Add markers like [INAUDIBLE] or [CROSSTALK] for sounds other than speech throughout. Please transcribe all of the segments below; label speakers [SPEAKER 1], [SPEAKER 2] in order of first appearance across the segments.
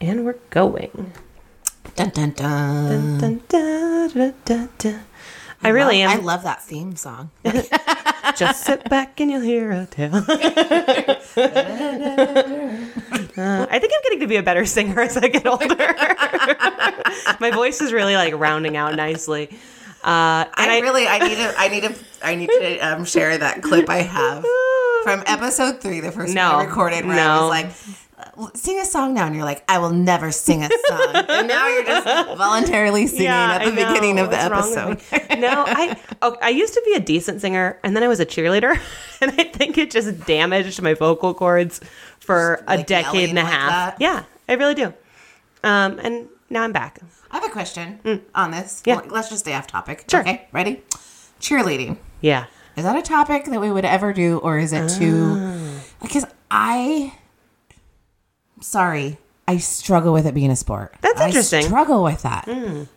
[SPEAKER 1] and we're going.
[SPEAKER 2] Dun dun dun.
[SPEAKER 1] Dun, dun, da, da, da, da. I really
[SPEAKER 2] I
[SPEAKER 1] am.
[SPEAKER 2] love that theme song.
[SPEAKER 1] Just sit back and you'll hear a tale. Uh, I think I'm getting to be a better singer as I get older. My voice is really like rounding out nicely. Uh, and I,
[SPEAKER 2] I, really, I need to, I need to, I need to um, share that clip I have from episode three, the first
[SPEAKER 1] No.
[SPEAKER 2] one I recorded, where I
[SPEAKER 1] No.
[SPEAKER 2] was like, "Sing a song now," and you're like, "I will never sing a song," and now you're just voluntarily singing at the
[SPEAKER 1] I know.
[SPEAKER 2] beginning of the
[SPEAKER 1] What's wrong
[SPEAKER 2] episode.
[SPEAKER 1] with me? no, I oh, I used to be a decent singer, and then I was a cheerleader, [LAUGHS] and I think it just damaged my vocal cords for a
[SPEAKER 2] like
[SPEAKER 1] decade and a
[SPEAKER 2] yelling like
[SPEAKER 1] half.
[SPEAKER 2] that?
[SPEAKER 1] yeah, I really do. Um, and now I'm back.
[SPEAKER 2] I have a question on this.
[SPEAKER 1] Mm. Yeah.
[SPEAKER 2] Well, let's just stay off topic.
[SPEAKER 1] Sure.
[SPEAKER 2] Okay, ready? Cheerleading.
[SPEAKER 1] Yeah.
[SPEAKER 2] Is that a topic that we would ever do, or is it
[SPEAKER 1] Ah.
[SPEAKER 2] too? Because I, sorry, I struggle with it being a sport.
[SPEAKER 1] That's interesting. Hmm.
[SPEAKER 2] I struggle with that.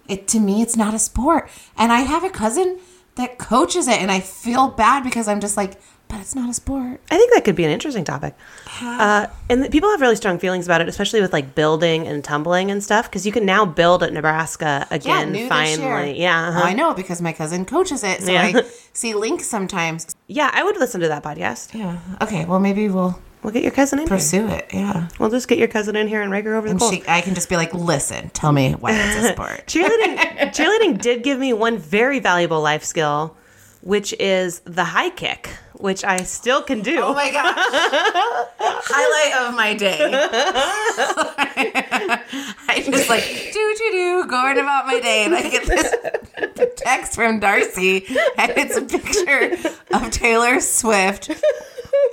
[SPEAKER 2] It to me, it's not a sport, and I have a cousin that coaches it, and I feel bad because I'm just like, but it's not a sport.
[SPEAKER 1] I think that could be an interesting topic. Uh, and th- people have really strong feelings about it, especially with like building and tumbling and stuff, because you can now build at Nebraska again,
[SPEAKER 2] new this year.
[SPEAKER 1] finally. Yeah. uh-huh.
[SPEAKER 2] Well, I know because my cousin coaches it, so
[SPEAKER 1] Yeah.
[SPEAKER 2] I see links sometimes.
[SPEAKER 1] Yeah, I would listen to that podcast.
[SPEAKER 2] Yeah. Okay. Well, maybe we'll
[SPEAKER 1] We'll get your cousin in here.
[SPEAKER 2] pursue it. Yeah.
[SPEAKER 1] We'll just get your cousin in here and rake her over the
[SPEAKER 2] And
[SPEAKER 1] coals.
[SPEAKER 2] she, I can just be like, listen, tell me why
[SPEAKER 1] [LAUGHS]
[SPEAKER 2] it's a sport. [LAUGHS]
[SPEAKER 1] cheerleading cheerleading did give me one very valuable life skill which is the high kick which i still can do
[SPEAKER 2] Oh my gosh. Highlight of my day. I just like do do do going about my day and I get this text from Darcy and it's a picture of Taylor Swift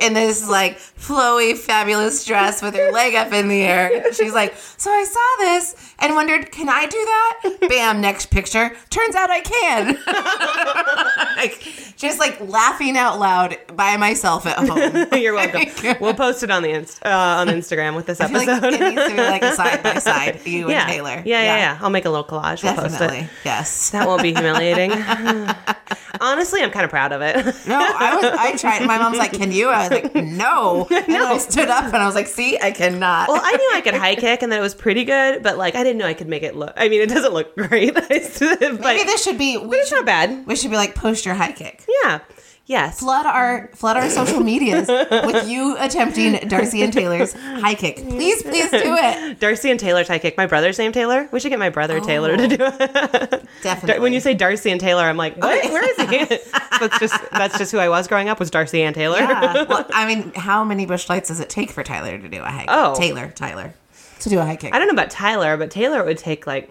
[SPEAKER 2] in this like flowy fabulous dress with her leg up in the air. She's like, "So I saw this and wondered, can I do that?" Bam, next picture. Turns out I can. [LAUGHS] like just like laughing out loud by myself at home.
[SPEAKER 1] [LAUGHS] you're
[SPEAKER 2] [LAUGHS]
[SPEAKER 1] welcome we'll post it on the inst- uh, on instagram with this
[SPEAKER 2] I feel
[SPEAKER 1] episode
[SPEAKER 2] like it needs to be like a [LAUGHS] side by side, you
[SPEAKER 1] yeah.
[SPEAKER 2] and Taylor.
[SPEAKER 1] yeah yeah yeah i'll make a little collage we'll post
[SPEAKER 2] Definitely.
[SPEAKER 1] it
[SPEAKER 2] Yes.
[SPEAKER 1] that
[SPEAKER 2] [LAUGHS]
[SPEAKER 1] won't be humiliating honestly i'm kind of proud of it [LAUGHS]
[SPEAKER 2] No, I was I [LAUGHS] tried my mom's like, Can you? I was [LAUGHS] like, No. And then I stood up and I was like, see, I cannot.
[SPEAKER 1] well, I knew I could high kick and that it was pretty good, but like I didn't know I could make it look. I mean, it doesn't look great, [LAUGHS] but
[SPEAKER 2] Maybe this should be we
[SPEAKER 1] it's not
[SPEAKER 2] should,
[SPEAKER 1] bad.
[SPEAKER 2] we should be like post your high kick.
[SPEAKER 1] Yeah, yes.
[SPEAKER 2] Flood our flood our social medias with [LAUGHS] you attempting Darcy and Taylor's high kick. Please, please do it.
[SPEAKER 1] Darcy and Taylor's high kick. My brother's name Taylor. We should get my brother
[SPEAKER 2] Oh.
[SPEAKER 1] Taylor to do it.
[SPEAKER 2] Definitely.
[SPEAKER 1] Dar- when you say Darcy and Taylor, I'm like, what?
[SPEAKER 2] Okay.
[SPEAKER 1] Where is [LAUGHS] he? that's just that's just who I was growing up was Darcy and Taylor.
[SPEAKER 2] [LAUGHS] yeah. well, I mean, how many bush lights does it take for Tyler to do a high kick?
[SPEAKER 1] Oh.
[SPEAKER 2] Taylor, Tyler. To do a high kick.
[SPEAKER 1] I don't know about Tyler, but Taylor would take like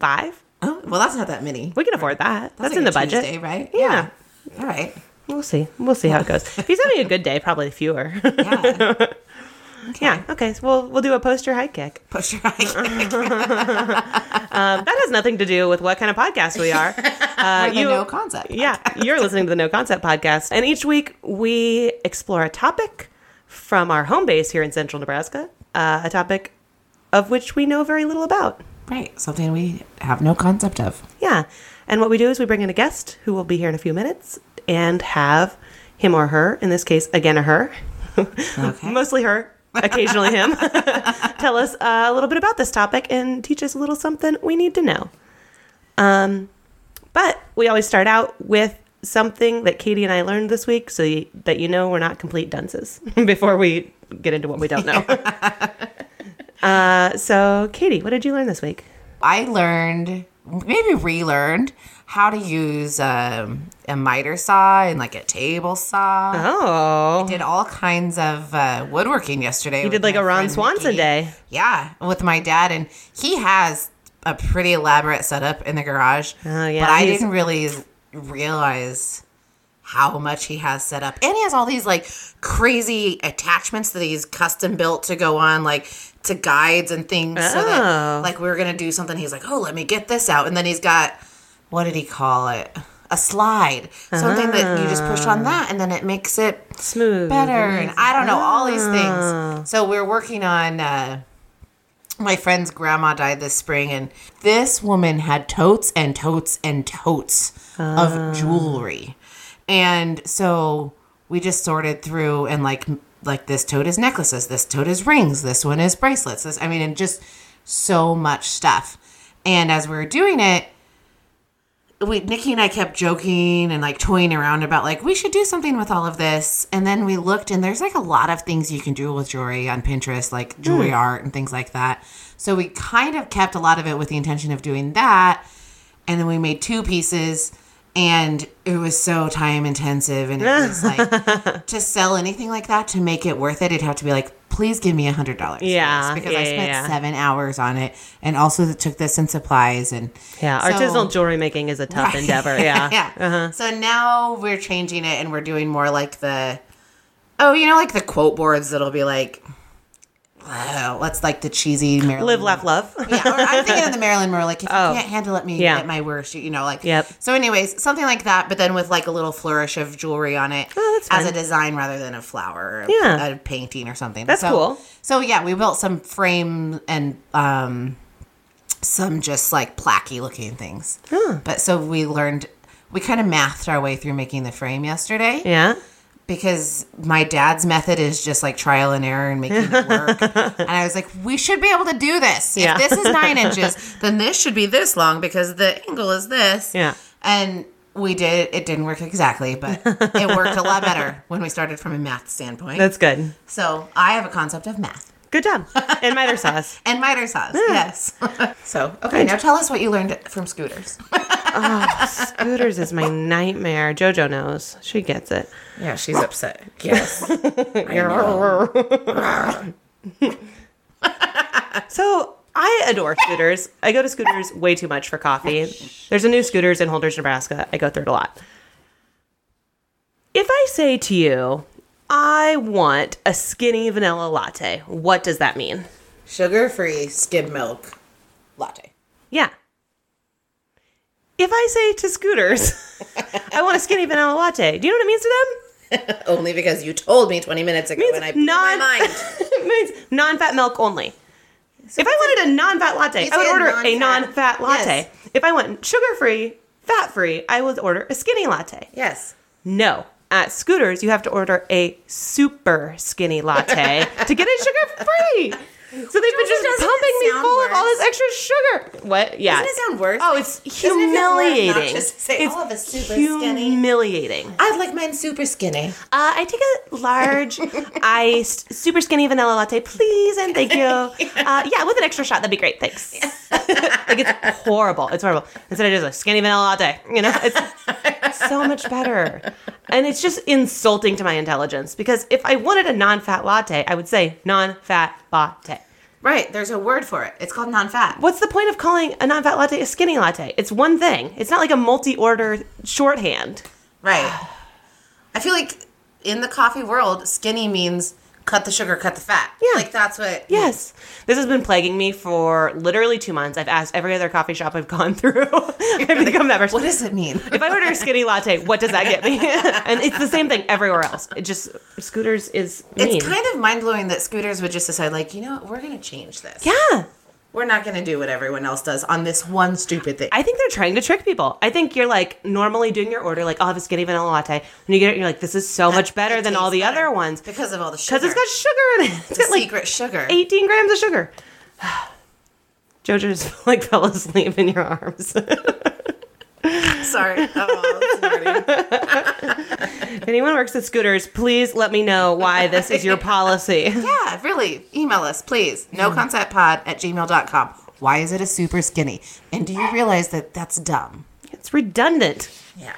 [SPEAKER 1] five.
[SPEAKER 2] Oh, well, that's not that many.
[SPEAKER 1] We can afford that. That's, in the
[SPEAKER 2] like a
[SPEAKER 1] budget,
[SPEAKER 2] Tuesday, right?
[SPEAKER 1] Yeah.
[SPEAKER 2] Yeah. All right.
[SPEAKER 1] We'll see. We'll see how it goes. [LAUGHS] If he's having a good day, probably fewer.
[SPEAKER 2] Yeah.
[SPEAKER 1] [LAUGHS] yeah. Okay. So we'll we'll do a poster high kick.
[SPEAKER 2] Push your eye.
[SPEAKER 1] Um, that has nothing to do with what kind of podcast we [LAUGHS] are.
[SPEAKER 2] Uh,
[SPEAKER 1] you-
[SPEAKER 2] no concept.
[SPEAKER 1] Yeah, you're listening to the No Concept Podcast. And each week we explore a topic from our home base here in central Nebraska, uh, a topic of which we know very little about.
[SPEAKER 2] Right. Something we have no concept of.
[SPEAKER 1] Yeah. And what we do is we bring in a guest who will be here in a few minutes and have him or her, in this case, again, a her, [LAUGHS] mostly her, occasionally him, [LAUGHS] tell us uh, a little bit about this topic and teach us a little something we need to know. Um, but we always start out with something that Katie and I learned this week so you, that you know we're not complete dunces [LAUGHS] before we get into what we don't [LAUGHS] know. uh, so, Katie, what did you learn this week?
[SPEAKER 2] I learned, maybe relearned, how to use um, a miter saw and like a table saw.
[SPEAKER 1] Oh.
[SPEAKER 2] Did all kinds of uh, woodworking yesterday. You
[SPEAKER 1] did, like, a Ron Swanson day.
[SPEAKER 2] Yeah, with my dad, and he has a pretty elaborate setup in the garage.
[SPEAKER 1] Oh, yeah,
[SPEAKER 2] but I
[SPEAKER 1] he's-
[SPEAKER 2] didn't really realize how much he has set up, and he has all these like crazy attachments that he's custom built to go on, like to guides and things. So
[SPEAKER 1] Oh.
[SPEAKER 2] that like we were gonna do something, he's like, "Oh, let me get this out," and then he's got what did he call it? A slide, something that you just push on
[SPEAKER 1] Uh-huh.
[SPEAKER 2] that, and then it makes it
[SPEAKER 1] Smooth.
[SPEAKER 2] better and i don't know all these things so we're working on uh, my friend's grandma died this spring and this woman had totes and totes and totes of jewelry and so we just sorted through and like m- like this tote is necklaces, this tote is rings, this one is bracelets. This I mean, and just so much stuff. And as we were doing it, we Nikki and I kept joking and like toying around about like we should do something with all of this. And then we looked and there's like a lot of things you can do with jewelry on Pinterest, like
[SPEAKER 1] Hmm.
[SPEAKER 2] jewelry art and things like that. So we kind of kept a lot of it with the intention of doing that. And then we made two pieces and it was so time intensive and it
[SPEAKER 1] [LAUGHS]
[SPEAKER 2] was like to sell anything like that to make it worth it it'd have to be like please give me a hundred dollars for this,"
[SPEAKER 1] Yeah,
[SPEAKER 2] because
[SPEAKER 1] yeah,
[SPEAKER 2] i
[SPEAKER 1] yeah,
[SPEAKER 2] spent
[SPEAKER 1] yeah.
[SPEAKER 2] seven hours on it and also it took this in supplies and
[SPEAKER 1] Yeah,
[SPEAKER 2] So-
[SPEAKER 1] artisanal jewelry making is a tough endeavor.
[SPEAKER 2] [LAUGHS]
[SPEAKER 1] Yeah.
[SPEAKER 2] yeah. So now we're changing it and we're doing more like the, oh, you know, like the quote boards that'll be like, oh, let's like the cheesy Marilyn.
[SPEAKER 1] Live, laugh, love.
[SPEAKER 2] [LAUGHS] yeah, or I'm thinking of the Marilyn Monroe, like if you can't handle it, me
[SPEAKER 1] Oh. Yeah.
[SPEAKER 2] at my worst, you know, like.
[SPEAKER 1] Yep.
[SPEAKER 2] So, anyways, something like that, but then with like a little flourish of jewelry on it
[SPEAKER 1] Oh, that's
[SPEAKER 2] as
[SPEAKER 1] fun.
[SPEAKER 2] a design rather than a flower, or a-
[SPEAKER 1] Yeah.
[SPEAKER 2] a painting or something.
[SPEAKER 1] That's
[SPEAKER 2] so,
[SPEAKER 1] cool.
[SPEAKER 2] So yeah, we built some frame and um, some just like placky looking things. But so we learned, we kind of mathed our way through making the frame yesterday
[SPEAKER 1] yeah.
[SPEAKER 2] because my dad's method is just like trial and error and making it
[SPEAKER 1] [LAUGHS]
[SPEAKER 2] work. and I was like, we should be able to do this.
[SPEAKER 1] Yeah.
[SPEAKER 2] If this
[SPEAKER 1] [LAUGHS]
[SPEAKER 2] is nine inches, then this should be this long because the angle is this.
[SPEAKER 1] Yeah.
[SPEAKER 2] And we did. It didn't work exactly, but it worked a
[SPEAKER 1] [LAUGHS]
[SPEAKER 2] lot better when we started from a math standpoint.
[SPEAKER 1] That's good.
[SPEAKER 2] so I have a concept of math
[SPEAKER 1] Good job. And miter
[SPEAKER 2] [LAUGHS]
[SPEAKER 1] sauce.
[SPEAKER 2] and miter sauce. Yes. [LAUGHS] so okay, now tell us what you learned from scooters.
[SPEAKER 1] Scooters is my nightmare. JoJo knows. She gets it.
[SPEAKER 2] Yeah, she's upset. Yes.
[SPEAKER 1] [LAUGHS] So I adore scooters. I go to scooters way too much for coffee. There's a new scooters in Holders, Nebraska. I go through it a lot. If I say to you, I want a skinny vanilla latte, what does that mean?
[SPEAKER 2] Sugar-free skim milk latte.
[SPEAKER 1] Yeah. If I say to scooters, [LAUGHS] I want a skinny vanilla latte, do you know what it means to them?
[SPEAKER 2] [LAUGHS] Only because you told me 20 minutes ago and I blew my
[SPEAKER 1] non-
[SPEAKER 2] mind. [LAUGHS]
[SPEAKER 1] it means non-fat milk only. if I wanted a non-fat latte,
[SPEAKER 2] you
[SPEAKER 1] I would
[SPEAKER 2] say a
[SPEAKER 1] order a non-fat
[SPEAKER 2] non-fat.
[SPEAKER 1] latte. If I want sugar-free, fat-free, I would order a skinny latte.
[SPEAKER 2] Yes.
[SPEAKER 1] No. At Scooters, you have to order a super skinny
[SPEAKER 2] [LAUGHS]
[SPEAKER 1] latte to get it sugar-free. So they've been
[SPEAKER 2] Doesn't
[SPEAKER 1] just
[SPEAKER 2] it
[SPEAKER 1] pumping me
[SPEAKER 2] sound
[SPEAKER 1] full of all
[SPEAKER 2] worse?
[SPEAKER 1] this extra sugar. What? Yeah.
[SPEAKER 2] Doesn't it sound worse?
[SPEAKER 1] Oh, it's
[SPEAKER 2] Doesn't it feel more
[SPEAKER 1] humiliating.
[SPEAKER 2] obnoxious to say,
[SPEAKER 1] it's
[SPEAKER 2] "I'll have a super skinny"?
[SPEAKER 1] humiliating.
[SPEAKER 2] I'd like mine super skinny.
[SPEAKER 1] Uh, I take a
[SPEAKER 2] [LAUGHS]
[SPEAKER 1] large iced, super skinny vanilla latte, please, and thank
[SPEAKER 2] [LAUGHS]
[SPEAKER 1] you. Uh, yeah, with an extra shot, that'd be great. Thanks. [LAUGHS] like it's horrible. It's horrible. Instead of just a skinny vanilla latte, you know,
[SPEAKER 2] [LAUGHS]
[SPEAKER 1] it's so much better. And it's just insulting to my intelligence because if I wanted a non-fat latte, I would say non-fat latte.
[SPEAKER 2] Right. There's a word for it. It's called non-fat.
[SPEAKER 1] What's the point of calling a non-fat latte a skinny latte? It's one thing. It's not like a multi-order shorthand.
[SPEAKER 2] Right. I feel like in the coffee world, skinny means cut the sugar, cut the fat.
[SPEAKER 1] Yeah.
[SPEAKER 2] Like that's what.
[SPEAKER 1] Yes. This has been plaguing me for literally two months. I've asked every other coffee shop I've [LAUGHS] gone through. I've become that person.
[SPEAKER 2] What does it mean?
[SPEAKER 1] If I order a skinny latte, what does that get me? [LAUGHS] and it's the same thing everywhere else. It just scooters is mean.
[SPEAKER 2] It's kind of mind blowing that scooters would just decide, like, you know what, we're going to change this.
[SPEAKER 1] yeah.
[SPEAKER 2] We're not going to do what everyone else does on this one stupid thing.
[SPEAKER 1] I think they're trying to trick people. I think you're like normally doing your order, like I'll have a skinny vanilla latte, and you get it, and you're like, this is so much better
[SPEAKER 2] It
[SPEAKER 1] than all
[SPEAKER 2] tastes
[SPEAKER 1] the
[SPEAKER 2] better
[SPEAKER 1] other ones because
[SPEAKER 2] Because of all the sugar.
[SPEAKER 1] it's got sugar in it. It's got like
[SPEAKER 2] secret sugar.
[SPEAKER 1] 18 grams of sugar. [SIGHS] Jojo just [LAUGHS] like fell asleep in your arms.
[SPEAKER 2] Sorry. Oh, that's funny.
[SPEAKER 1] If anyone works at scooters, please let me know why this is your policy.
[SPEAKER 2] Yeah, really. Email us, please. No concept pod at gmail.com. Why is it a super skinny? And do you realize that that's dumb?
[SPEAKER 1] It's redundant.
[SPEAKER 2] Yeah.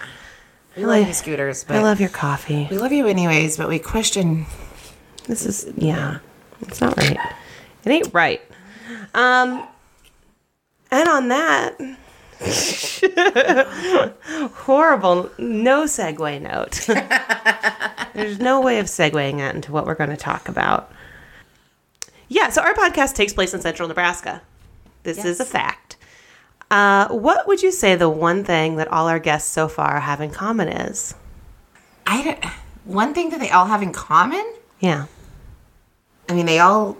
[SPEAKER 2] We love
[SPEAKER 1] love-
[SPEAKER 2] you, scooters, but
[SPEAKER 1] I love your coffee.
[SPEAKER 2] we love you anyways, but we question.
[SPEAKER 1] This is yeah. It's not right. It ain't right. Um and on that [LAUGHS] horrible no segue note. [LAUGHS] There's no way of segueing that into what we're going to talk about. Yeah, so our podcast takes place in central Nebraska. This is a
[SPEAKER 2] Yes.
[SPEAKER 1] fact. Uh, what would you say the one thing that all our guests so far have in common is?
[SPEAKER 2] I don't, one thing that they all have in common,
[SPEAKER 1] Yeah.
[SPEAKER 2] I mean, they all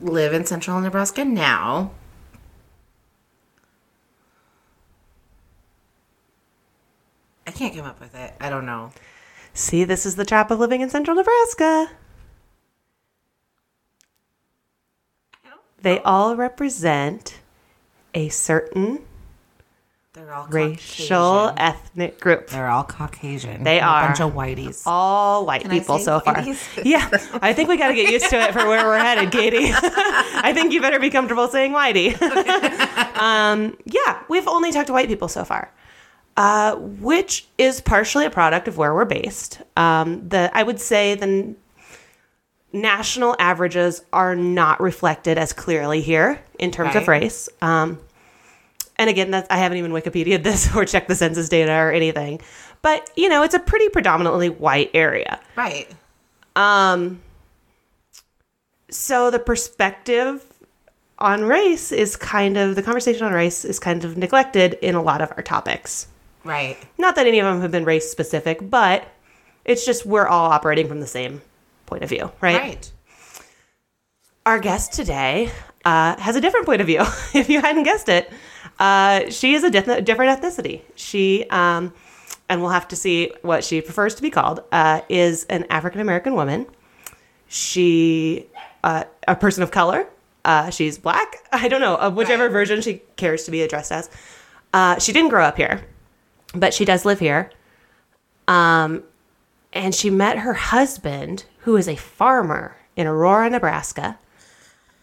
[SPEAKER 2] live in central Nebraska now. I can't come up with it. I don't know.
[SPEAKER 1] See, this is the trap of living in central Nebraska.
[SPEAKER 3] Oh.
[SPEAKER 1] They all represent a certain
[SPEAKER 3] They're all
[SPEAKER 1] racial
[SPEAKER 3] Caucasian.
[SPEAKER 1] ethnic group.
[SPEAKER 3] They're all Caucasian.
[SPEAKER 1] They
[SPEAKER 3] And
[SPEAKER 1] are.
[SPEAKER 3] a bunch of whiteys.
[SPEAKER 1] all white
[SPEAKER 3] I
[SPEAKER 1] people
[SPEAKER 3] say
[SPEAKER 1] so far.
[SPEAKER 3] whiteys?
[SPEAKER 1] Yeah, I think we got to get used to it for where we're headed, Katie. [LAUGHS] I think you better be comfortable saying whitey. [LAUGHS] um, yeah, we've only talked to white people so far, uh, which is partially a product of where we're based. Um, the I would say the n- national averages are not reflected as clearly here in terms of
[SPEAKER 3] Right.
[SPEAKER 1] race. Um, and again, that's, I haven't even Wikipedia [LAUGHS] this or checked the census data or anything. But you know, it's a pretty predominantly white area.
[SPEAKER 3] right.
[SPEAKER 1] So the perspective on race is kind of the conversation on race is kind of neglected in a lot of our topics.
[SPEAKER 3] Right.
[SPEAKER 1] Not that any of them have been race specific, but it's just we're all operating from the same point of view, right?
[SPEAKER 3] Right.
[SPEAKER 1] Our guest today uh, has a different point of view. [LAUGHS] if you hadn't guessed it, uh, she is a dif- different ethnicity. She, um, and we'll have to see what she prefers to be called, uh, is an African American woman. She, uh, a person of color. Uh, she's black. [LAUGHS] I don't know, of whichever
[SPEAKER 3] Right.
[SPEAKER 1] version she cares to be addressed as. Uh, she didn't grow up here, but she does live here. Um, and she met her husband, who is a farmer in Aurora, Nebraska,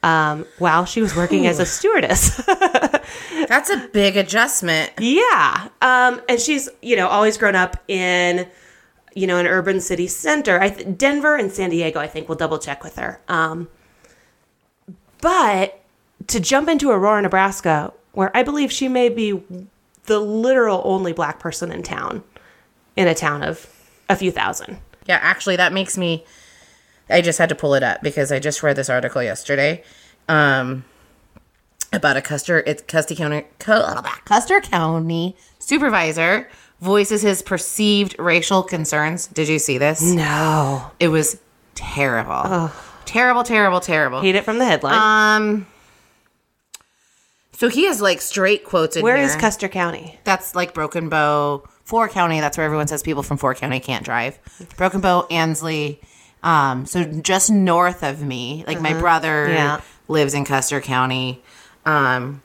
[SPEAKER 1] um, while she was working as a stewardess. [LAUGHS]
[SPEAKER 3] That's a big adjustment.
[SPEAKER 1] Yeah. Um, and she's, you know, always grown up in, you know, an urban city center. I th- Denver and San Diego, I think. We'll double check with her. Um, but to jump into Aurora, Nebraska, where I believe she may be the literal only black person in town, in a town of a few thousand.
[SPEAKER 2] Yeah, actually, that makes me. I just had to pull it up because I just read this article yesterday um, about a Custer, it's Custer County, Co- Custer County supervisor voices his perceived racial concerns. Did you see this?
[SPEAKER 1] No.
[SPEAKER 2] It was terrible, terrible, terrible, terrible.
[SPEAKER 1] Hate it from the headline.
[SPEAKER 2] Um, so he has like straight quotes in
[SPEAKER 1] Where
[SPEAKER 2] here.
[SPEAKER 1] is Custer County?
[SPEAKER 2] That's like Broken Bow, Four County. That's where everyone says people from Four County can't drive.
[SPEAKER 3] Broken Bow, Ansley. Um, so just north of me, like my brother
[SPEAKER 1] Mm-hmm. Yeah.
[SPEAKER 3] lives in Custer County. Um,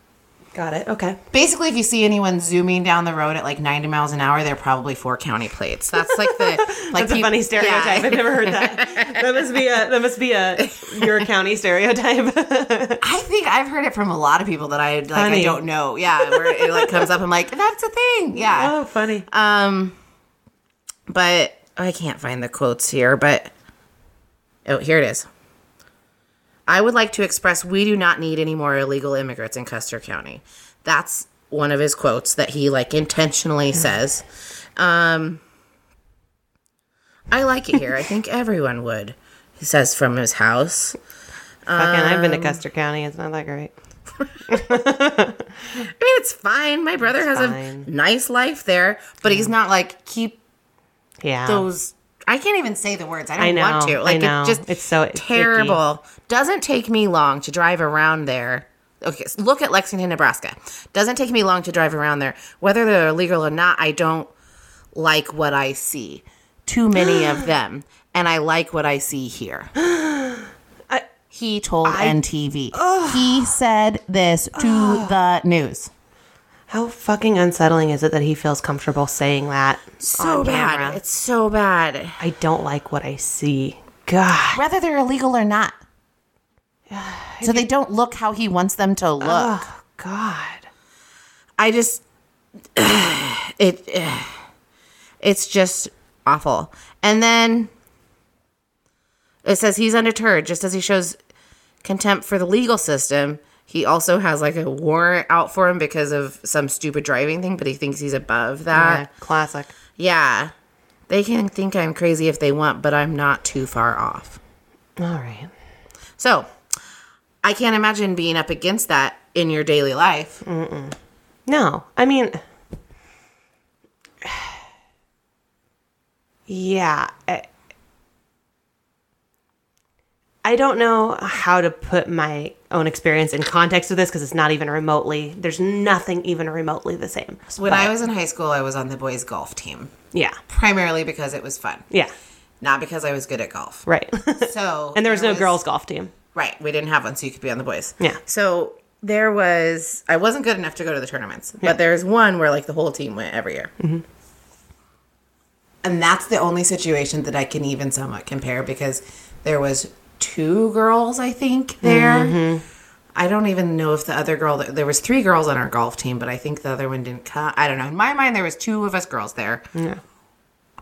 [SPEAKER 1] Got it. Okay.
[SPEAKER 3] basically, if you see anyone zooming down the road at like 90 miles an hour, they're probably four county plates. That's like
[SPEAKER 1] [LAUGHS]
[SPEAKER 3] the like
[SPEAKER 1] That's a
[SPEAKER 3] peop-
[SPEAKER 1] funny stereotype.
[SPEAKER 3] Yeah.
[SPEAKER 1] I've never heard that. That must be a that must be a your county stereotype.
[SPEAKER 3] I think I've heard it from a lot of people that I like.
[SPEAKER 1] Funny.
[SPEAKER 3] I don't know. Yeah, where it like comes up. I'm like, that's a thing. Yeah.
[SPEAKER 1] oh, funny.
[SPEAKER 2] But I can't find the quotes here, but oh, here it is. I would like to express we do not need any more illegal immigrants in Custer County. That's one of his quotes that he like intentionally says. Um I like it here. I think everyone would. He says from his house.
[SPEAKER 1] Fucking, I've been to Custer County. It's not that great.
[SPEAKER 2] I mean, it's fine. My brother has
[SPEAKER 1] fine.
[SPEAKER 2] a nice life there, but he's not like keep
[SPEAKER 1] Yeah.
[SPEAKER 2] those
[SPEAKER 3] I can't even say the words. I don't
[SPEAKER 1] I know.
[SPEAKER 2] want to. Like
[SPEAKER 1] I know.
[SPEAKER 2] it's just
[SPEAKER 1] it's so icky.
[SPEAKER 2] terrible. Doesn't take me long to drive around there. Okay, so look at Lexington, Nebraska. Doesn't take me long to drive around there. Whether they're illegal or not, I don't like what I see. Too many
[SPEAKER 1] [GASPS]
[SPEAKER 2] of them, and I like what I see here.
[SPEAKER 3] he told NTV. he said this to the news.
[SPEAKER 1] How fucking unsettling is it that he feels comfortable saying that?
[SPEAKER 2] So bad.
[SPEAKER 1] camera.
[SPEAKER 2] It's so bad.
[SPEAKER 1] I don't like what I see. God.
[SPEAKER 3] Whether they're illegal or
[SPEAKER 2] [SIGHS]
[SPEAKER 3] not. So they don't look how he wants them to look.
[SPEAKER 1] Oh, God.
[SPEAKER 2] I just [SIGHS] it [SIGHS] it's just awful. And then it says he's undeterred just as he shows contempt for the legal system. He also has like a warrant out for him because of some stupid driving thing, but he thinks he's above that.
[SPEAKER 1] Classic.
[SPEAKER 2] Yeah. They can think I'm crazy if they want, but I'm not too far off.
[SPEAKER 1] All right.
[SPEAKER 2] So, I can't imagine being up against that in your daily life.
[SPEAKER 1] No, I mean, yeah. I, I don't know how to put my own experience in context of this because it's not even remotely. There's nothing even remotely the same.
[SPEAKER 2] When I was in high school, I was on the boys' golf team,
[SPEAKER 1] Yeah,
[SPEAKER 2] primarily because it was fun,
[SPEAKER 1] yeah,
[SPEAKER 2] not because I was good at golf.
[SPEAKER 1] right.
[SPEAKER 2] [LAUGHS] So
[SPEAKER 1] [LAUGHS] and there was no girls' golf team.
[SPEAKER 2] Right, we didn't have one, so you could be on the boys.
[SPEAKER 1] Yeah.
[SPEAKER 2] So there was I wasn't good enough to go to the tournaments, but there's one where like the whole team went every year. And that's the only situation that I can even somewhat compare because there was two girls, I think, there. I don't even know if the other girl there was three girls on our golf team, but I think the other one didn't come. I don't know. In my mind there was two of us girls there.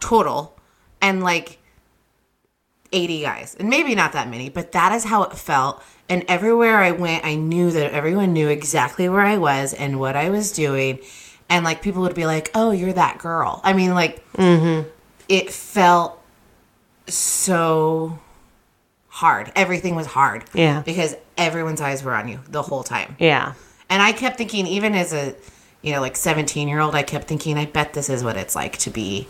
[SPEAKER 2] Total. And like 80 guys and maybe not that many but that is how it felt and everywhere i went i knew that everyone knew exactly where i was and what i was doing and like people would be like oh you're that girl i mean like it felt so hard everything was hard
[SPEAKER 1] Yeah.
[SPEAKER 2] because everyone's eyes were on you the whole time
[SPEAKER 1] Yeah,
[SPEAKER 2] and I kept thinking, even as a, you know, like 17 year old, I kept thinking, I bet this is what it's like to be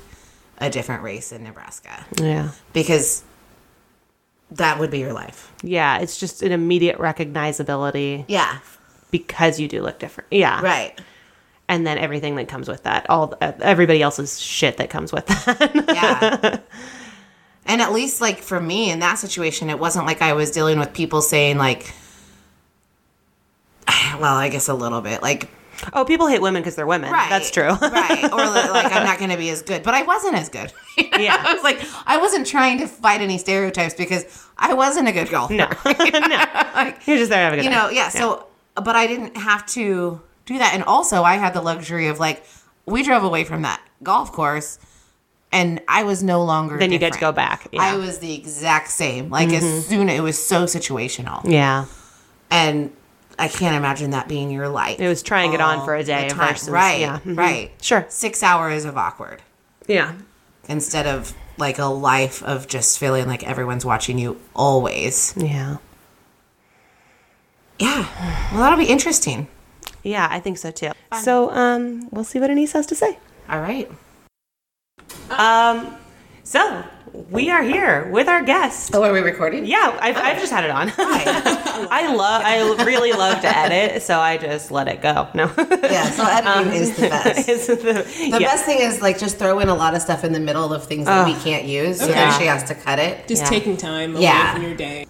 [SPEAKER 2] a different race in Nebraska
[SPEAKER 1] yeah,
[SPEAKER 2] because that would be your life.
[SPEAKER 1] yeah. It's just an immediate recognizability
[SPEAKER 2] Yeah.
[SPEAKER 1] because you do look different. Yeah,
[SPEAKER 2] Right.
[SPEAKER 1] and then everything that comes with that, all everybody else's shit that comes with that.
[SPEAKER 2] Yeah. and at least, like, for me in that situation, it wasn't like I was dealing with people saying, like, [SIGHS] well, I guess a little bit, like,
[SPEAKER 1] oh, people hate women because they're women. That's true. [LAUGHS]
[SPEAKER 2] right. [LAUGHS] Or like, I'm not going to be as good. But I wasn't as good. [LAUGHS] You know?
[SPEAKER 1] Yeah.
[SPEAKER 2] I was like, I wasn't trying to fight any stereotypes because I wasn't a good golfer. [LAUGHS]
[SPEAKER 1] no, [LAUGHS] no. You're just there having a good time.
[SPEAKER 2] You know, yeah. So, but I didn't have to do that. And also, I had the luxury of like, we drove away from that golf course and I was no longer.
[SPEAKER 1] Then you get to go
[SPEAKER 2] different.
[SPEAKER 1] back. Yeah. Mm-hmm.
[SPEAKER 2] I was the exact same. Like, as soon it was so situational.
[SPEAKER 1] yeah.
[SPEAKER 2] And I can't imagine that being your life.
[SPEAKER 1] It was trying it on
[SPEAKER 2] all
[SPEAKER 1] for a day
[SPEAKER 2] the time.
[SPEAKER 1] versus
[SPEAKER 2] right,
[SPEAKER 1] yeah. Mhm.
[SPEAKER 2] right.
[SPEAKER 1] Sure.
[SPEAKER 2] Six hours of awkward
[SPEAKER 1] Yeah.
[SPEAKER 2] instead of like a life of just feeling like everyone's watching you always.
[SPEAKER 1] Yeah.
[SPEAKER 2] Yeah. Well, that'll be interesting.
[SPEAKER 1] Yeah, I think so too. So, um, we'll see what Anise has to say.
[SPEAKER 2] All right.
[SPEAKER 1] So, we are here with our guest.
[SPEAKER 2] Oh, are we recording?
[SPEAKER 1] Yeah, I've, I've just had it on. [LAUGHS] I love, I really love to edit, so I just let it go. No. [LAUGHS]
[SPEAKER 2] Yeah. So editing is the best.
[SPEAKER 1] It's the-
[SPEAKER 2] The
[SPEAKER 1] yeah.
[SPEAKER 2] best thing is like just throw in a lot of stuff in the middle of things that we can't use. So then
[SPEAKER 1] Okay.
[SPEAKER 2] she has to cut it.
[SPEAKER 4] Just
[SPEAKER 1] Yeah.
[SPEAKER 4] taking time away
[SPEAKER 2] Yeah.
[SPEAKER 4] from your day.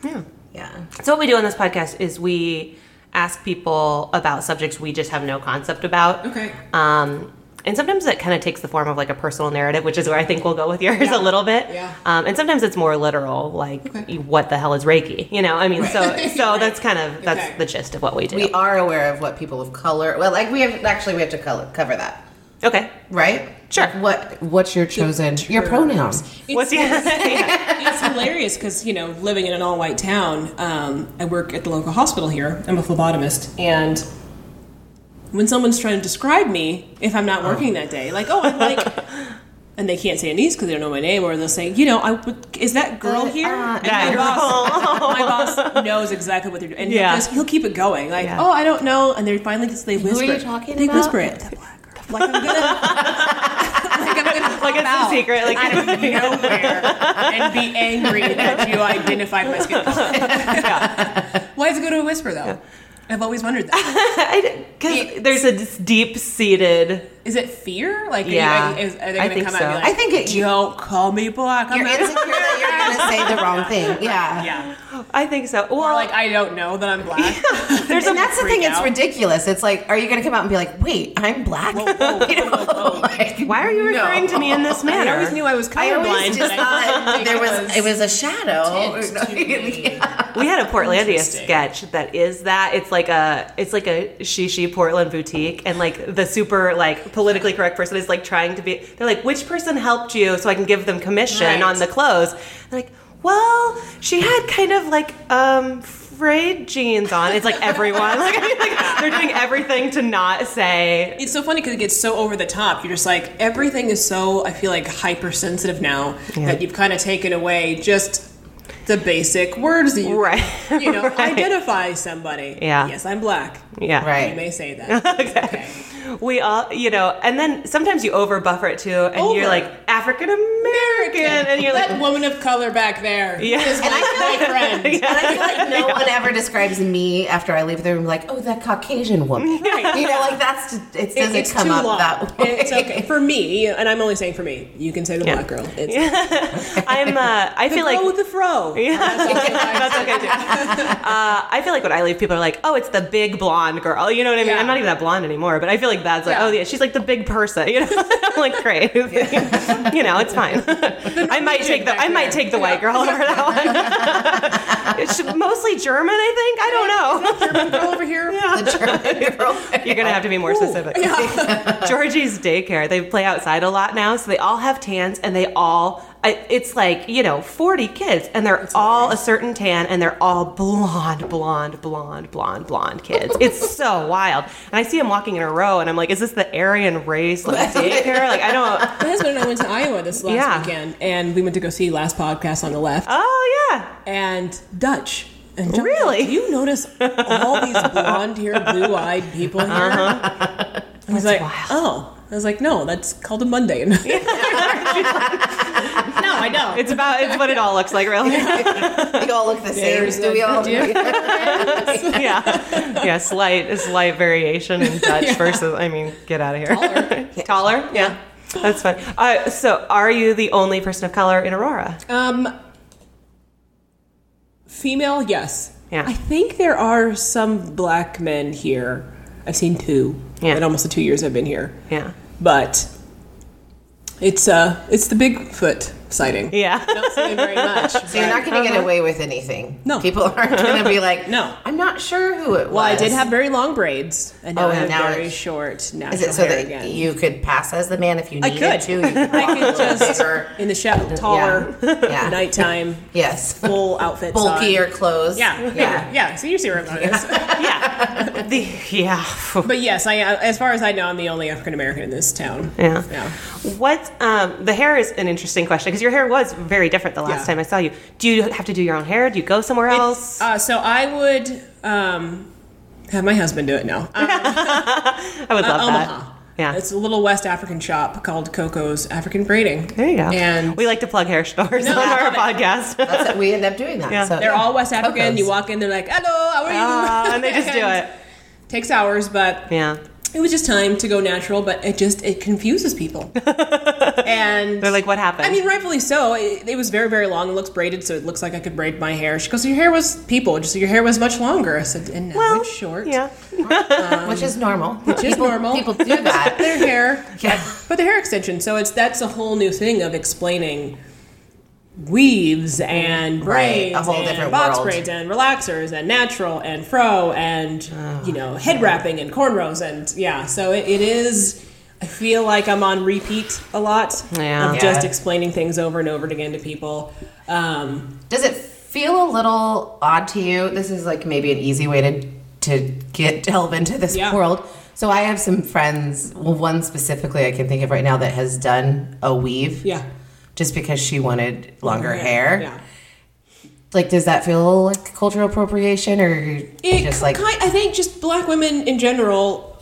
[SPEAKER 2] Yeah.
[SPEAKER 1] So what we do on this podcast is we ask people about subjects we just have no concept about.
[SPEAKER 4] Okay.
[SPEAKER 1] Um, and sometimes that kind of takes the form of like a personal narrative, which is where I think we'll go with yours
[SPEAKER 4] Yeah.
[SPEAKER 1] a little bit.
[SPEAKER 4] Yeah.
[SPEAKER 1] Um, and sometimes it's more literal, like y- what the hell is Reiki? You know, I mean, so
[SPEAKER 4] [LAUGHS]
[SPEAKER 1] so that's kind of that's
[SPEAKER 4] Okay.
[SPEAKER 1] the gist of what we do.
[SPEAKER 2] We are aware of what people of color. Well, like we have actually we have to color, cover that,
[SPEAKER 1] okay.
[SPEAKER 2] right?
[SPEAKER 1] Sure.
[SPEAKER 2] What What's your chosen your pronouns?
[SPEAKER 4] It's,
[SPEAKER 1] What's
[SPEAKER 4] [LAUGHS]
[SPEAKER 1] yeah. [LAUGHS]
[SPEAKER 4] it's hilarious because you know, living in an all-white town, um, I work at the local hospital here. I'm a phlebotomist, and when someone's trying to describe me, if I'm not working that day, like, oh, I'm like. [LAUGHS] And they can't say Anise because they don't know my name, or they'll say, you know, I would, is that girl
[SPEAKER 2] Uh,
[SPEAKER 4] here?
[SPEAKER 2] uh,
[SPEAKER 4] and
[SPEAKER 1] that
[SPEAKER 4] my boss, [LAUGHS] my boss knows exactly what they're doing, and
[SPEAKER 1] Yeah.
[SPEAKER 4] he'll, just, he'll keep it going. Like,
[SPEAKER 1] Yeah.
[SPEAKER 4] oh, I don't know, and they finally just they whisper.
[SPEAKER 2] are you
[SPEAKER 4] it.
[SPEAKER 2] talking
[SPEAKER 4] they
[SPEAKER 2] about?
[SPEAKER 4] whisper it. The black girl. Like I'm gonna, [LAUGHS] like I'm gonna
[SPEAKER 1] like it's a secret. Like [LAUGHS]
[SPEAKER 4] out of nowhere and be angry that you identified my skin color. Why does it go to a whisper though? I've always wondered that.
[SPEAKER 1] because there's a deep seated.
[SPEAKER 4] Is it fear? Like,
[SPEAKER 1] Yeah.
[SPEAKER 4] are, you, is, are they
[SPEAKER 1] I
[SPEAKER 4] going to
[SPEAKER 1] think
[SPEAKER 4] come
[SPEAKER 1] so.
[SPEAKER 4] at me like,
[SPEAKER 2] I think it. You,
[SPEAKER 4] don't call me black. I'm
[SPEAKER 2] you're
[SPEAKER 4] not-
[SPEAKER 2] insecure that you're going to say the wrong thing. Yeah.
[SPEAKER 4] yeah.
[SPEAKER 1] I think so. Well,
[SPEAKER 4] Or like, I don't know that I'm black.
[SPEAKER 1] there's a
[SPEAKER 2] And that's the
[SPEAKER 4] [LAUGHS] freak
[SPEAKER 2] thing; it's
[SPEAKER 4] out.
[SPEAKER 2] ridiculous. It's like, are you going to come out and be like, "Wait, I'm black"? [LAUGHS] You know, like-
[SPEAKER 1] why are you referring to me in this manner?
[SPEAKER 4] [LAUGHS] I always knew I was
[SPEAKER 2] I always
[SPEAKER 4] colorblind.
[SPEAKER 2] just
[SPEAKER 4] but I didn't
[SPEAKER 2] thought
[SPEAKER 4] think
[SPEAKER 2] there
[SPEAKER 4] it
[SPEAKER 2] was it was a [LAUGHS] shadow.
[SPEAKER 4] tint to me.
[SPEAKER 1] We had a Portlandia
[SPEAKER 4] Interesting.
[SPEAKER 1] sketch that is that it's like a it's like a shishi Portland boutique and like the super like politically correct person is like trying to be they're like which person helped you so I can give them commission
[SPEAKER 4] Right.
[SPEAKER 1] on the clothes they're like well she had kind of like um frayed jeans on it's like everyone [LAUGHS] like, I mean, like they're doing everything to not say
[SPEAKER 4] It's so funny because it gets so over the top. You're just like everything is so. I feel like hypersensitive now
[SPEAKER 1] Yeah.
[SPEAKER 4] that you've kind of taken away just the basic words that you
[SPEAKER 1] Right. [LAUGHS]
[SPEAKER 4] you know
[SPEAKER 1] Right.
[SPEAKER 4] identify somebody.
[SPEAKER 1] Yeah.
[SPEAKER 4] Yes, I'm black.
[SPEAKER 1] yeah
[SPEAKER 2] Right.
[SPEAKER 4] You may
[SPEAKER 1] [LAUGHS]
[SPEAKER 4] say that. okay.
[SPEAKER 1] we all you know and then sometimes you over buffer it too and you're
[SPEAKER 4] Over.
[SPEAKER 1] like African American, and you're
[SPEAKER 4] That
[SPEAKER 1] like,
[SPEAKER 4] woman of color back there.
[SPEAKER 1] yeah,
[SPEAKER 2] And I
[SPEAKER 4] [LAUGHS]
[SPEAKER 2] feel like
[SPEAKER 4] Friend.
[SPEAKER 2] And I feel like no one ever describes me after I leave the room like, oh, that Caucasian
[SPEAKER 4] [LAUGHS]
[SPEAKER 2] woman. You know, like that's it doesn't
[SPEAKER 4] it's
[SPEAKER 2] come
[SPEAKER 4] too
[SPEAKER 2] up
[SPEAKER 4] long.
[SPEAKER 2] that way.
[SPEAKER 4] It's okay for me, and I'm only saying for me. You can say the black girl. It's yeah.
[SPEAKER 1] I'm.
[SPEAKER 4] [LAUGHS]
[SPEAKER 1] Uh, I feel
[SPEAKER 4] like,
[SPEAKER 1] like
[SPEAKER 4] girl with the fro.
[SPEAKER 1] [LAUGHS] that's okay too. Uh, I feel like when I leave, people are like, "Oh, it's the big blonde girl." You know what I mean?
[SPEAKER 4] Yeah.
[SPEAKER 1] I'm not even that blonde anymore, but I feel like that's like,
[SPEAKER 4] Yeah.
[SPEAKER 1] "Oh yeah, she's like the big person." [LAUGHS] You know, I'm like, "Great," [LAUGHS] you know, it's
[SPEAKER 4] [LAUGHS]
[SPEAKER 1] fine. [LAUGHS] I might take the I might take the white girl over that one. [LAUGHS] it's mostly German, I think. I don't know.
[SPEAKER 4] German girl over here. [LAUGHS] Yeah.
[SPEAKER 1] [LAUGHS] You're gonna have to be more specific. [LAUGHS] Georgie's daycare. They play outside a lot now, so they all have tans, and they all. I- It's like you know, forty kids, and they're all a certain tan, and they're all blonde, blonde, blonde, blonde, blonde kids. It's so wild. And I see them walking in a row, and I'm like, is this the Aryan race like daycare? Like I don't.
[SPEAKER 4] My husband and I went to Iowa this last
[SPEAKER 1] Yeah.
[SPEAKER 4] weekend, and we went to go see Last Podcast on the Left
[SPEAKER 1] Oh yeah,
[SPEAKER 4] and Dutch. And Dutch,
[SPEAKER 1] Really?
[SPEAKER 4] do you notice all these blonde-haired, blue-eyed people here? I was like,
[SPEAKER 1] wild.
[SPEAKER 4] oh. I was like, no, that's called a Monday. [LAUGHS] no, I know.
[SPEAKER 1] it's about it's what it all looks like, really. [LAUGHS]
[SPEAKER 2] [LAUGHS] We all look the same.
[SPEAKER 4] There's
[SPEAKER 2] Do we
[SPEAKER 4] a
[SPEAKER 2] all?
[SPEAKER 1] yeah, yeah, slight, slight variation in Dutch versus. I mean, get out of here. [LAUGHS] Taller, yeah. That's fun. Uh, so, are you the only person of color in Aurora?
[SPEAKER 4] Um, female, yes.
[SPEAKER 1] Yeah.
[SPEAKER 4] I think there are some black men here. I've seen two
[SPEAKER 1] Yeah.
[SPEAKER 4] in almost the two years I've been here,
[SPEAKER 1] Yeah,
[SPEAKER 4] but it's uh, it's the Bigfoot sighting.
[SPEAKER 1] yeah.
[SPEAKER 4] [LAUGHS] I don't see them very
[SPEAKER 2] [LAUGHS]
[SPEAKER 4] much.
[SPEAKER 2] So you're
[SPEAKER 4] but-
[SPEAKER 2] not going to get away with anything.
[SPEAKER 4] Uh-huh. No.
[SPEAKER 2] people aren't going to be like,
[SPEAKER 4] [LAUGHS] No.
[SPEAKER 2] I'm not sure who it was.
[SPEAKER 4] well, I did have very long braids, and now
[SPEAKER 2] Oh,
[SPEAKER 4] I
[SPEAKER 2] and
[SPEAKER 4] have
[SPEAKER 2] now
[SPEAKER 4] very
[SPEAKER 2] it's-
[SPEAKER 4] short natural
[SPEAKER 2] Is it so
[SPEAKER 4] hair
[SPEAKER 2] that
[SPEAKER 4] again.
[SPEAKER 2] you could pass as the man if you
[SPEAKER 4] I
[SPEAKER 2] needed
[SPEAKER 4] could. [LAUGHS]
[SPEAKER 2] to? You could
[SPEAKER 4] I
[SPEAKER 2] walk a
[SPEAKER 4] could
[SPEAKER 2] little
[SPEAKER 4] just
[SPEAKER 2] bigger.
[SPEAKER 4] in the shadow,
[SPEAKER 2] [LAUGHS]
[SPEAKER 4] taller, [LAUGHS]
[SPEAKER 2] Yeah.
[SPEAKER 4] nighttime,
[SPEAKER 2] yes,
[SPEAKER 4] full outfits, on.
[SPEAKER 2] bulkier clothes.
[SPEAKER 4] Yeah, yeah,
[SPEAKER 2] yeah.
[SPEAKER 4] yeah. So you see where I'm going. with this.
[SPEAKER 1] yeah. The, yeah.
[SPEAKER 4] But yes, I uh, as far as I know, I'm the only African American in this town.
[SPEAKER 1] Yeah.
[SPEAKER 4] Yeah.
[SPEAKER 1] What um, the hair is an interesting question because your hair was very different the last
[SPEAKER 4] Yeah.
[SPEAKER 1] time I saw you. Do you have to do your own hair? Do you go somewhere else?
[SPEAKER 4] Uh, so I would um, have my husband do it now. Um,
[SPEAKER 1] I would love that.
[SPEAKER 4] uh, Omaha.
[SPEAKER 1] Yeah,
[SPEAKER 4] It's a little West African shop called Coco's African Braiding.
[SPEAKER 1] there you go.
[SPEAKER 4] And
[SPEAKER 1] we like to plug hair stores on
[SPEAKER 4] I
[SPEAKER 1] our
[SPEAKER 4] love [LAUGHS]
[SPEAKER 1] podcast.
[SPEAKER 2] That's it. we end up doing that.
[SPEAKER 1] Yeah.
[SPEAKER 2] So
[SPEAKER 4] they're all West African.
[SPEAKER 2] Coco's.
[SPEAKER 4] You walk in, they're like, "Hello, how are you?"
[SPEAKER 1] Uh, [LAUGHS] and they just
[SPEAKER 4] [LAUGHS]
[SPEAKER 1] do
[SPEAKER 4] And
[SPEAKER 1] it.
[SPEAKER 4] Takes hours, but
[SPEAKER 1] Yeah,
[SPEAKER 4] it was just time to go natural. But it just it confuses
[SPEAKER 1] [LAUGHS]
[SPEAKER 4] people. and
[SPEAKER 1] they're like, what happened?
[SPEAKER 4] I mean, rightfully so. It, it was very, very long. It looks braided, so it looks like I could braid my hair. She goes, "Your hair was people. Just your hair was much longer." I said, "And now
[SPEAKER 1] Well,
[SPEAKER 4] it's short."
[SPEAKER 1] yeah.
[SPEAKER 2] which is normal. Which
[SPEAKER 4] um, is
[SPEAKER 2] people,
[SPEAKER 4] normal.
[SPEAKER 2] People do
[SPEAKER 4] [LAUGHS]
[SPEAKER 2] that.
[SPEAKER 4] [LAUGHS] their hair.
[SPEAKER 2] Yeah.
[SPEAKER 4] But the hair extension, so it's that's a whole new thing of explaining weaves and braids,
[SPEAKER 2] a whole
[SPEAKER 4] and
[SPEAKER 2] different
[SPEAKER 4] box
[SPEAKER 2] world.
[SPEAKER 4] braids and relaxers and natural and fro and you know head wrapping and cornrows and yeah. So it, it is. I feel like I'm on repeat a lot
[SPEAKER 1] Yeah.
[SPEAKER 4] of just
[SPEAKER 2] Yeah.
[SPEAKER 4] explaining things over and over again to people. Um,
[SPEAKER 2] Does it feel a little odd to you? This is like maybe an easy way to to get delve into this
[SPEAKER 4] Yeah.
[SPEAKER 2] world. So I have some friends. Well, one specifically I can think of right now that has done a weave.
[SPEAKER 4] Yeah.
[SPEAKER 2] Just because she wanted longer hair.
[SPEAKER 4] Yeah.
[SPEAKER 2] Like, does that feel like cultural appropriation, or
[SPEAKER 4] It
[SPEAKER 2] just like
[SPEAKER 4] ki- I think just black women in general.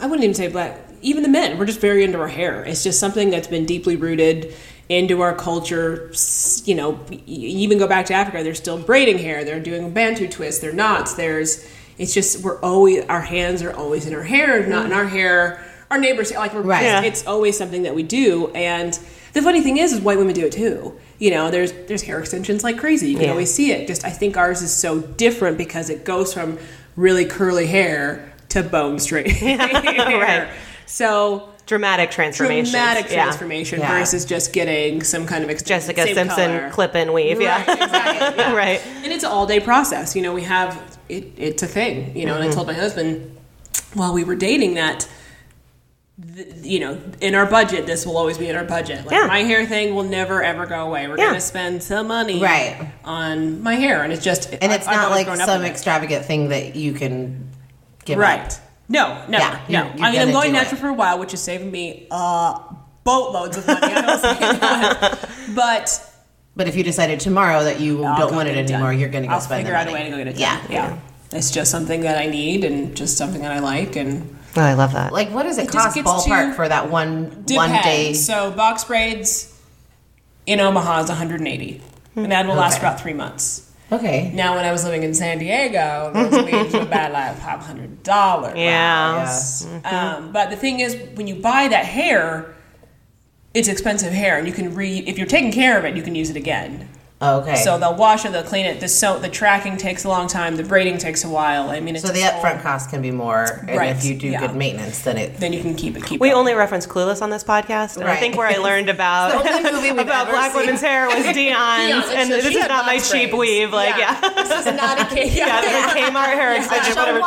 [SPEAKER 4] I wouldn't even say black. Even the men, we're just very into our hair. It's just something that's been deeply rooted into our culture. S- You know, y- you even go back to Africa, they're still braiding hair. They're doing bantu twists. They're knots. There's. It's just we're always our hands are always in our hair, if not in our hair. Our neighbors like we're
[SPEAKER 2] Right.
[SPEAKER 4] just-
[SPEAKER 1] Yeah.
[SPEAKER 4] it's always something that we do. And the funny thing is, is white women do it too. You know, there's there's hair extensions like crazy. You can
[SPEAKER 1] Yeah.
[SPEAKER 4] always see see it. Just I think ours is so different because it goes from really curly hair to bone straight
[SPEAKER 2] [LAUGHS]
[SPEAKER 4] [LAUGHS] hair.
[SPEAKER 1] Right.
[SPEAKER 4] So
[SPEAKER 1] Dramatic transformation.
[SPEAKER 4] dramatic transformation
[SPEAKER 2] Yeah.
[SPEAKER 4] versus just getting some kind of extension,
[SPEAKER 1] Jessica
[SPEAKER 4] same
[SPEAKER 1] Simpson
[SPEAKER 4] color.
[SPEAKER 1] clip and weave.
[SPEAKER 4] Right,
[SPEAKER 1] Yeah. [LAUGHS]
[SPEAKER 4] exactly. yeah.
[SPEAKER 1] right.
[SPEAKER 4] And it's an all day process. You know, we have it, it's a thing. You know,
[SPEAKER 2] Mm-hmm.
[SPEAKER 4] and I told my husband while we were dating that. th- You know, in our budget, this will always be in our budget. Like
[SPEAKER 1] Yeah.
[SPEAKER 4] my hair thing will never ever go away. We're
[SPEAKER 1] Yeah.
[SPEAKER 4] gonna spend some money
[SPEAKER 2] Right.
[SPEAKER 4] on my hair, and it's just
[SPEAKER 2] and it's
[SPEAKER 4] I've
[SPEAKER 2] not
[SPEAKER 4] always
[SPEAKER 2] like
[SPEAKER 4] grown up
[SPEAKER 2] some
[SPEAKER 4] with it.
[SPEAKER 2] extravagant thing that you can give up.
[SPEAKER 4] Right. No, no,
[SPEAKER 2] Yeah, you- you
[SPEAKER 4] no. I mean, I'm
[SPEAKER 2] gotta
[SPEAKER 4] going
[SPEAKER 2] do
[SPEAKER 4] natural
[SPEAKER 2] it.
[SPEAKER 4] for a while, which is saving me uh, boatloads of money. I don't say that.
[SPEAKER 2] [LAUGHS]
[SPEAKER 4] But
[SPEAKER 2] But if you decided tomorrow that you
[SPEAKER 4] I'll
[SPEAKER 2] don't
[SPEAKER 4] go
[SPEAKER 2] want it
[SPEAKER 4] get
[SPEAKER 2] anymore,
[SPEAKER 4] done.
[SPEAKER 2] you're going to go
[SPEAKER 4] I'll
[SPEAKER 2] spend
[SPEAKER 4] figure
[SPEAKER 2] the
[SPEAKER 4] out
[SPEAKER 2] money.
[SPEAKER 4] a way to go get it done.
[SPEAKER 2] Yeah.
[SPEAKER 4] yeah. It's just something that I need and just something that I like and
[SPEAKER 1] Oh, I love that.
[SPEAKER 2] Like, what does it,
[SPEAKER 4] just
[SPEAKER 2] cost
[SPEAKER 4] gets
[SPEAKER 2] ballpark
[SPEAKER 4] to
[SPEAKER 2] for that one one
[SPEAKER 4] Depends.
[SPEAKER 2] day?
[SPEAKER 4] So box braids in Omaha is 180, and that will last about three months.
[SPEAKER 2] Okay.
[SPEAKER 4] Now, when I was living in San Diego, those
[SPEAKER 1] [LAUGHS]
[SPEAKER 4] leaves were about like five hundred dollars.
[SPEAKER 1] yeah.
[SPEAKER 2] Mm-hmm.
[SPEAKER 4] Um, but the thing is, when you buy that hair, it's expensive hair, and you can re if you're taking care of it, you can use it again.
[SPEAKER 2] Okay.
[SPEAKER 4] So
[SPEAKER 2] So,
[SPEAKER 4] they'll wash it, they'll clean it. The so the tracking takes a long time. The braiding takes a while. I mean, it's
[SPEAKER 2] the
[SPEAKER 4] a whole-
[SPEAKER 2] upfront cost can be more, and
[SPEAKER 4] Right,
[SPEAKER 2] if you do
[SPEAKER 4] yeah.
[SPEAKER 2] good maintenance, then [LAUGHS] it.
[SPEAKER 4] Then you can keep it. Keep
[SPEAKER 1] We
[SPEAKER 4] it.
[SPEAKER 1] only reference Clueless on this podcast. and I
[SPEAKER 2] Right.
[SPEAKER 1] think where I learned about
[SPEAKER 2] It's the only movie
[SPEAKER 1] [LAUGHS]
[SPEAKER 2] we've
[SPEAKER 1] about
[SPEAKER 2] ever
[SPEAKER 1] black
[SPEAKER 2] seen.
[SPEAKER 1] women's hair was Dion's,
[SPEAKER 4] Dion's,
[SPEAKER 1] and
[SPEAKER 4] so
[SPEAKER 1] this
[SPEAKER 4] she
[SPEAKER 1] is
[SPEAKER 4] had
[SPEAKER 1] not my
[SPEAKER 4] box
[SPEAKER 1] cheap
[SPEAKER 4] braids.
[SPEAKER 1] weave. Like, yeah,
[SPEAKER 4] Yeah.
[SPEAKER 1] yeah, [LAUGHS]
[SPEAKER 4] This is not a case. [LAUGHS]
[SPEAKER 1] yeah. the Kmart hair extension, whatever.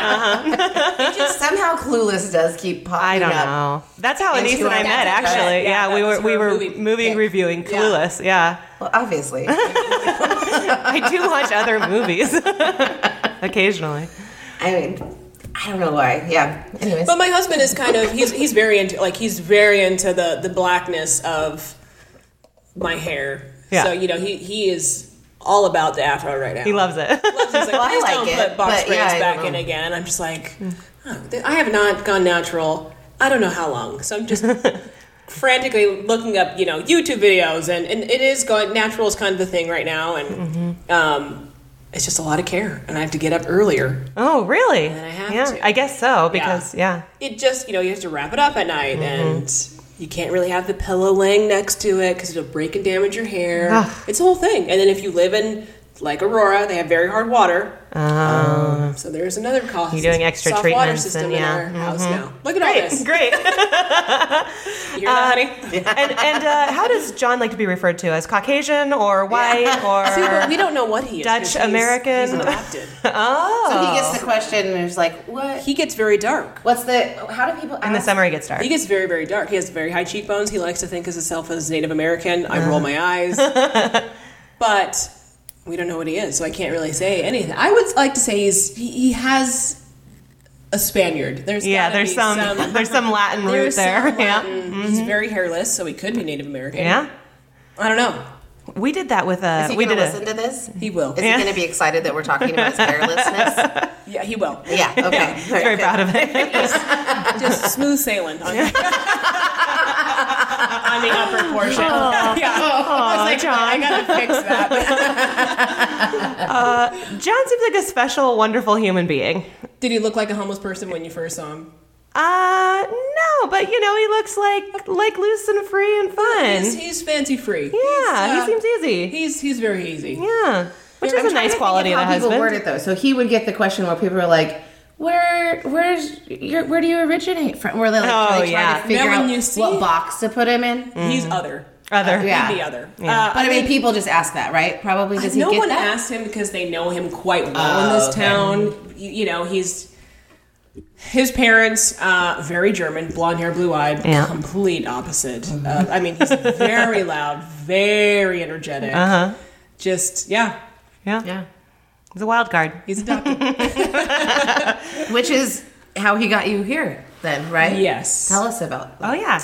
[SPEAKER 1] Uh-huh.
[SPEAKER 2] Somehow, Clueless does keep popping
[SPEAKER 1] [LAUGHS] I don't
[SPEAKER 2] up.
[SPEAKER 1] know. That's how
[SPEAKER 2] Into
[SPEAKER 1] Anise and I
[SPEAKER 2] our-
[SPEAKER 1] met,
[SPEAKER 2] That's
[SPEAKER 1] actually.
[SPEAKER 4] right. Yeah,
[SPEAKER 1] Yeah, we
[SPEAKER 4] that
[SPEAKER 1] were
[SPEAKER 4] was
[SPEAKER 1] we
[SPEAKER 4] her
[SPEAKER 1] were movie,
[SPEAKER 4] movie pick.
[SPEAKER 1] reviewing Clueless. Yeah,
[SPEAKER 2] Well, obviously,
[SPEAKER 1] I do watch other movies occasionally.
[SPEAKER 2] I mean, I don't know why. Yeah. Anyways,
[SPEAKER 4] But my husband is kind of he's he's very into like he's very into the the blackness of my hair.
[SPEAKER 1] Yeah.
[SPEAKER 4] So you know he he is all about the afro right now.
[SPEAKER 1] He loves it.
[SPEAKER 4] He's like,
[SPEAKER 2] I
[SPEAKER 4] please
[SPEAKER 2] like
[SPEAKER 4] don't
[SPEAKER 2] it,
[SPEAKER 4] put box
[SPEAKER 2] but yeah,
[SPEAKER 4] braids
[SPEAKER 2] I
[SPEAKER 4] back
[SPEAKER 2] don't
[SPEAKER 4] in
[SPEAKER 2] know. Hmm.
[SPEAKER 4] again. And I'm just like, oh, th- I have not gone natural. I don't know how long. So
[SPEAKER 2] [LAUGHS]
[SPEAKER 4] I'm just frantically looking up, you know, YouTube videos, and and it is going natural is kind of the thing right now, and
[SPEAKER 2] Mm-hmm.
[SPEAKER 4] um, it's just a lot of care, and I have to get up earlier.
[SPEAKER 1] Oh, really?
[SPEAKER 4] I have
[SPEAKER 1] yeah,
[SPEAKER 4] to.
[SPEAKER 1] I guess so because yeah.
[SPEAKER 4] it just you know you have to wrap it up at night
[SPEAKER 1] Mm-hmm.
[SPEAKER 4] and you can't really have the pillow laying next to it because it'll break and damage your hair
[SPEAKER 1] Ugh.
[SPEAKER 4] it's a whole thing and then if you live in like aurora they have very hard water um, so there's another cost
[SPEAKER 1] Uh-huh. You're doing extra
[SPEAKER 4] soft water
[SPEAKER 1] treatments
[SPEAKER 4] system
[SPEAKER 1] and-
[SPEAKER 4] in
[SPEAKER 1] yeah. mm-hmm.
[SPEAKER 4] our house now look at all
[SPEAKER 1] [LAUGHS]
[SPEAKER 4] this
[SPEAKER 1] Great.
[SPEAKER 4] you hear that, honey
[SPEAKER 1] and and uh, how does John like to be referred to as Caucasian or white
[SPEAKER 4] See, but
[SPEAKER 1] or?
[SPEAKER 4] we don't know what he is 'cause
[SPEAKER 1] Dutch
[SPEAKER 4] he's-
[SPEAKER 1] American.
[SPEAKER 4] he's
[SPEAKER 1] [LAUGHS]
[SPEAKER 4] adopted.
[SPEAKER 1] Oh,
[SPEAKER 2] so he gets the question, and it's like, what?
[SPEAKER 4] he gets very dark
[SPEAKER 2] What's the? How do people?
[SPEAKER 1] and the
[SPEAKER 2] ask-
[SPEAKER 1] summary gets dark.
[SPEAKER 4] he gets very very dark he has very high cheekbones he likes to think of himself as native american i roll my
[SPEAKER 1] [LAUGHS]
[SPEAKER 4] eyes but we don't know what he is so i can't really say anything i would like to say he's he, he has a spaniard there's
[SPEAKER 1] Yeah,
[SPEAKER 4] gotta
[SPEAKER 1] there's
[SPEAKER 4] be
[SPEAKER 1] some, [LAUGHS]
[SPEAKER 4] some
[SPEAKER 1] there's some Latin root
[SPEAKER 4] [LAUGHS] there's some
[SPEAKER 1] there. [LAUGHS] Mm-hmm.
[SPEAKER 4] Latin. he's very hairless so he could be native american
[SPEAKER 1] Yeah,
[SPEAKER 4] i don't know
[SPEAKER 1] yeah. We did that with uh,
[SPEAKER 2] Is he
[SPEAKER 1] we
[SPEAKER 2] going to
[SPEAKER 1] did
[SPEAKER 2] listen
[SPEAKER 1] a
[SPEAKER 2] to this?
[SPEAKER 4] he will
[SPEAKER 2] Is
[SPEAKER 4] yeah,
[SPEAKER 2] he going to be excited that we're talking about [LAUGHS] his hairlessness?
[SPEAKER 4] he will
[SPEAKER 2] Yeah. Okay.
[SPEAKER 1] very proud of it. [LAUGHS]
[SPEAKER 4] just smooth sailing on, on the upper portion yeah i was like i
[SPEAKER 1] John.
[SPEAKER 4] gotta fix that
[SPEAKER 1] John seems like a special, wonderful human being.
[SPEAKER 4] did he look like a homeless person when you first saw him
[SPEAKER 1] Uh, no, but you know he looks like like loose and free and fun.
[SPEAKER 4] He's, he's fancy free.
[SPEAKER 1] yeah,
[SPEAKER 4] he's,
[SPEAKER 1] he
[SPEAKER 4] uh,
[SPEAKER 1] seems easy.
[SPEAKER 4] He's he's very easy.
[SPEAKER 1] Yeah, which is a nice quality of a
[SPEAKER 2] how people
[SPEAKER 1] husband.
[SPEAKER 2] word it though. So he would get the question where people are like, "Where, where's your, where do you originate from?" Where they like,
[SPEAKER 1] Oh,
[SPEAKER 2] like
[SPEAKER 1] yeah.
[SPEAKER 2] trying to figure
[SPEAKER 4] No, when
[SPEAKER 2] out
[SPEAKER 4] you see-
[SPEAKER 2] what box to put him in.
[SPEAKER 1] Mm.
[SPEAKER 4] He's other.
[SPEAKER 1] Other,
[SPEAKER 2] Yeah.
[SPEAKER 4] He'd be other. Uh,
[SPEAKER 2] But I mean, people just ask that, right? Probably does he
[SPEAKER 4] no
[SPEAKER 2] get
[SPEAKER 4] one
[SPEAKER 2] that? Oh,
[SPEAKER 4] asked him because they know him quite well in this town. You, you know, he's his parents uh, very German, blonde hair, blue eyed,
[SPEAKER 1] Yeah.
[SPEAKER 4] complete opposite.
[SPEAKER 2] Mm-hmm.
[SPEAKER 4] Uh, I mean, he's
[SPEAKER 2] [LAUGHS]
[SPEAKER 4] very loud, very energetic.
[SPEAKER 2] Uh-huh.
[SPEAKER 1] Uh huh.
[SPEAKER 4] Just yeah,
[SPEAKER 1] Yeah.
[SPEAKER 2] Yeah,
[SPEAKER 1] He's a wild card.
[SPEAKER 4] he's
[SPEAKER 2] [LAUGHS]
[SPEAKER 4] adopted.
[SPEAKER 2] which is how he got you here, then, right?
[SPEAKER 4] yes.
[SPEAKER 2] Tell us about.
[SPEAKER 1] Oh yeah.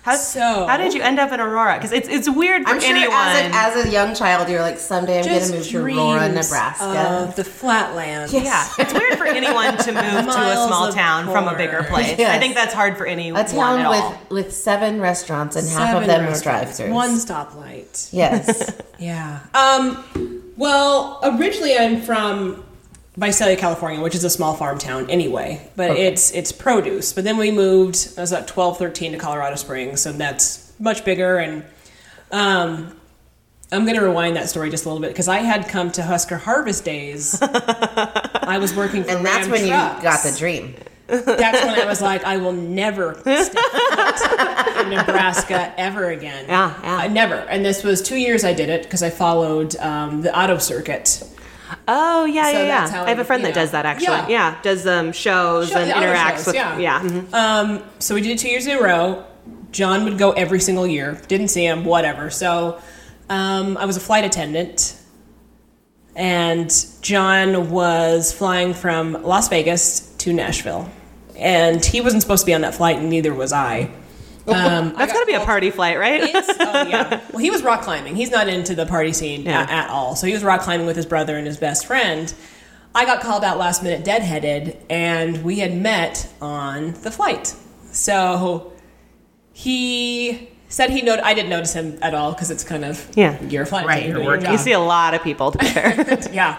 [SPEAKER 1] How,
[SPEAKER 4] So-
[SPEAKER 1] how did you end up in Aurora? Because it's it's weird for
[SPEAKER 2] I'm sure
[SPEAKER 1] anyone.
[SPEAKER 2] as a, as a young child, you're like, someday I'm going to
[SPEAKER 4] Just
[SPEAKER 2] move to Aurora,
[SPEAKER 4] dreams
[SPEAKER 2] Nebraska.
[SPEAKER 4] of the flatlands.
[SPEAKER 1] yeah, it's weird for anyone to move to a
[SPEAKER 4] Miles
[SPEAKER 1] small
[SPEAKER 4] of
[SPEAKER 1] town from a bigger
[SPEAKER 4] corn.
[SPEAKER 1] place. I
[SPEAKER 2] Yes.
[SPEAKER 1] think that's hard for anyone
[SPEAKER 2] a
[SPEAKER 1] at
[SPEAKER 2] town
[SPEAKER 1] all.
[SPEAKER 2] with, with seven restaurants and half of
[SPEAKER 4] Seven
[SPEAKER 2] them are
[SPEAKER 4] road
[SPEAKER 2] drive
[SPEAKER 4] trips,
[SPEAKER 2] throughs.
[SPEAKER 4] One stoplight.
[SPEAKER 2] Yes.
[SPEAKER 4] [LAUGHS] Yeah. Um, well, originally I'm from Visalia, California, which is a small farm town anyway, but it's it's produce. But then we moved, I was about 12, 13 to Colorado Springs, so that's much bigger. And um, I'm going to rewind that story just a little bit because I had come to Husker Harvest
[SPEAKER 2] [LAUGHS]
[SPEAKER 4] Days. I was working for
[SPEAKER 2] and that's
[SPEAKER 4] Ram
[SPEAKER 2] when you
[SPEAKER 4] Trucks.
[SPEAKER 2] got the dream.
[SPEAKER 4] That's when I was like, I
[SPEAKER 1] [LAUGHS]
[SPEAKER 4] will never step foot in Nebraska ever again.
[SPEAKER 1] Yeah, yeah.
[SPEAKER 4] I never. And this was two years I did it because I followed um, the auto circuit.
[SPEAKER 1] Oh yeah,
[SPEAKER 4] So
[SPEAKER 1] yeah,
[SPEAKER 4] that's
[SPEAKER 1] yeah.
[SPEAKER 4] how
[SPEAKER 1] I have
[SPEAKER 4] I-
[SPEAKER 1] a friend
[SPEAKER 4] you
[SPEAKER 1] that
[SPEAKER 4] know.
[SPEAKER 1] does that actually. Yeah,
[SPEAKER 4] Yeah.
[SPEAKER 1] does um, shows
[SPEAKER 4] Show-
[SPEAKER 1] and
[SPEAKER 4] the other
[SPEAKER 1] interacts
[SPEAKER 4] shows,
[SPEAKER 1] with.
[SPEAKER 4] yeah.
[SPEAKER 1] yeah. mhm.
[SPEAKER 4] Um, so we did it two years in a row. John would go every single year. Didn't see him, whatever. So um, I was a flight attendant, and John was flying from Las Vegas to Nashville, and he wasn't supposed to be on that flight, and neither was I. Um, I
[SPEAKER 1] That's got to be a
[SPEAKER 4] called-
[SPEAKER 1] party flight, right?
[SPEAKER 4] It's- oh yeah. Well, he was rock climbing. He's not into the party scene a-
[SPEAKER 1] Yeah.
[SPEAKER 4] at, all. So he was rock climbing with his brother and his best friend. I got called out last minute deadheaded, and we had met on the flight. So he said he noted. I didn't notice him at all because it's kind of
[SPEAKER 1] Yeah.
[SPEAKER 4] your flight
[SPEAKER 2] Right,
[SPEAKER 4] attendant,
[SPEAKER 2] you're
[SPEAKER 4] your
[SPEAKER 2] working.
[SPEAKER 4] job.
[SPEAKER 1] You see a lot of people, to be
[SPEAKER 4] [LAUGHS]
[SPEAKER 1] fair.
[SPEAKER 4] Yeah.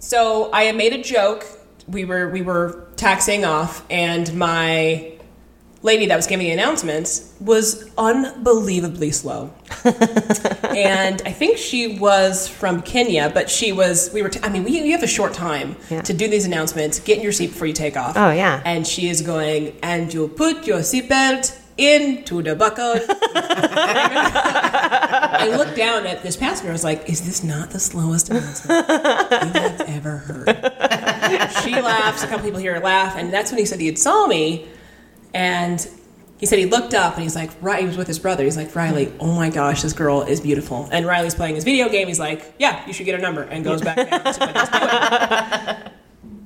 [SPEAKER 4] So I made a joke. We were we were taxing off, and my lady that was giving the announcements was unbelievably
[SPEAKER 1] [LAUGHS]
[SPEAKER 4] slow. and I think she was from Kenya, but she was. We were. T- I mean, we you have a short time
[SPEAKER 1] Yeah.
[SPEAKER 4] to do these announcements. Get in your seat before you take off.
[SPEAKER 1] Oh, yeah.
[SPEAKER 4] And she is going, and you put your seatbelt into
[SPEAKER 1] [LAUGHS]
[SPEAKER 4] the buckle. I looked down at this passenger. I was like, "Is this not
[SPEAKER 1] [LAUGHS]
[SPEAKER 4] the slowest announcement you have ever heard?" she laughs. A couple people hear her laugh, and that's when he said he had saw me, and he said he looked up and he's like, "Right." He was with his brother. He's like, "Riley, oh my gosh, this girl is beautiful." And Riley's playing his video game. He's like, "Yeah, you should get her number," and goes back down. to what he's doing.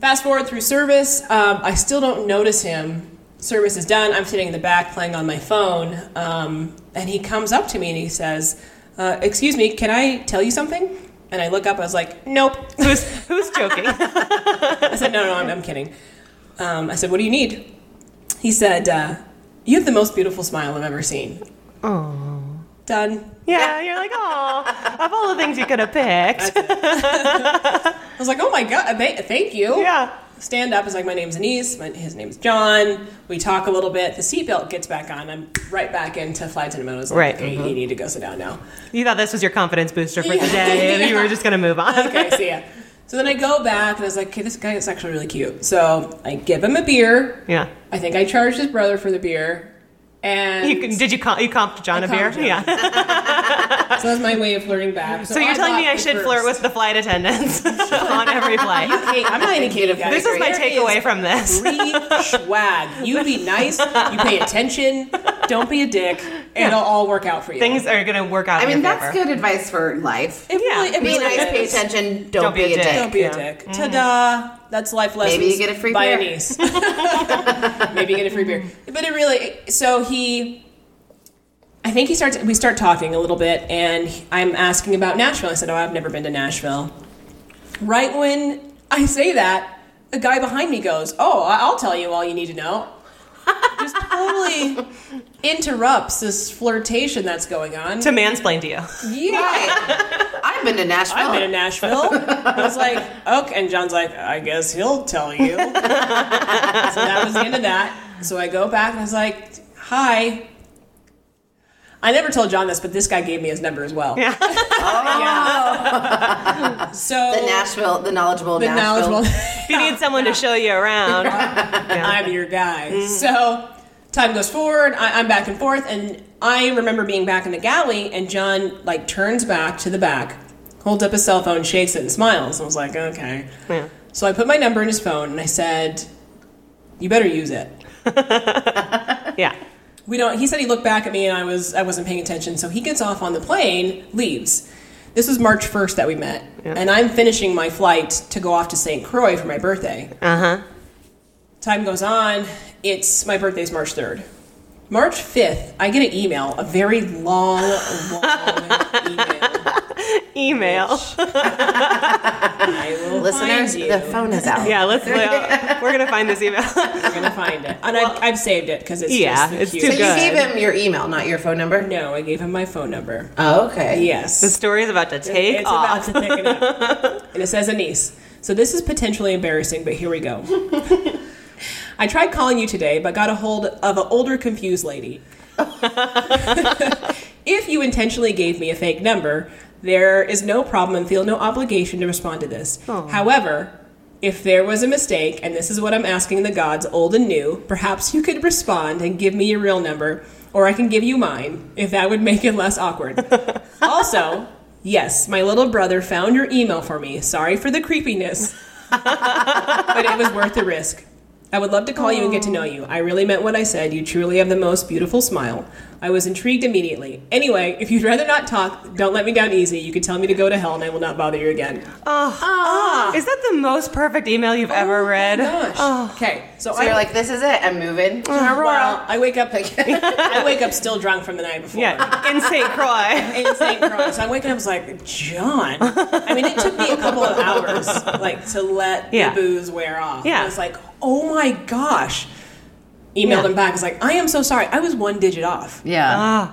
[SPEAKER 4] Fast forward through service. Um, I still don't notice him. Service is done. I'm sitting in the back playing on my phone, um, and he comes up to me and he says, uh, "Excuse me, can I tell you something?" And I look up. I was like, "Nope." [LAUGHS]
[SPEAKER 1] who's, who's joking?
[SPEAKER 4] I said, no, no, I'm, I'm kidding. Um, I said, what do you need? He said, uh, you have the most beautiful smile I've ever seen. Oh. Done.
[SPEAKER 1] Yeah, you're like, oh, of all the things you could have picked.
[SPEAKER 4] I was like, oh my God, thank, thank you.
[SPEAKER 1] Yeah.
[SPEAKER 4] Stand up is like, my name's Anise, my, his name's John. We talk a little bit. The seatbelt gets back on. I'm right back into flight attendant mode. I was like,
[SPEAKER 1] Right. uh-huh.
[SPEAKER 4] okay, you need to go sit down now.
[SPEAKER 1] You thought this was your confidence booster for
[SPEAKER 4] Yeah.
[SPEAKER 1] today, and you were just going to move on.
[SPEAKER 4] okay, so yeah. So then I go back and I was like, okay, this guy is actually really cute. So I give him a beer.
[SPEAKER 1] Yeah.
[SPEAKER 4] I think I charged his brother for the beer. And
[SPEAKER 1] You, can- did you comp, you comped John
[SPEAKER 4] I
[SPEAKER 1] a beer?
[SPEAKER 4] comped John.
[SPEAKER 1] Yeah.
[SPEAKER 4] So that's my way of flirting back.
[SPEAKER 1] So you're telling
[SPEAKER 4] bought
[SPEAKER 1] me I
[SPEAKER 4] the
[SPEAKER 1] should
[SPEAKER 4] first.
[SPEAKER 1] flirt with the flight attendants [LAUGHS] on every flight.
[SPEAKER 4] [LAUGHS] Hey, I'm not any kid of
[SPEAKER 1] This is my
[SPEAKER 4] There
[SPEAKER 1] takeaway
[SPEAKER 4] is
[SPEAKER 1] from this.
[SPEAKER 4] Free swag. You be nice. You pay attention. Don't be a dick. And it'll all work out for you.
[SPEAKER 1] Things are going to work out.
[SPEAKER 3] I
[SPEAKER 1] in
[SPEAKER 3] mean,
[SPEAKER 1] your
[SPEAKER 3] that's
[SPEAKER 1] favor.
[SPEAKER 3] good advice for life.
[SPEAKER 4] It really,
[SPEAKER 1] Yeah.
[SPEAKER 4] it
[SPEAKER 3] Be
[SPEAKER 4] really
[SPEAKER 3] nice, [LAUGHS] pay
[SPEAKER 4] is.
[SPEAKER 3] attention, don't, be, a dick.
[SPEAKER 4] Don't be
[SPEAKER 1] Yeah. Mm-hmm.
[SPEAKER 4] a dick. Ta-da! That's life lessons.
[SPEAKER 3] Maybe you get a free
[SPEAKER 4] by
[SPEAKER 3] beer. Mm-hmm.
[SPEAKER 4] Anise. [LAUGHS] Maybe you get a free beer. But it really. So he. I think he starts. We start talking a little bit, and he- I'm asking about Nashville. I said, "Oh, I've never been to Nashville." Right when I say that, a guy behind me goes, "Oh, I- I'll tell you all you need to know." Just
[SPEAKER 3] [LAUGHS]
[SPEAKER 4] totally interrupts this flirtation that's going on.
[SPEAKER 1] To mansplain to you.
[SPEAKER 4] Yeah.
[SPEAKER 3] Right. I've been to Nashville.
[SPEAKER 4] I've been to Nashville. I was like, okay. And John's like, I guess he'll
[SPEAKER 3] [LAUGHS]
[SPEAKER 4] tell you. so that was the end of that. So I go back and I was like, hi. I never told John this, but this guy gave me his number as well. [LAUGHS]
[SPEAKER 1] Yeah.
[SPEAKER 4] Yeah. So
[SPEAKER 3] Oh. the Nashville, the knowledgeable
[SPEAKER 4] the
[SPEAKER 3] Nashville.
[SPEAKER 4] knowledgeable.
[SPEAKER 1] If you need someone to show you around. Yeah. Mm-hmm.
[SPEAKER 4] I'm your guy. So time goes forward. I, I'm back and forth, and I remember being back in the galley, and John like turns back to the back, holds up his cell phone, shakes it, and smiles. I was like, okay.
[SPEAKER 1] Yeah.
[SPEAKER 4] So I put my number in his phone, and I said, "You better use it."
[SPEAKER 1] Yeah.
[SPEAKER 4] We don't. He said he looked back at me, and I was I wasn't paying attention. So he gets off on the plane, leaves. This was March first that we met,
[SPEAKER 1] Yeah.
[SPEAKER 4] and I'm finishing my flight to go off to St. Croix for my birthday.
[SPEAKER 1] Uh huh.
[SPEAKER 4] Time goes on. It's my birthday's March 3rd. March 5th, I get an email, a very long,
[SPEAKER 1] [LAUGHS]
[SPEAKER 4] long email.
[SPEAKER 1] Email.
[SPEAKER 4] I will
[SPEAKER 3] Listeners,
[SPEAKER 4] find you.
[SPEAKER 3] the phone is out.
[SPEAKER 1] [LAUGHS] Yeah, let's. We're gonna find this email. [LAUGHS]
[SPEAKER 4] I'm gonna find it, and I've, I've saved it because it's
[SPEAKER 1] Yeah,
[SPEAKER 4] just the
[SPEAKER 1] it's too
[SPEAKER 3] So
[SPEAKER 4] cutest.
[SPEAKER 3] you
[SPEAKER 1] Good.
[SPEAKER 3] gave him your email, not your phone number.
[SPEAKER 4] No, I gave him my phone number.
[SPEAKER 3] Oh, okay.
[SPEAKER 4] Yes,
[SPEAKER 1] The story is about to take
[SPEAKER 4] it's
[SPEAKER 1] off.
[SPEAKER 4] about to pick it up, [LAUGHS] and it says Anise. So this is potentially embarrassing, but here we [LAUGHS] go. I tried calling you today, but got a hold of an older, confused [LAUGHS] lady. if you intentionally gave me a fake number, there is no problem and feel no obligation to respond to this. However, if there was a mistake, and this is what I'm asking the gods, old and new, perhaps you could respond and give me your real number, or I can give you mine, if that would make it less awkward. also, yes, my little brother found your email for me. Sorry for the creepiness, but it was worth the risk. I would love to call you and get to know you. I really meant what I said. You truly have the most beautiful smile. I was intrigued immediately. Anyway, if you'd rather not talk, don't let me down easy. You can tell me to go to hell and I will not bother you again.
[SPEAKER 1] Oh, Is that the most perfect email you've ever read?
[SPEAKER 4] Gosh. Okay. So,
[SPEAKER 2] So
[SPEAKER 4] I
[SPEAKER 2] you're like, this is it. I'm moving.
[SPEAKER 4] well, I wake up I wake up still drunk from the night before.
[SPEAKER 1] Yeah, in St.
[SPEAKER 4] [LAUGHS]
[SPEAKER 1] Croix.
[SPEAKER 4] in St. Croix. So I wake up, I was like, John. I mean, it took me a couple of hours, like, to let
[SPEAKER 1] Yeah.
[SPEAKER 4] the booze wear off.
[SPEAKER 1] Yeah.
[SPEAKER 4] I was like, oh my gosh. Emailed
[SPEAKER 1] Yeah.
[SPEAKER 4] him back. I was like, I am so sorry. I was one digit off.
[SPEAKER 3] Yeah.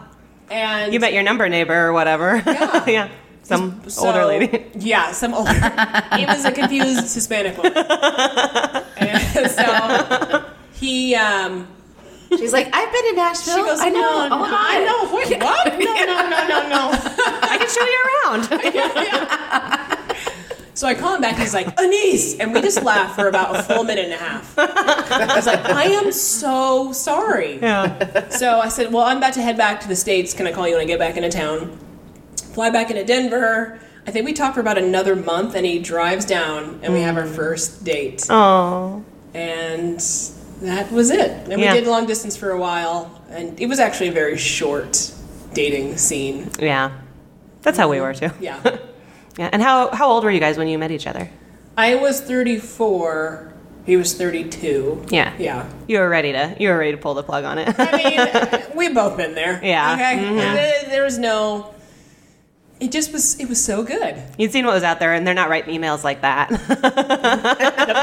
[SPEAKER 4] And
[SPEAKER 1] Ah, You met your number neighbor or whatever. [LAUGHS] Yeah. Some
[SPEAKER 4] so-
[SPEAKER 1] older lady.
[SPEAKER 4] Yeah, some older. it was a confused Hispanic woman. and so he, um,
[SPEAKER 2] Uh, She's like, I've been to Nashville.
[SPEAKER 4] she goes,
[SPEAKER 2] I know.
[SPEAKER 4] No,
[SPEAKER 2] oh my
[SPEAKER 4] no,
[SPEAKER 2] God.
[SPEAKER 4] I know.
[SPEAKER 2] [LAUGHS]
[SPEAKER 4] Wait, what? No, no, no, no, no.
[SPEAKER 1] I can show you around.
[SPEAKER 4] So I call him back. He's like, Anise. And we just laugh for about a full minute and a half. I was like, I am so sorry.
[SPEAKER 1] [LAUGHS] yeah.
[SPEAKER 4] So I said, Well, I'm about to head back to the States. Can I call you when I get back into town? Fly back into Denver. I think we talked for about another month, and he drives down, and we have our
[SPEAKER 1] Mm.
[SPEAKER 4] first date.
[SPEAKER 1] Oh.
[SPEAKER 4] And that was it. And
[SPEAKER 1] Yeah.
[SPEAKER 4] we did long distance for a while, and it was actually a very short dating scene.
[SPEAKER 1] Yeah. That's how we were too. [LAUGHS]
[SPEAKER 4] Yeah.
[SPEAKER 1] Yeah. And how how old were you guys when you met each other?
[SPEAKER 4] I was 34. He was 32.
[SPEAKER 1] Yeah.
[SPEAKER 4] Yeah.
[SPEAKER 1] You were ready to you were ready to pull the plug on it. [LAUGHS]
[SPEAKER 4] I mean, we've both been there.
[SPEAKER 1] Yeah. Mm-hmm.
[SPEAKER 4] Okay. There, there was no. It just was. It was so good.
[SPEAKER 1] You'd seen what was out there, and they're not writing emails like that.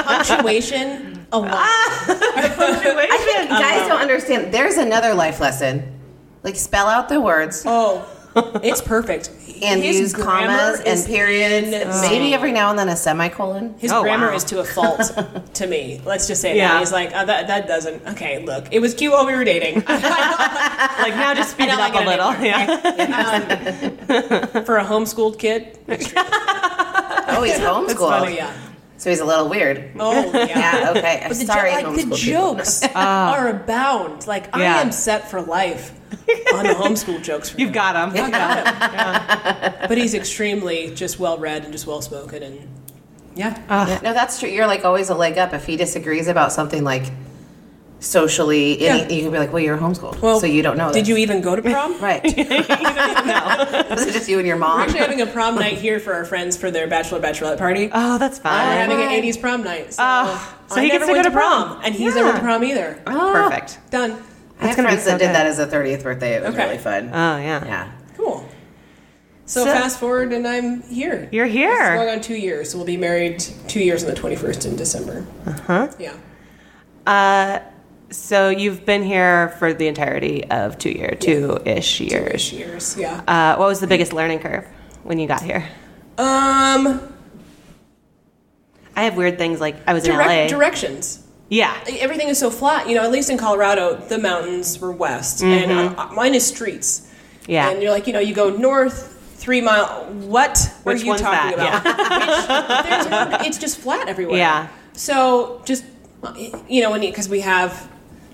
[SPEAKER 1] [LAUGHS]
[SPEAKER 4] Punctuation. A lot.
[SPEAKER 1] Ah.
[SPEAKER 2] I think
[SPEAKER 4] Uh-huh.
[SPEAKER 2] guys don't understand. There's another life lesson. Like, spell out the words
[SPEAKER 4] [LAUGHS] Oh, it's perfect.
[SPEAKER 2] and
[SPEAKER 4] His
[SPEAKER 2] use
[SPEAKER 4] grammar
[SPEAKER 2] commas and
[SPEAKER 4] is
[SPEAKER 2] periods.
[SPEAKER 4] insane.
[SPEAKER 2] Maybe every now and then a semicolon.
[SPEAKER 4] His
[SPEAKER 1] Oh,
[SPEAKER 4] grammar
[SPEAKER 1] wow.
[SPEAKER 4] is to a fault
[SPEAKER 2] [LAUGHS]
[SPEAKER 4] to me. Let's just say
[SPEAKER 1] Yeah.
[SPEAKER 4] that. He's like, oh, that, that doesn't. Okay, look. It was cute while we were
[SPEAKER 1] [LAUGHS]
[SPEAKER 4] dating.
[SPEAKER 1] like now, just speed it
[SPEAKER 4] I
[SPEAKER 1] up
[SPEAKER 4] don't
[SPEAKER 1] a
[SPEAKER 4] like it
[SPEAKER 1] little. [LAUGHS] Yeah.
[SPEAKER 4] For a homeschooled kid.
[SPEAKER 1] [LAUGHS]
[SPEAKER 2] Oh,
[SPEAKER 4] [LAUGHS]
[SPEAKER 2] he's
[SPEAKER 4] Oh,
[SPEAKER 2] homeschooled.
[SPEAKER 4] yeah.
[SPEAKER 2] So he's a little weird.
[SPEAKER 4] Oh,
[SPEAKER 1] [LAUGHS]
[SPEAKER 4] yeah. [LAUGHS]
[SPEAKER 2] Yeah, okay. I'm
[SPEAKER 4] But the, jo-
[SPEAKER 2] sorry,
[SPEAKER 4] like, the
[SPEAKER 2] homeschooled people.
[SPEAKER 4] jokes are abound. Like,
[SPEAKER 1] Ah. Yeah.
[SPEAKER 4] I am set for life on the homeschool jokes. For
[SPEAKER 1] You've
[SPEAKER 4] him.
[SPEAKER 1] got them.
[SPEAKER 4] I got him. But he's extremely just well read and just well spoken and yeah.
[SPEAKER 2] Yeah, No, that's true. You're like always a leg up if he disagrees about something like socially. Any,
[SPEAKER 4] Yeah.
[SPEAKER 2] You can be like, well, you're homeschooled, so you don't know.
[SPEAKER 4] Did
[SPEAKER 2] this."
[SPEAKER 4] you even go to prom?
[SPEAKER 2] [LAUGHS]
[SPEAKER 4] [LAUGHS]
[SPEAKER 2] Right. [LAUGHS] Was it just you and your
[SPEAKER 4] We're
[SPEAKER 2] mom?
[SPEAKER 4] actually having a prom night here for our friends for their bachelor bachelorette party.
[SPEAKER 1] Oh, that's
[SPEAKER 4] We're
[SPEAKER 1] fun.
[SPEAKER 4] having an '80s prom night, so,
[SPEAKER 1] Oh, so
[SPEAKER 4] I
[SPEAKER 1] he gets to
[SPEAKER 4] never
[SPEAKER 1] go
[SPEAKER 4] went
[SPEAKER 1] to prom.
[SPEAKER 4] and he's
[SPEAKER 1] Yeah.
[SPEAKER 4] never to prom either.
[SPEAKER 1] Perfect.
[SPEAKER 4] Done.
[SPEAKER 2] I have
[SPEAKER 1] gonna be
[SPEAKER 2] friends
[SPEAKER 1] so
[SPEAKER 2] that did
[SPEAKER 1] good.
[SPEAKER 2] that as a 30th birthday. It was
[SPEAKER 4] Okay. Uh,
[SPEAKER 2] really fun.
[SPEAKER 1] Oh yeah.
[SPEAKER 2] yeah.
[SPEAKER 4] Cool. So,
[SPEAKER 1] So-
[SPEAKER 4] fast forward, and I'm here.
[SPEAKER 1] You're here.
[SPEAKER 4] This is going on two years. So we'll be married two years on the 21st in December. Uh
[SPEAKER 1] Uh-huh.
[SPEAKER 4] huh. Yeah.
[SPEAKER 1] Uh, so you've been here for the entirety of two year, two ish years.
[SPEAKER 4] Two-ish years. Yeah.
[SPEAKER 1] Uh, what was the biggest learning curve when you got here?
[SPEAKER 4] Um.
[SPEAKER 1] I have weird things like I was
[SPEAKER 4] Direct,
[SPEAKER 1] in LA.
[SPEAKER 4] directions.
[SPEAKER 1] Yeah.
[SPEAKER 4] everything is so flat. You know, at least in Colorado, the mountains were west, and uh, mine is streets.
[SPEAKER 1] Mm-hmm. Yeah.
[SPEAKER 4] and you're like, you know, you go north three mile. What
[SPEAKER 1] Which
[SPEAKER 4] are you
[SPEAKER 1] one's
[SPEAKER 4] talking
[SPEAKER 1] that?
[SPEAKER 4] about? Which- there's no- [LAUGHS] it's just flat everywhere.
[SPEAKER 1] Yeah.
[SPEAKER 4] So just you know, because we have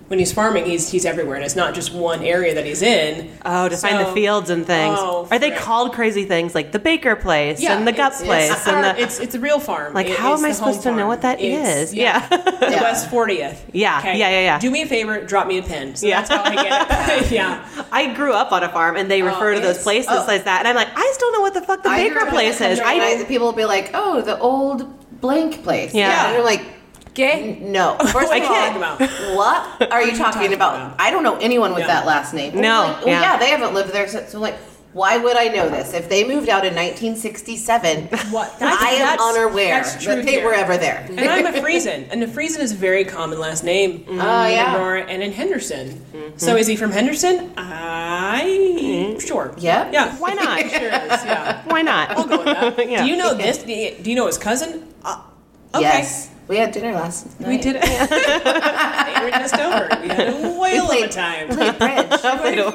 [SPEAKER 4] when he's farming, he's he's everywhere, and it's not just one area that he's in.
[SPEAKER 1] Oh, to find the
[SPEAKER 4] So-
[SPEAKER 1] fields and things.
[SPEAKER 4] Oh,
[SPEAKER 1] Are they
[SPEAKER 4] frick.
[SPEAKER 1] called crazy things like the Baker place
[SPEAKER 4] Yeah,
[SPEAKER 1] and the Gut
[SPEAKER 4] it's-
[SPEAKER 1] place
[SPEAKER 4] It's,
[SPEAKER 1] and
[SPEAKER 4] our-
[SPEAKER 1] the
[SPEAKER 4] it's it's a real farm.
[SPEAKER 1] like?
[SPEAKER 4] It-
[SPEAKER 1] how
[SPEAKER 4] it's
[SPEAKER 1] am I
[SPEAKER 4] the home
[SPEAKER 1] supposed to know
[SPEAKER 4] farm.
[SPEAKER 1] what that
[SPEAKER 4] It's-
[SPEAKER 1] is? Yeah.
[SPEAKER 4] The
[SPEAKER 2] Yeah.
[SPEAKER 4] West 40th.
[SPEAKER 1] Yeah, yeah, yeah, yeah.
[SPEAKER 4] Do me a favor, drop me a pin. So
[SPEAKER 1] Yeah.
[SPEAKER 4] that's how I get
[SPEAKER 1] [LAUGHS]
[SPEAKER 4] it. [LAUGHS] yeah.
[SPEAKER 1] I grew up on a farm, and they refer to those
[SPEAKER 4] Oh, it's-
[SPEAKER 1] places like that, and I'm like, I still know what the fuck the
[SPEAKER 2] I
[SPEAKER 1] Baker
[SPEAKER 2] remember
[SPEAKER 1] place
[SPEAKER 2] that
[SPEAKER 1] is.
[SPEAKER 2] sometimes
[SPEAKER 1] I
[SPEAKER 2] people will be like, "Oh, the old blank place."
[SPEAKER 1] Yeah.
[SPEAKER 2] and I'm like,
[SPEAKER 4] Gay.
[SPEAKER 2] "No, first
[SPEAKER 4] I
[SPEAKER 2] of all, [LAUGHS]
[SPEAKER 4] can't.
[SPEAKER 2] what are you talking about? I don't know anyone with
[SPEAKER 4] Yeah.
[SPEAKER 2] that last name. Well,
[SPEAKER 1] No,
[SPEAKER 2] like, well,
[SPEAKER 1] yeah.
[SPEAKER 2] yeah. they haven't lived there since. So I'm like, why would I know this? If they moved out in 1967,
[SPEAKER 4] What? [LAUGHS] That's-
[SPEAKER 2] I am
[SPEAKER 4] that's-
[SPEAKER 2] unaware
[SPEAKER 4] that's true
[SPEAKER 2] that they
[SPEAKER 4] here.
[SPEAKER 2] were ever there.
[SPEAKER 4] And I'm
[SPEAKER 2] [LAUGHS]
[SPEAKER 4] a Friesen, and a Friesen is a very common last name. Oh
[SPEAKER 2] Mm-hmm. yeah. Mm-hmm.
[SPEAKER 4] and in Henderson. So is he from Henderson? I sure.
[SPEAKER 2] Yeah.
[SPEAKER 4] Yeah.
[SPEAKER 1] Mm-hmm. why
[SPEAKER 4] [LAUGHS] Sure
[SPEAKER 1] not?
[SPEAKER 4] is. Yeah.
[SPEAKER 1] Why not?
[SPEAKER 4] I'll go with
[SPEAKER 1] [LAUGHS]
[SPEAKER 4] that.
[SPEAKER 1] Yeah.
[SPEAKER 4] Do
[SPEAKER 2] [LAUGHS]
[SPEAKER 4] you know this? Do you do you know his cousin? Uh, okay.
[SPEAKER 2] Yes, we had dinner last night.
[SPEAKER 4] We did
[SPEAKER 1] [LAUGHS]
[SPEAKER 4] it. they were just over. We had a whale of a
[SPEAKER 2] played-
[SPEAKER 4] time. [LAUGHS]
[SPEAKER 2] Played bridge.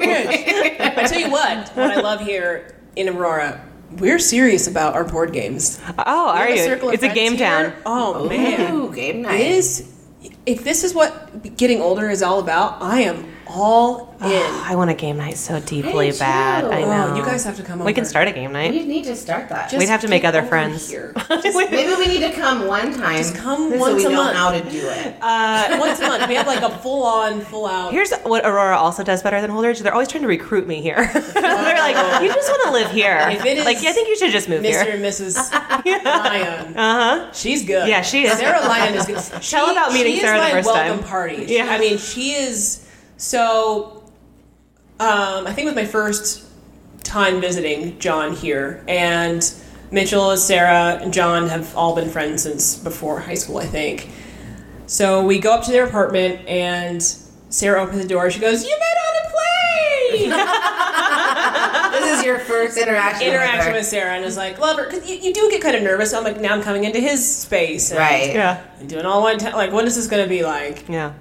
[SPEAKER 2] [LAUGHS]
[SPEAKER 4] I tell you what, what I love here in Aurora, we're serious about our board games.
[SPEAKER 1] Oh,
[SPEAKER 4] We
[SPEAKER 1] are
[SPEAKER 4] have
[SPEAKER 1] you?
[SPEAKER 4] circle of
[SPEAKER 1] It's a
[SPEAKER 4] friends
[SPEAKER 1] game
[SPEAKER 4] here.
[SPEAKER 1] town.
[SPEAKER 4] Oh man,
[SPEAKER 2] Ooh, game night.
[SPEAKER 4] is if this is what getting older is all about, I am all in.
[SPEAKER 1] [GASPS] I want a game night so deeply bad.
[SPEAKER 2] too.
[SPEAKER 1] [SIGHS] I know.
[SPEAKER 4] Oh, you guys have to come over.
[SPEAKER 1] we can start a game night.
[SPEAKER 2] We need to start that.
[SPEAKER 4] Just
[SPEAKER 1] We'd have to make
[SPEAKER 4] get
[SPEAKER 1] other
[SPEAKER 4] over
[SPEAKER 1] friends. [LAUGHS]
[SPEAKER 4] here.
[SPEAKER 2] Maybe we need to come one time. Just
[SPEAKER 4] come
[SPEAKER 2] so
[SPEAKER 4] once
[SPEAKER 2] we
[SPEAKER 4] a
[SPEAKER 2] know
[SPEAKER 4] month.
[SPEAKER 2] how to do it. [LAUGHS]
[SPEAKER 4] Once a month, we have like a full on,
[SPEAKER 1] [LAUGHS]
[SPEAKER 4] full out.
[SPEAKER 1] Here's what Aurora also does better than Holdridge. They're always trying to recruit me here. [LAUGHS] They're like, you just want to live here.
[SPEAKER 4] If it
[SPEAKER 1] like,
[SPEAKER 4] is
[SPEAKER 1] I think you should just move
[SPEAKER 4] Mr.
[SPEAKER 1] here. Uh-huh.
[SPEAKER 4] and
[SPEAKER 1] [LAUGHS]
[SPEAKER 4] Mrs. Lyon. Uh huh. She's good.
[SPEAKER 1] Yeah, she is.
[SPEAKER 4] Sarah Lyon
[SPEAKER 1] [LAUGHS]
[SPEAKER 4] is good. Tell she,
[SPEAKER 1] about meeting
[SPEAKER 4] she
[SPEAKER 1] Sarah
[SPEAKER 4] is
[SPEAKER 1] the
[SPEAKER 4] my
[SPEAKER 1] first time.
[SPEAKER 4] welcome party. She-
[SPEAKER 1] Yeah.
[SPEAKER 4] I mean, she is so. Um, I think with my first time visiting John here, and Mitchell, Sarah, and John have all been friends since before high school, I think. So we go up to their apartment, and Sarah opens the door. She goes, "You met on a plane."
[SPEAKER 2] This is your first interaction.
[SPEAKER 4] interaction with Sarah and is like, love her. Because you, you do get kind of nervous. I'm like, now I'm coming into his space. And
[SPEAKER 2] Right.
[SPEAKER 1] Yeah.
[SPEAKER 4] I'm doing all one time. Like, what is this going to be like?
[SPEAKER 1] Yeah.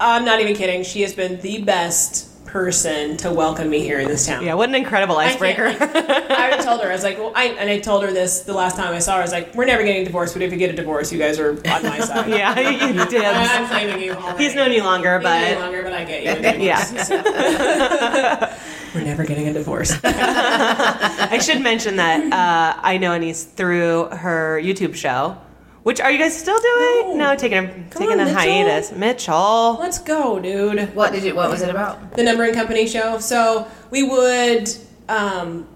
[SPEAKER 4] I'm not even kidding. She has been the best person to welcome me here in this town.
[SPEAKER 1] Yeah. What an incredible
[SPEAKER 4] I can't,
[SPEAKER 1] icebreaker.
[SPEAKER 4] like, [LAUGHS] I already told her. I was like, well, I, and I told her this the last time I saw her. I was like, we're never getting divorced, but if you get a divorce, you guys are on my side.
[SPEAKER 1] [LAUGHS] [LAUGHS] yeah. You did.
[SPEAKER 4] I'm claiming you already.
[SPEAKER 1] He's known you longer,
[SPEAKER 4] He's known you
[SPEAKER 1] but
[SPEAKER 4] longer, but I get you. a
[SPEAKER 1] [LAUGHS]
[SPEAKER 4] divorce.
[SPEAKER 1] yeah.
[SPEAKER 4] We're never getting a divorce. [LAUGHS]
[SPEAKER 1] I should mention that uh, I know Anise through her YouTube show, which are you guys still doing? No, taking a taking
[SPEAKER 4] on,
[SPEAKER 1] a
[SPEAKER 4] Mitchell.
[SPEAKER 1] hiatus. Mitchell.
[SPEAKER 4] Let's go, dude.
[SPEAKER 2] What did you? What was it about?
[SPEAKER 4] the numbering company show. So we would um,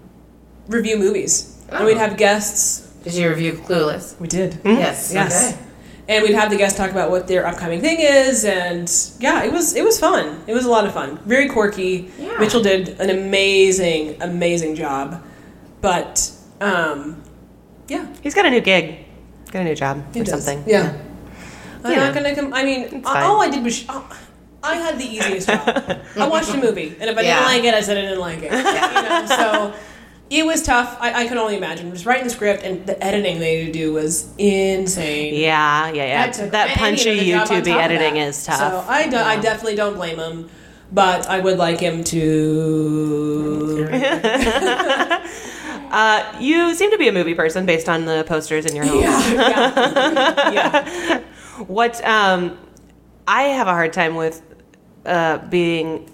[SPEAKER 4] review movies, and we'd have guests.
[SPEAKER 2] Did you review Clueless?
[SPEAKER 4] Oh. We did,
[SPEAKER 2] Yes.
[SPEAKER 4] Mm-hmm. yes. And we'd have the guests talk about what their upcoming thing is, and yeah, it was it was fun. It was a lot of fun. Very quirky.
[SPEAKER 2] Yeah.
[SPEAKER 4] Mitchell did an amazing, amazing job, but um, yeah,
[SPEAKER 1] He's got a new gig. Got a new job
[SPEAKER 4] he
[SPEAKER 1] or
[SPEAKER 4] does.
[SPEAKER 1] something.
[SPEAKER 4] Yeah, I'm
[SPEAKER 1] You
[SPEAKER 4] not
[SPEAKER 1] know.
[SPEAKER 4] gonna. Com- I mean,
[SPEAKER 1] It's
[SPEAKER 4] all I did was. Sh- oh, I had the easiest job. I watched a movie, and if I
[SPEAKER 2] Yeah.
[SPEAKER 4] didn't like it, I said I didn't like it. You know, so it was tough. I, I can only imagine. Just writing the script and the editing they had to do was insane.
[SPEAKER 1] Yeah, yeah, yeah.
[SPEAKER 4] I took-
[SPEAKER 1] that
[SPEAKER 4] and
[SPEAKER 1] punchy
[SPEAKER 4] he did a job on
[SPEAKER 1] YouTube
[SPEAKER 4] top of
[SPEAKER 1] editing
[SPEAKER 4] that.
[SPEAKER 1] is tough.
[SPEAKER 4] So I, do, I definitely don't blame him, but I would like him to.
[SPEAKER 1] [LAUGHS] uh, you seem to be a movie person based on the posters
[SPEAKER 4] [LAUGHS]
[SPEAKER 1] in your home.
[SPEAKER 4] yeah. yeah.
[SPEAKER 1] What um, I have a hard time with uh, being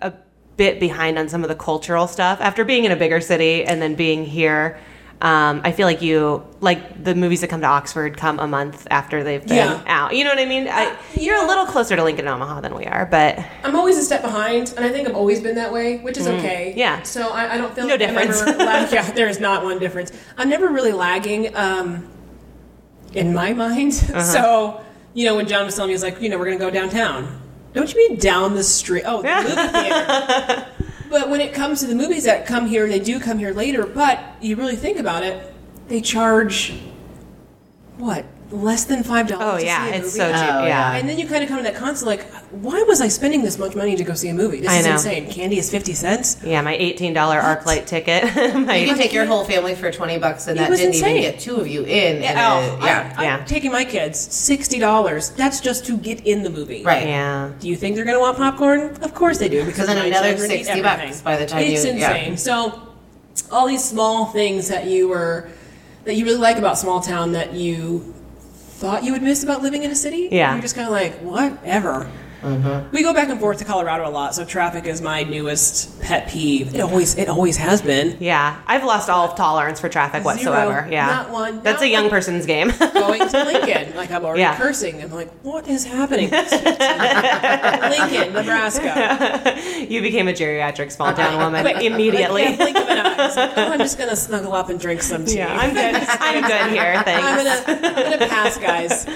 [SPEAKER 1] a bit behind on some of the cultural stuff after being in a bigger city and then being here. Um, I feel like you like the movies that come to Oxford come a month after they've been
[SPEAKER 4] Yeah. Uh,
[SPEAKER 1] out. You know what I mean? I, you're a little closer to Lincoln, Omaha than we are, but
[SPEAKER 4] I'm always a step behind, and I think I've always been that way, which is okay.
[SPEAKER 1] Mm. yeah.
[SPEAKER 4] So I, I don't feel
[SPEAKER 1] No
[SPEAKER 4] like I'm ever
[SPEAKER 1] difference. [LAUGHS]
[SPEAKER 4] lag- [LAUGHS] yeah, there is not one difference. I'm never really lagging, um, in my mind. [LAUGHS]
[SPEAKER 1] Uh-huh.
[SPEAKER 4] So you know, when John was telling me, he's like, you know, we're gonna go downtown. Don't you mean down the street?
[SPEAKER 1] [LAUGHS]
[SPEAKER 4] Oh, the movie theater. But when it comes to the movies that come here, they do come here later. But you really think about it, they charge what less than five
[SPEAKER 1] oh
[SPEAKER 4] dollars.
[SPEAKER 1] yeah, it's so
[SPEAKER 4] movie?
[SPEAKER 1] cheap.
[SPEAKER 2] Oh,
[SPEAKER 1] yeah.
[SPEAKER 2] yeah.
[SPEAKER 4] And then you kind of come to that concept like, why was I spending this much money to go see a movie? This
[SPEAKER 1] I
[SPEAKER 4] is
[SPEAKER 1] know.
[SPEAKER 4] insane. Candy is 50 cents.
[SPEAKER 1] Yeah, my eighteen dollar ArcLight ticket. [LAUGHS] my,
[SPEAKER 2] You can take your whole family for twenty bucks, and that
[SPEAKER 4] was
[SPEAKER 2] didn't
[SPEAKER 4] insane.
[SPEAKER 2] even get two of you in. and
[SPEAKER 4] Oh,
[SPEAKER 2] uh, yeah.
[SPEAKER 4] I, am
[SPEAKER 1] Yeah.
[SPEAKER 4] taking my kids $60. That's just to get in the movie.
[SPEAKER 2] right.
[SPEAKER 1] yeah,
[SPEAKER 4] Do you think they're going to want popcorn? Of course they do. Because
[SPEAKER 2] then
[SPEAKER 4] my
[SPEAKER 2] another
[SPEAKER 4] children eat
[SPEAKER 2] 60
[SPEAKER 4] everything.
[SPEAKER 2] bucks by the time
[SPEAKER 4] it's
[SPEAKER 2] you- yeah.
[SPEAKER 4] insane. So all these small things that you were that you really like about small town that you thought you would miss about living in a city.
[SPEAKER 1] Yeah.
[SPEAKER 4] you're just kind of like whatever. We go back and forth to Colorado a lot, so traffic is my newest pet peeve. It always it always has been.
[SPEAKER 1] yeah. I've lost all tolerance for traffic
[SPEAKER 4] Zero.
[SPEAKER 1] whatsoever. Yeah,
[SPEAKER 4] Not one.
[SPEAKER 1] That's a
[SPEAKER 4] Not
[SPEAKER 1] young
[SPEAKER 4] one.
[SPEAKER 1] person's game. [LAUGHS]
[SPEAKER 4] [LAUGHS] Going to Lincoln, like I'm already
[SPEAKER 1] Yeah.
[SPEAKER 4] cursing. I'm like, what is happening? Lincoln, Nebraska.
[SPEAKER 1] you became a geriatric small town woman
[SPEAKER 4] [LAUGHS]
[SPEAKER 1] immediately.
[SPEAKER 4] Like, yeah, blink of an eye. It's like, oh, I'm just
[SPEAKER 1] [LAUGHS]
[SPEAKER 4] gonna snuggle up and drink some tea.
[SPEAKER 1] Yeah, I'm good. I'm good here.
[SPEAKER 4] I'm
[SPEAKER 1] Thanks.
[SPEAKER 4] gonna, I'm gonna pass, guys.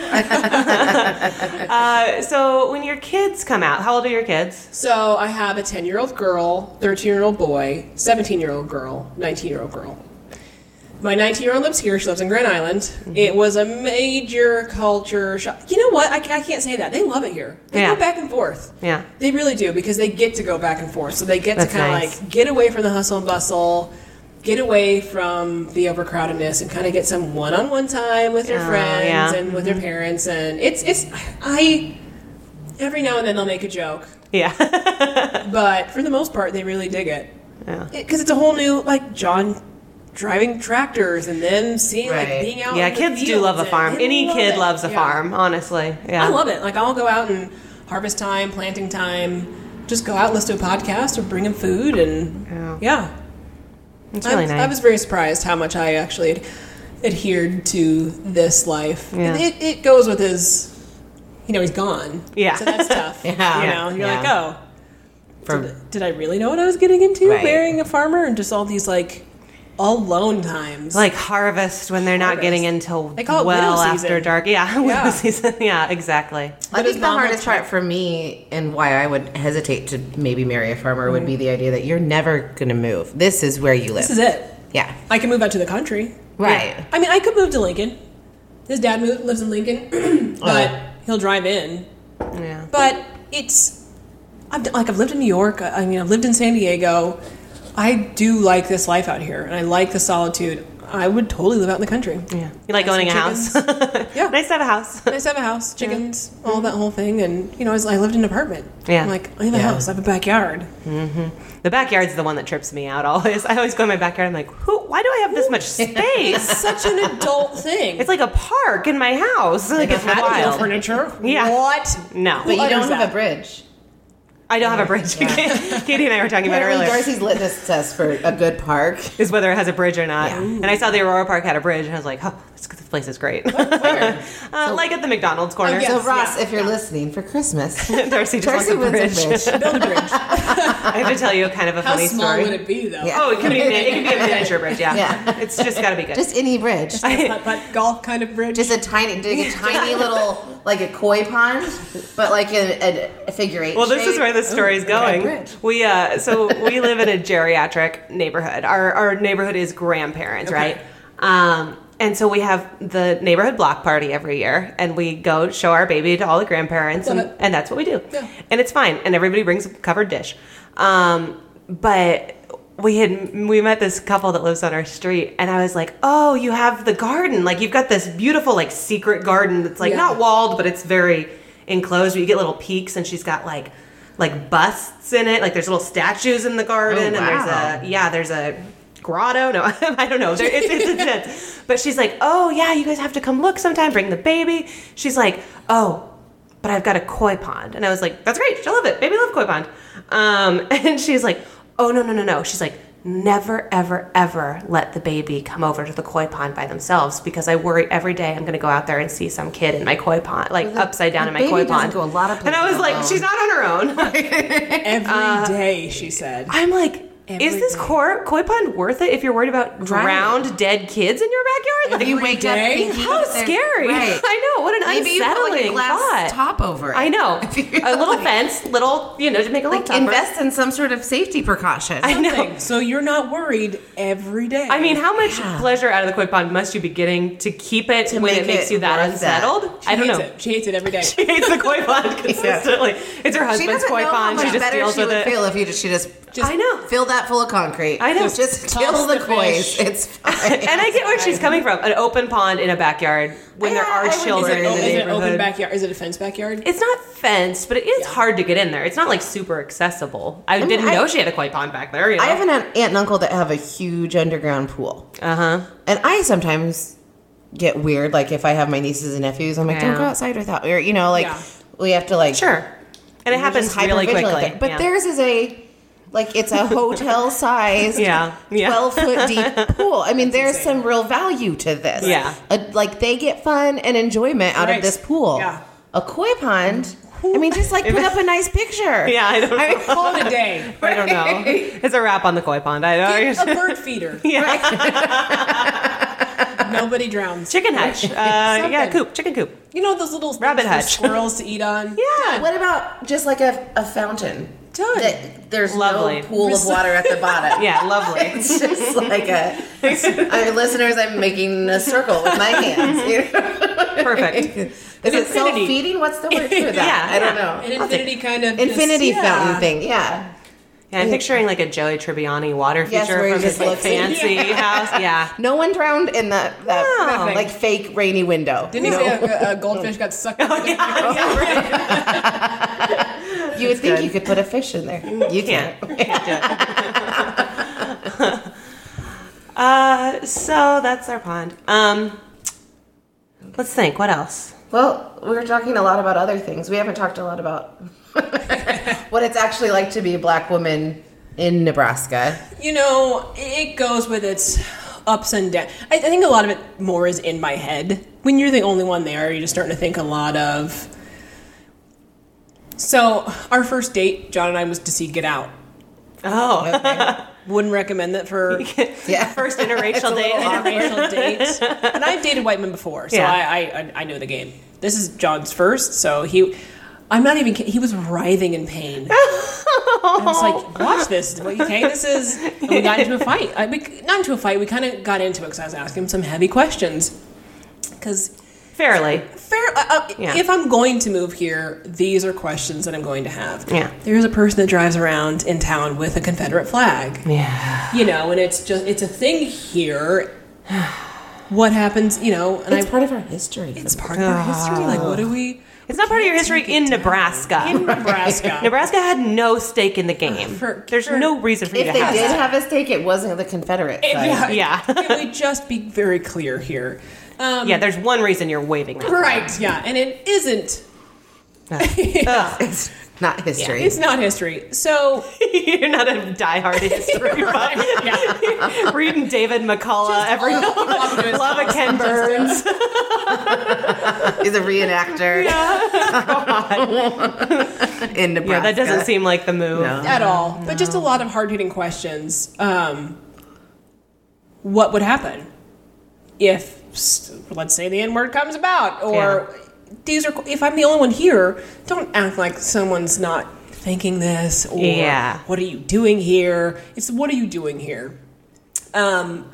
[SPEAKER 1] Uh, so when your kids come out, how old are your kids?
[SPEAKER 4] So I have a 10 year old girl, 13 year old boy, 17 year old girl, 19 year old girl. My 19 year old lives here. She lives in Grand Island.
[SPEAKER 1] Mm-hmm.
[SPEAKER 4] It was a major culture shock. You know what? I, ca- I can't say that. They love it here. They
[SPEAKER 1] Yeah.
[SPEAKER 4] go back and forth.
[SPEAKER 1] Yeah.
[SPEAKER 4] They really do because they get to go back and forth. So they get
[SPEAKER 1] That's
[SPEAKER 4] to kind of
[SPEAKER 1] nice.
[SPEAKER 4] like get away from the hustle and bustle, get away from the overcrowdedness, and kind of get some one-on-one time with their
[SPEAKER 1] Oh,
[SPEAKER 4] friends
[SPEAKER 1] yeah. Mm-hmm.
[SPEAKER 4] and with their parents. And it's it's I every now and then they'll make a joke,
[SPEAKER 1] Yeah. [LAUGHS]
[SPEAKER 4] but for the most part they really dig it
[SPEAKER 1] Yeah.
[SPEAKER 4] because it's a whole new like John. Driving tractors and then seeing like
[SPEAKER 2] Right.
[SPEAKER 4] being out.
[SPEAKER 1] Yeah,
[SPEAKER 4] in the
[SPEAKER 1] kids do
[SPEAKER 4] fields
[SPEAKER 1] love a
[SPEAKER 4] and-
[SPEAKER 1] farm.
[SPEAKER 4] they
[SPEAKER 1] Any
[SPEAKER 4] love
[SPEAKER 1] kid
[SPEAKER 4] it.
[SPEAKER 1] loves a
[SPEAKER 4] Yeah.
[SPEAKER 1] farm, honestly. Yeah.
[SPEAKER 4] I love it. Like I'll go out and harvest time, planting time. Just go out, listen to a podcast, or bring them food, and
[SPEAKER 1] Yeah.
[SPEAKER 4] yeah,
[SPEAKER 1] It's
[SPEAKER 4] I,
[SPEAKER 1] really
[SPEAKER 4] was-
[SPEAKER 1] nice.
[SPEAKER 4] I was very surprised how much I actually ad- adhered to this life.
[SPEAKER 1] Yeah.
[SPEAKER 4] It, it, it goes with his, you know, he's gone.
[SPEAKER 1] Yeah.
[SPEAKER 4] so
[SPEAKER 1] [LAUGHS]
[SPEAKER 4] that's tough.
[SPEAKER 2] Yeah.
[SPEAKER 4] you know, you're
[SPEAKER 2] Yeah.
[SPEAKER 4] like, oh,
[SPEAKER 2] For,
[SPEAKER 4] did, did I really know what I was getting into?
[SPEAKER 2] Right.
[SPEAKER 4] Marrying a farmer and just all these like alone times.
[SPEAKER 1] like harvest when they're not
[SPEAKER 4] Harvest.
[SPEAKER 1] getting until
[SPEAKER 4] They call it
[SPEAKER 1] well
[SPEAKER 4] widow
[SPEAKER 1] after
[SPEAKER 4] season.
[SPEAKER 1] dark. Yeah, [LAUGHS] widow
[SPEAKER 4] Yeah.
[SPEAKER 1] season. Yeah, exactly.
[SPEAKER 2] I
[SPEAKER 4] his
[SPEAKER 2] think the
[SPEAKER 4] mom
[SPEAKER 2] hardest
[SPEAKER 4] would-
[SPEAKER 2] part for me and why I would hesitate to maybe marry a farmer would be the idea that you're never going to move. This is where you live.
[SPEAKER 4] Mm-hmm. this is it.
[SPEAKER 2] yeah.
[SPEAKER 4] I can move out to the country.
[SPEAKER 2] Right.
[SPEAKER 4] I mean, I could move to Lincoln. His dad moved, lives in Lincoln, [CLEARS THROAT] but
[SPEAKER 2] Oh.
[SPEAKER 4] he'll drive in.
[SPEAKER 1] Yeah.
[SPEAKER 4] But it's, I've, d- like, I've lived in New York. I I mean, I've lived in San Diego. I do like this life out here, and I like the solitude. I would totally live out in the country.
[SPEAKER 1] Yeah. You like
[SPEAKER 4] Nice
[SPEAKER 1] owning a
[SPEAKER 4] chickens.
[SPEAKER 1] house. [LAUGHS]
[SPEAKER 4] Yeah.
[SPEAKER 1] Nice to have a house.
[SPEAKER 4] Nice to have a house, chickens, all that whole thing, and you know, I, was, I lived in an apartment.
[SPEAKER 1] Yeah.
[SPEAKER 4] I'm like I have a
[SPEAKER 2] Yeah.
[SPEAKER 4] house, I have
[SPEAKER 1] [LAUGHS]
[SPEAKER 4] a backyard.
[SPEAKER 1] The backyard's the one that trips me out always. I always go in my backyard. I'm like, who? Why do I have
[SPEAKER 4] [LAUGHS]
[SPEAKER 1] this much space?
[SPEAKER 4] Such an adult thing.
[SPEAKER 1] it's like a park in my house. Like it's
[SPEAKER 2] patio
[SPEAKER 1] wild.
[SPEAKER 4] furniture.
[SPEAKER 1] Yeah.
[SPEAKER 4] What?
[SPEAKER 1] No,
[SPEAKER 2] But you
[SPEAKER 4] utters
[SPEAKER 2] don't have
[SPEAKER 4] that?
[SPEAKER 2] a bridge.
[SPEAKER 1] I don't have a bridge. [LAUGHS] Katie and I were talking about it
[SPEAKER 2] Apparently,
[SPEAKER 1] earlier.
[SPEAKER 2] Darcy's litmus test for a good
[SPEAKER 4] [LAUGHS]
[SPEAKER 2] park.
[SPEAKER 1] Is whether it has a bridge or not.
[SPEAKER 2] Yeah.
[SPEAKER 1] And I saw the Aurora Park had a bridge, and I was like, oh, this, this place is great. [LAUGHS]
[SPEAKER 2] Where?
[SPEAKER 1] Uh, like at the McDonald's corner.
[SPEAKER 4] Oh, yes.
[SPEAKER 2] So, Ross, if you're listening for
[SPEAKER 1] [LAUGHS]
[SPEAKER 2] Christmas,
[SPEAKER 1] Darcy just wants
[SPEAKER 2] Darcy
[SPEAKER 1] a
[SPEAKER 2] wins
[SPEAKER 1] bridge. [LAUGHS]
[SPEAKER 2] a bridge.
[SPEAKER 4] Build a bridge.
[SPEAKER 1] I have to tell you kind of a
[SPEAKER 4] How
[SPEAKER 1] funny
[SPEAKER 4] small
[SPEAKER 1] story.
[SPEAKER 4] would it be though?
[SPEAKER 2] Yeah.
[SPEAKER 1] Oh, it could be, it could be a miniature bridge, yeah.
[SPEAKER 2] Yeah.
[SPEAKER 1] It's just got to be good.
[SPEAKER 2] Just any
[SPEAKER 1] [LAUGHS]
[SPEAKER 2] bridge.
[SPEAKER 4] Putt putt golf kind of bridge.
[SPEAKER 2] Just a tiny, dig a tiny little, like a koi pond, but like a, a figure eight.
[SPEAKER 1] Well, this is
[SPEAKER 2] shape.
[SPEAKER 1] where the story's
[SPEAKER 2] okay,
[SPEAKER 1] going.
[SPEAKER 2] bridge.
[SPEAKER 1] We uh, so we live in a geriatric neighborhood. Our our neighborhood is grandparents, right? Um, and so we have the neighborhood block party every year, and we go show our baby to all the grandparents, and,
[SPEAKER 4] Love it.
[SPEAKER 1] and that's what we do.
[SPEAKER 4] Yeah.
[SPEAKER 1] And it's fine, and everybody brings a covered dish. Um, but we had we met this couple that lives on our street, and I was like, "Oh, you have the garden! Like you've got this beautiful like secret garden that's like
[SPEAKER 4] Yeah.
[SPEAKER 1] not walled, but it's very enclosed. But you get little peaks, and she's got like like busts in it. Like there's little statues in the garden,
[SPEAKER 2] Oh, wow.
[SPEAKER 1] and there's a yeah, there's a grotto. No, [LAUGHS] I don't know. There, it's, it's intense. But she's like, oh yeah, you guys have to come look sometime. Bring the baby. She's like, oh, but I've got a koi pond, and I was like, that's great. She'll love it. Baby love koi pond. Um, [LAUGHS] and she's like, oh no no no no. She's like. Never, ever, ever let the baby come over to the koi pond by themselves because I worry every day I'm going to go out there and see some kid in my koi pond, like upside down in my
[SPEAKER 2] baby
[SPEAKER 1] koi
[SPEAKER 2] doesn't
[SPEAKER 1] pond.
[SPEAKER 2] go a lot of
[SPEAKER 1] and I was
[SPEAKER 2] places
[SPEAKER 1] like, she's
[SPEAKER 2] alone.
[SPEAKER 1] not on
[SPEAKER 2] [LAUGHS]
[SPEAKER 1] her own.
[SPEAKER 4] Every day,
[SPEAKER 1] Uh,
[SPEAKER 4] she said.
[SPEAKER 1] I'm like,
[SPEAKER 4] Every
[SPEAKER 1] is this
[SPEAKER 4] day.
[SPEAKER 1] core, koi pond worth it if you're worried about drowned dead kids in your backyard? Like,
[SPEAKER 2] You wake up
[SPEAKER 4] day?
[SPEAKER 2] thinking
[SPEAKER 1] how
[SPEAKER 2] that there's-
[SPEAKER 1] scary!
[SPEAKER 2] Right.
[SPEAKER 1] [LAUGHS] I know what an
[SPEAKER 2] Maybe you put
[SPEAKER 1] unsettling
[SPEAKER 2] like a glass
[SPEAKER 1] thought.
[SPEAKER 2] top over it.
[SPEAKER 1] I know
[SPEAKER 2] [LAUGHS] If
[SPEAKER 1] a little
[SPEAKER 2] you're,
[SPEAKER 1] fence, little you know to make a little
[SPEAKER 2] Like,
[SPEAKER 1] topper.
[SPEAKER 2] invest in some sort of safety precaution.
[SPEAKER 1] I know.
[SPEAKER 4] Thing. So you're not worried every day.
[SPEAKER 1] I mean, how much pleasure out of the koi pond must you be getting to keep it when
[SPEAKER 2] make
[SPEAKER 1] it makes
[SPEAKER 2] it
[SPEAKER 1] you that
[SPEAKER 2] worth that.
[SPEAKER 1] unsettled?
[SPEAKER 4] she
[SPEAKER 1] I don't
[SPEAKER 4] hates
[SPEAKER 1] know.
[SPEAKER 4] It. She hates it every day.
[SPEAKER 1] She hates the koi
[SPEAKER 2] [LAUGHS]
[SPEAKER 1] pond consistently. It's her
[SPEAKER 2] she
[SPEAKER 1] husband's
[SPEAKER 2] doesn't
[SPEAKER 1] koi
[SPEAKER 2] know how
[SPEAKER 1] pond.
[SPEAKER 2] much
[SPEAKER 1] She just
[SPEAKER 2] better
[SPEAKER 1] deals
[SPEAKER 2] she
[SPEAKER 1] with
[SPEAKER 2] would
[SPEAKER 1] it.
[SPEAKER 2] feel if you just she just,
[SPEAKER 1] [LAUGHS]
[SPEAKER 2] just
[SPEAKER 1] I know.
[SPEAKER 2] [LAUGHS] fill that full of concrete.
[SPEAKER 1] I know.
[SPEAKER 2] Just, just
[SPEAKER 4] Toss
[SPEAKER 2] kill the,
[SPEAKER 4] the
[SPEAKER 2] koi.
[SPEAKER 4] fish.
[SPEAKER 2] It's
[SPEAKER 1] [LAUGHS]
[SPEAKER 2] fine.
[SPEAKER 1] And I get where she's coming from. An open pond in a backyard when there
[SPEAKER 2] Yeah, I
[SPEAKER 1] are
[SPEAKER 2] wouldn't
[SPEAKER 1] children
[SPEAKER 2] say
[SPEAKER 1] in
[SPEAKER 4] Oh, is
[SPEAKER 1] the
[SPEAKER 4] it, is it an
[SPEAKER 1] neighborhood.
[SPEAKER 4] open backyard? Is it a fenced backyard?
[SPEAKER 1] It's not fenced, but it is
[SPEAKER 4] Yeah.
[SPEAKER 1] hard to get in there. It's not like super accessible. I, didn't
[SPEAKER 2] I-
[SPEAKER 1] know she had a koi pond back there. You know?
[SPEAKER 2] I have an aunt and uncle that have a huge underground pool.
[SPEAKER 1] uh huh.
[SPEAKER 2] And I sometimes get weird, like if I have my nieces and nephews, I'm like, don't go
[SPEAKER 1] Yeah.
[SPEAKER 2] outside without or you know, like
[SPEAKER 4] Yeah.
[SPEAKER 2] we have to like
[SPEAKER 1] Sure. And it
[SPEAKER 2] we're just
[SPEAKER 1] happens really
[SPEAKER 2] hyper-vigilant
[SPEAKER 1] quickly.
[SPEAKER 2] with it. But
[SPEAKER 1] yeah.
[SPEAKER 2] theirs is a like it's
[SPEAKER 1] [LAUGHS]
[SPEAKER 2] a hotel sized
[SPEAKER 1] Yeah, yeah. [LAUGHS]
[SPEAKER 2] twelve foot deep pool. I mean, there's some real value to this.
[SPEAKER 1] Yeah.
[SPEAKER 2] A- like they get fun and enjoyment out of
[SPEAKER 4] Right.
[SPEAKER 2] this pool.
[SPEAKER 4] Yeah.
[SPEAKER 2] A koi pond. I mean, just like put up a nice
[SPEAKER 1] [LAUGHS]
[SPEAKER 2] picture.
[SPEAKER 1] Yeah, I don't know. [LAUGHS] I,
[SPEAKER 4] Call it a day.
[SPEAKER 1] don't
[SPEAKER 2] [LAUGHS]
[SPEAKER 1] know. It's a wrap on the koi pond. [LAUGHS] I
[SPEAKER 4] Get a
[SPEAKER 1] know.
[SPEAKER 4] bird feeder.
[SPEAKER 1] yeah.
[SPEAKER 4] Nobody drowns.
[SPEAKER 1] [LAUGHS] Chicken hutch. Uh, yeah,
[SPEAKER 4] Something.
[SPEAKER 1] coop. Chicken coop.
[SPEAKER 4] You know those little things
[SPEAKER 1] Rabbit
[SPEAKER 4] for
[SPEAKER 1] hutch.
[SPEAKER 4] squirrels to eat
[SPEAKER 1] [LAUGHS]
[SPEAKER 4] on.
[SPEAKER 1] Yeah.
[SPEAKER 2] What about just like a, a fountain?
[SPEAKER 4] Done.
[SPEAKER 2] That there's
[SPEAKER 1] Lovely.
[SPEAKER 2] no pool of water at the bottom.
[SPEAKER 1] [LAUGHS] Yeah, lovely.
[SPEAKER 2] It's just like a. I, listeners, I'm making a circle with my hands. You know?
[SPEAKER 1] Perfect.
[SPEAKER 2] [LAUGHS] Is it
[SPEAKER 4] infinity.
[SPEAKER 2] self feeding? What's the word for that?
[SPEAKER 1] Yeah,
[SPEAKER 2] I don't
[SPEAKER 1] yeah.
[SPEAKER 2] know.
[SPEAKER 4] An
[SPEAKER 2] I'll take-
[SPEAKER 4] infinity kind of just-
[SPEAKER 2] infinity
[SPEAKER 4] yeah.
[SPEAKER 2] fountain thing. Yeah.
[SPEAKER 1] Yeah, I'm picturing like a Joey Tribbiani water feature
[SPEAKER 2] Yes, where he
[SPEAKER 1] from his
[SPEAKER 2] just
[SPEAKER 1] like
[SPEAKER 2] looks in.
[SPEAKER 1] fancy [LAUGHS] house. Yeah.
[SPEAKER 2] No one drowned in that, that
[SPEAKER 1] Wow.
[SPEAKER 2] like fake rainy window.
[SPEAKER 4] Didn't he say a, a goldfish
[SPEAKER 1] [LAUGHS]
[SPEAKER 4] got sucked? Oh,
[SPEAKER 2] you would think you could put a fish in there. You
[SPEAKER 1] Yeah. [LAUGHS]
[SPEAKER 2] can't.
[SPEAKER 1] uh, so that's our pond. Um, let's think. What else?
[SPEAKER 2] Well, we were talking a lot about other things. We haven't talked a lot about [LAUGHS] what it's actually like to be a black woman in [LAUGHS] Nebraska.
[SPEAKER 4] you know, it goes with its ups and downs. I, I think a lot of it more is in my head. When you're the only one there, you're just starting to think a lot of. So, our first date, John and I, was to see Get Out.
[SPEAKER 1] Oh,
[SPEAKER 4] Wouldn't recommend that for
[SPEAKER 2] Yeah.
[SPEAKER 1] [LAUGHS] first interracial date. [LAUGHS]
[SPEAKER 4] interracial date. And I've dated white men before, so
[SPEAKER 1] Yeah.
[SPEAKER 4] I, I I know the game. This is John's first, so he. I'm not even. kidding. He was writhing in pain. And I was
[SPEAKER 1] [LAUGHS]
[SPEAKER 4] like, "Watch this, okay? This is." And we got into a fight. I, we, not into a fight. We kind of got into it because I was asking him some heavy questions. Because
[SPEAKER 1] Fairly.
[SPEAKER 4] fair, uh, uh,
[SPEAKER 1] Yeah.
[SPEAKER 4] if I'm going to move here, these are questions that I'm going to have.
[SPEAKER 1] Yeah.
[SPEAKER 4] There's a person that drives around in town with a Confederate flag
[SPEAKER 1] Yeah.
[SPEAKER 4] you know, and it's just it's a thing here. What happens, you know, and
[SPEAKER 2] It's
[SPEAKER 4] I
[SPEAKER 2] part of our history.
[SPEAKER 4] it's part of our history. Like, what do we?
[SPEAKER 1] It's not part of your history in Nebraska.
[SPEAKER 4] in [LAUGHS] Nebraska?
[SPEAKER 1] Nebraska had no stake in the game.
[SPEAKER 4] For-
[SPEAKER 1] There's
[SPEAKER 4] for-
[SPEAKER 1] no reason for you
[SPEAKER 2] if
[SPEAKER 1] to
[SPEAKER 2] they
[SPEAKER 1] have
[SPEAKER 2] did
[SPEAKER 1] that.
[SPEAKER 2] have a stake, it wasn't the Confederate side.
[SPEAKER 4] yeah,
[SPEAKER 1] Yeah.
[SPEAKER 4] Can we just be very clear here? Um,
[SPEAKER 1] Yeah, there's one reason you're waving. that.
[SPEAKER 4] Right. Yeah, and it isn't.
[SPEAKER 1] Ugh.
[SPEAKER 2] It's not history.
[SPEAKER 4] It's not history. So
[SPEAKER 1] [LAUGHS] you're not a
[SPEAKER 4] [LAUGHS]
[SPEAKER 1] diehard history buff.
[SPEAKER 4] yeah,
[SPEAKER 1] [LAUGHS] Reading David
[SPEAKER 4] Uh,
[SPEAKER 1] McCullough
[SPEAKER 4] [LAUGHS]
[SPEAKER 1] every [LAUGHS] love a Ken Burns.
[SPEAKER 2] He's a reenactor [LAUGHS] in Nebraska.
[SPEAKER 1] Yeah, that doesn't seem like the move.
[SPEAKER 2] No.
[SPEAKER 4] at all. But just a lot of hard hitting questions. Um, what would happen if, s- let's say, the N word comes about? Or these are if I'm the only one here, don't act like someone's not thinking this. Or
[SPEAKER 1] Yeah.
[SPEAKER 4] what are you doing here? It's what are you doing here? Um,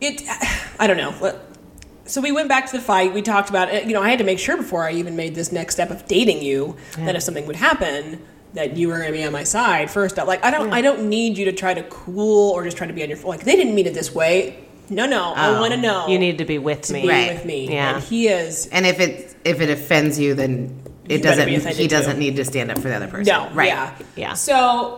[SPEAKER 4] it, [SIGHS] I don't know. Let- So we went back to the fight. We talked about it. You know, I had to make sure before I even made this next step of dating you that if something would happen, that you were going to be on my side first. I- Like, I don't, I don't need you to try to cool or just try to be on your like. They didn't mean it this way. No, no. I want to know.
[SPEAKER 1] Oh, You need to be with
[SPEAKER 4] to
[SPEAKER 1] me.
[SPEAKER 4] be
[SPEAKER 2] Right.
[SPEAKER 4] with me.
[SPEAKER 1] Yeah.
[SPEAKER 4] And he is
[SPEAKER 2] And if it if it offends you, then it
[SPEAKER 4] You better
[SPEAKER 2] doesn't.
[SPEAKER 4] be offended
[SPEAKER 2] He
[SPEAKER 4] too.
[SPEAKER 2] doesn't need to stand up for the other person.
[SPEAKER 4] no.
[SPEAKER 2] right?
[SPEAKER 4] Yeah.
[SPEAKER 1] Yeah.
[SPEAKER 4] So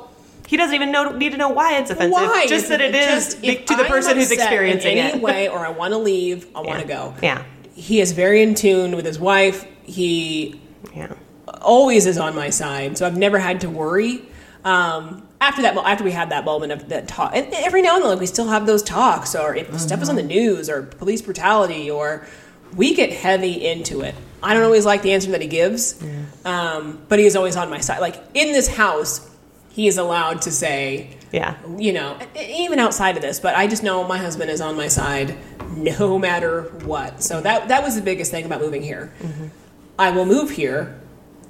[SPEAKER 1] He doesn't even know, need to know why it's offensive.
[SPEAKER 4] why?
[SPEAKER 1] Just that it is
[SPEAKER 4] Just
[SPEAKER 1] be-
[SPEAKER 4] if
[SPEAKER 1] to the
[SPEAKER 4] I'm
[SPEAKER 1] person who's
[SPEAKER 4] upset in
[SPEAKER 1] experiencing
[SPEAKER 4] any
[SPEAKER 1] it.
[SPEAKER 4] way, or I want to leave.
[SPEAKER 1] [LAUGHS]
[SPEAKER 4] I want to go.
[SPEAKER 1] Yeah.
[SPEAKER 4] He is very in tune with his wife. He
[SPEAKER 1] Yeah.
[SPEAKER 4] always is on my side, so I've never had to worry. Um, after that, after we had that moment of that talk, and every now and then, like we still have those talks, or if stuff is on the news, or police brutality, or we get heavy into it. I don't always like the answer that he gives, um, but he is always on my side. Like in this house, he is allowed to say,
[SPEAKER 1] Yeah.
[SPEAKER 4] you know, e- even outside of this, but I just know my husband is on my side no matter what. So that that was the biggest thing about moving here. I will move here.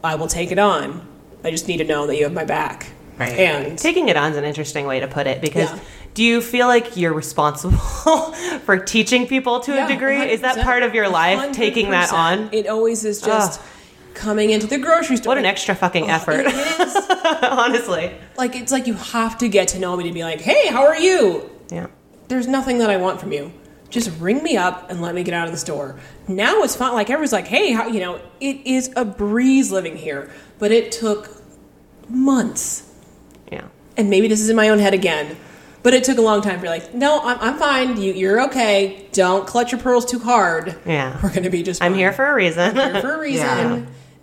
[SPEAKER 4] I will take it on. I just need to know that you have my back.
[SPEAKER 2] Right.
[SPEAKER 4] And
[SPEAKER 1] Taking it on is an interesting way to put it because
[SPEAKER 4] Yeah.
[SPEAKER 1] do you feel like you're responsible [LAUGHS] for teaching people to
[SPEAKER 4] Yeah,
[SPEAKER 1] a degree? Is that
[SPEAKER 4] 100%.
[SPEAKER 1] part of your life, taking that
[SPEAKER 4] 100%.
[SPEAKER 1] on?
[SPEAKER 4] It always is just
[SPEAKER 1] Ugh.
[SPEAKER 4] coming into the grocery store.
[SPEAKER 1] What an extra fucking effort, [LAUGHS]
[SPEAKER 4] It is.
[SPEAKER 1] honestly.
[SPEAKER 4] like it's like you have to get to know me to be like, hey, how are you?
[SPEAKER 1] Yeah.
[SPEAKER 4] there's nothing that I want from you. Just ring me up and let me get out of the store. Now it's fun. Like everyone's like, hey, how, you know, it is a breeze living here, but it took months.
[SPEAKER 1] Yeah.
[SPEAKER 4] And maybe this is in my own head again, but it took a long time for like, no, I'm, I'm fine. You, you're okay. Don't clutch your pearls too hard.
[SPEAKER 1] Yeah.
[SPEAKER 4] We're going to be just
[SPEAKER 1] I'm
[SPEAKER 4] fine.
[SPEAKER 1] here for a reason. [LAUGHS]
[SPEAKER 4] Here for a reason.
[SPEAKER 2] Yeah.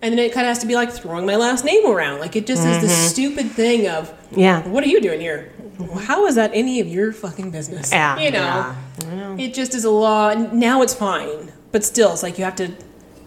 [SPEAKER 4] And then it kind of has to be like throwing my last name around. Like it just is this stupid thing of,
[SPEAKER 1] Mm-hmm. Yeah.
[SPEAKER 4] what are you doing here? How is that any of your fucking business?
[SPEAKER 1] Yeah.
[SPEAKER 4] You know,
[SPEAKER 2] Yeah.
[SPEAKER 4] it just is a law. and Now it's fine, but still, it's like you have to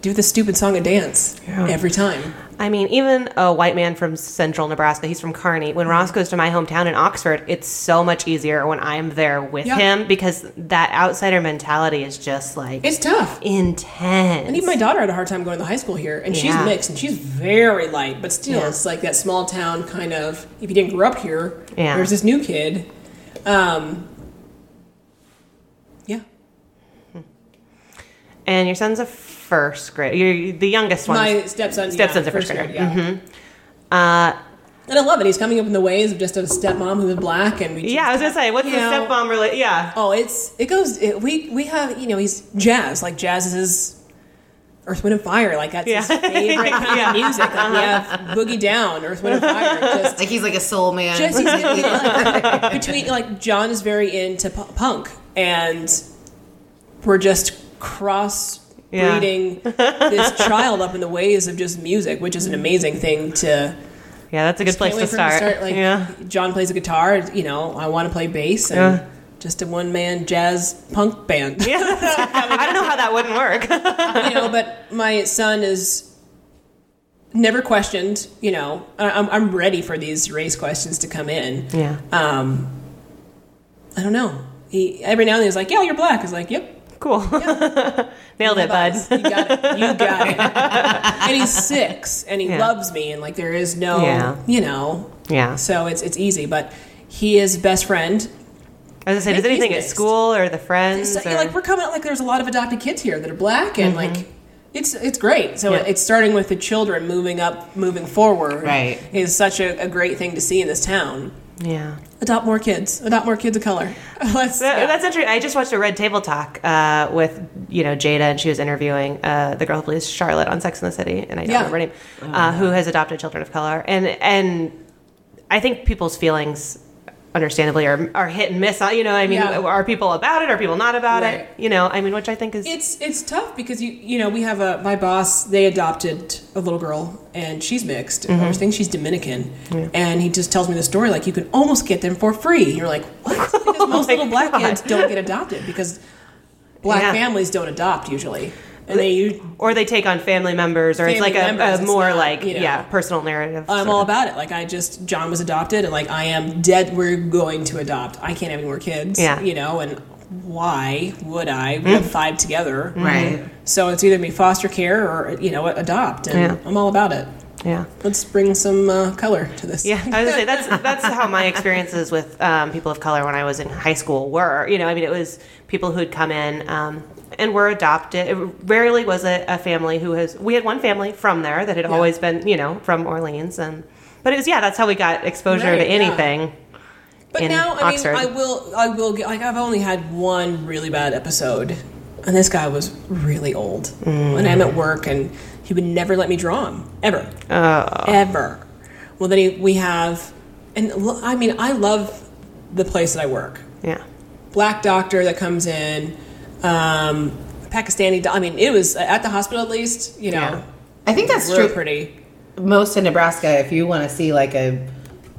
[SPEAKER 4] do the stupid song and dance every time.
[SPEAKER 1] I mean, even a white man from central Nebraska, he's from Kearney.
[SPEAKER 4] Mm-hmm.
[SPEAKER 1] When Ross goes to my hometown in Oxford, it's so much easier when I'm there with
[SPEAKER 4] Yeah.
[SPEAKER 1] him because that outsider mentality is just like
[SPEAKER 4] It's tough.
[SPEAKER 1] intense.
[SPEAKER 4] And even my daughter had a hard time going to high school here, and
[SPEAKER 1] Yeah.
[SPEAKER 4] she's mixed and she's very light, but still,
[SPEAKER 1] Yeah.
[SPEAKER 4] it's like that small town kind of. If you didn't grow up here,
[SPEAKER 1] Yeah.
[SPEAKER 4] there's this new kid. Um, yeah,
[SPEAKER 1] and your son's a first grade. You're the youngest one.
[SPEAKER 4] my stepson.
[SPEAKER 1] Stepson's
[SPEAKER 4] yeah,
[SPEAKER 1] a first
[SPEAKER 4] grade,
[SPEAKER 1] grader. Mm-hmm.
[SPEAKER 4] yeah.
[SPEAKER 1] uh,
[SPEAKER 4] And I love it. He's coming up in the ways of just a stepmom who is black, and we just-
[SPEAKER 1] yeah, I was gonna say, what's
[SPEAKER 4] you
[SPEAKER 1] the
[SPEAKER 4] know,
[SPEAKER 1] stepmom really? Yeah,
[SPEAKER 4] Oh, it's it goes. It, we we have you know he's jazz like jazz is his Earth Wind and Fire like that's his
[SPEAKER 1] Yeah. [LAUGHS]
[SPEAKER 4] favorite kind
[SPEAKER 1] Yeah. Uh-huh.
[SPEAKER 4] of music. Like we have Boogie Down, Earth Wind
[SPEAKER 1] [LAUGHS]
[SPEAKER 4] and Fire. Just
[SPEAKER 2] Like he's like a soul man. [LAUGHS]
[SPEAKER 4] just he's in, like, between like John is very into pu- punk and we're just cross
[SPEAKER 1] Yeah. [LAUGHS]
[SPEAKER 4] breeding this child up in the ways of just music, which is an amazing thing to.
[SPEAKER 1] Yeah, that's a good place
[SPEAKER 4] can't
[SPEAKER 1] to
[SPEAKER 4] wait for him
[SPEAKER 1] start.
[SPEAKER 4] like
[SPEAKER 1] yeah.
[SPEAKER 4] [LAUGHS] John plays a guitar. You know, I want to play bass and
[SPEAKER 1] Yeah.
[SPEAKER 4] just a one man jazz punk band. [LAUGHS]
[SPEAKER 1] Yeah. [LAUGHS] I don't know how that wouldn't work. [LAUGHS]
[SPEAKER 4] you know, but my son is never questioned. You know, I- I'm I'm ready for these race questions to come in.
[SPEAKER 1] Yeah.
[SPEAKER 4] Um, I don't know. He every now and then he's like, "Yeah, you're black." He's like, "Yep."
[SPEAKER 1] Cool. [LAUGHS] Nailed it, bud.
[SPEAKER 4] Buzz, You got it. You got
[SPEAKER 1] [LAUGHS]
[SPEAKER 4] it. and he's six, and he
[SPEAKER 1] Yeah.
[SPEAKER 4] loves me, and like there is no,
[SPEAKER 1] Yeah.
[SPEAKER 4] you know,
[SPEAKER 1] Yeah.
[SPEAKER 4] so it's it's easy. But he is best friend.
[SPEAKER 1] As I say, does
[SPEAKER 4] Make
[SPEAKER 1] anything at
[SPEAKER 4] these mixed.
[SPEAKER 1] school or the friends?
[SPEAKER 4] So,
[SPEAKER 1] or-
[SPEAKER 4] like we're coming like there's a lot of adopted kids here that are black, and like it's it's great. So
[SPEAKER 1] Mm-hmm. Yeah.
[SPEAKER 4] it's starting with the children moving up, moving forward.
[SPEAKER 2] Right.
[SPEAKER 4] is such a, a great thing to see in this town.
[SPEAKER 1] yeah.
[SPEAKER 4] Adopt more kids. Adopt more kids of color. [LAUGHS] Let's.
[SPEAKER 1] That-
[SPEAKER 4] yeah.
[SPEAKER 1] That's interesting. I just watched a Red Table Talk uh, with you know Jada, and she was interviewing uh, the girl who plays Charlotte on Sex and the City, and I don't
[SPEAKER 4] Yeah.
[SPEAKER 1] remember her name, uh, who has adopted children of color, and and I think people's feelings, understandably, are are hit and miss. uh, You know, I mean,
[SPEAKER 4] Yeah.
[SPEAKER 1] are people about it? Are people not about
[SPEAKER 4] Right.
[SPEAKER 1] it? You know, I mean, which I think is
[SPEAKER 4] It's it's tough because you you know we have a my boss they adopted a little girl and she's mixed
[SPEAKER 1] Mm-hmm.
[SPEAKER 4] and I think she's Dominican and he just tells me the story like you can almost get them for free and you're like
[SPEAKER 1] [LAUGHS]
[SPEAKER 4] what because most
[SPEAKER 1] Oh my
[SPEAKER 4] little black
[SPEAKER 1] God.
[SPEAKER 4] kids don't get adopted because black
[SPEAKER 1] Yeah.
[SPEAKER 4] families don't adopt usually and they you
[SPEAKER 1] or they take on family members, or it's
[SPEAKER 4] Family
[SPEAKER 1] like a,
[SPEAKER 4] members,
[SPEAKER 1] a
[SPEAKER 4] it's
[SPEAKER 1] more
[SPEAKER 4] not,
[SPEAKER 1] like
[SPEAKER 4] you know.
[SPEAKER 1] yeah personal narrative.
[SPEAKER 4] I'm
[SPEAKER 1] sort
[SPEAKER 4] all
[SPEAKER 1] of.
[SPEAKER 4] about it like I just John was adopted and like I am dead we're going to adopt I can't have any more kids
[SPEAKER 1] Yeah. Mm-hmm.
[SPEAKER 4] you know and why would I we have five together
[SPEAKER 2] Right.
[SPEAKER 4] So it's either be foster care or you know adopt, and
[SPEAKER 1] Yeah.
[SPEAKER 4] I'm all about it.
[SPEAKER 1] yeah.
[SPEAKER 4] Let's bring some uh, color to
[SPEAKER 1] [LAUGHS]
[SPEAKER 4] this.
[SPEAKER 1] Yeah, I was gonna say that's that's how my experiences with um, people of color when I was in high school were. You know, I mean, it was people who'd come in um, and were adopted. It rarely was a, a family who has. We had one family from there that had always been, you know, from Orleans, and but it was yeah, that's how we got exposure
[SPEAKER 4] Right,
[SPEAKER 1] to
[SPEAKER 4] yeah.
[SPEAKER 1] anything.
[SPEAKER 4] But
[SPEAKER 1] in
[SPEAKER 4] now, I
[SPEAKER 1] Oxford.
[SPEAKER 4] mean, I will, I will get. Like, I've only had one really bad episode, and this guy was really old.
[SPEAKER 1] Mm.
[SPEAKER 4] And I'm at work, and he would never let me draw him ever,
[SPEAKER 1] Oh.
[SPEAKER 4] ever. Well, then he, we have, and lo- I mean, I love the place that I work.
[SPEAKER 1] Yeah,
[SPEAKER 4] black doctor that comes in, um, Pakistani. do- I mean, it was at the hospital at least. You know,
[SPEAKER 1] Yeah.
[SPEAKER 2] I think that's
[SPEAKER 4] real
[SPEAKER 2] true.
[SPEAKER 4] pretty.
[SPEAKER 2] Most in Nebraska, if you want to see like a,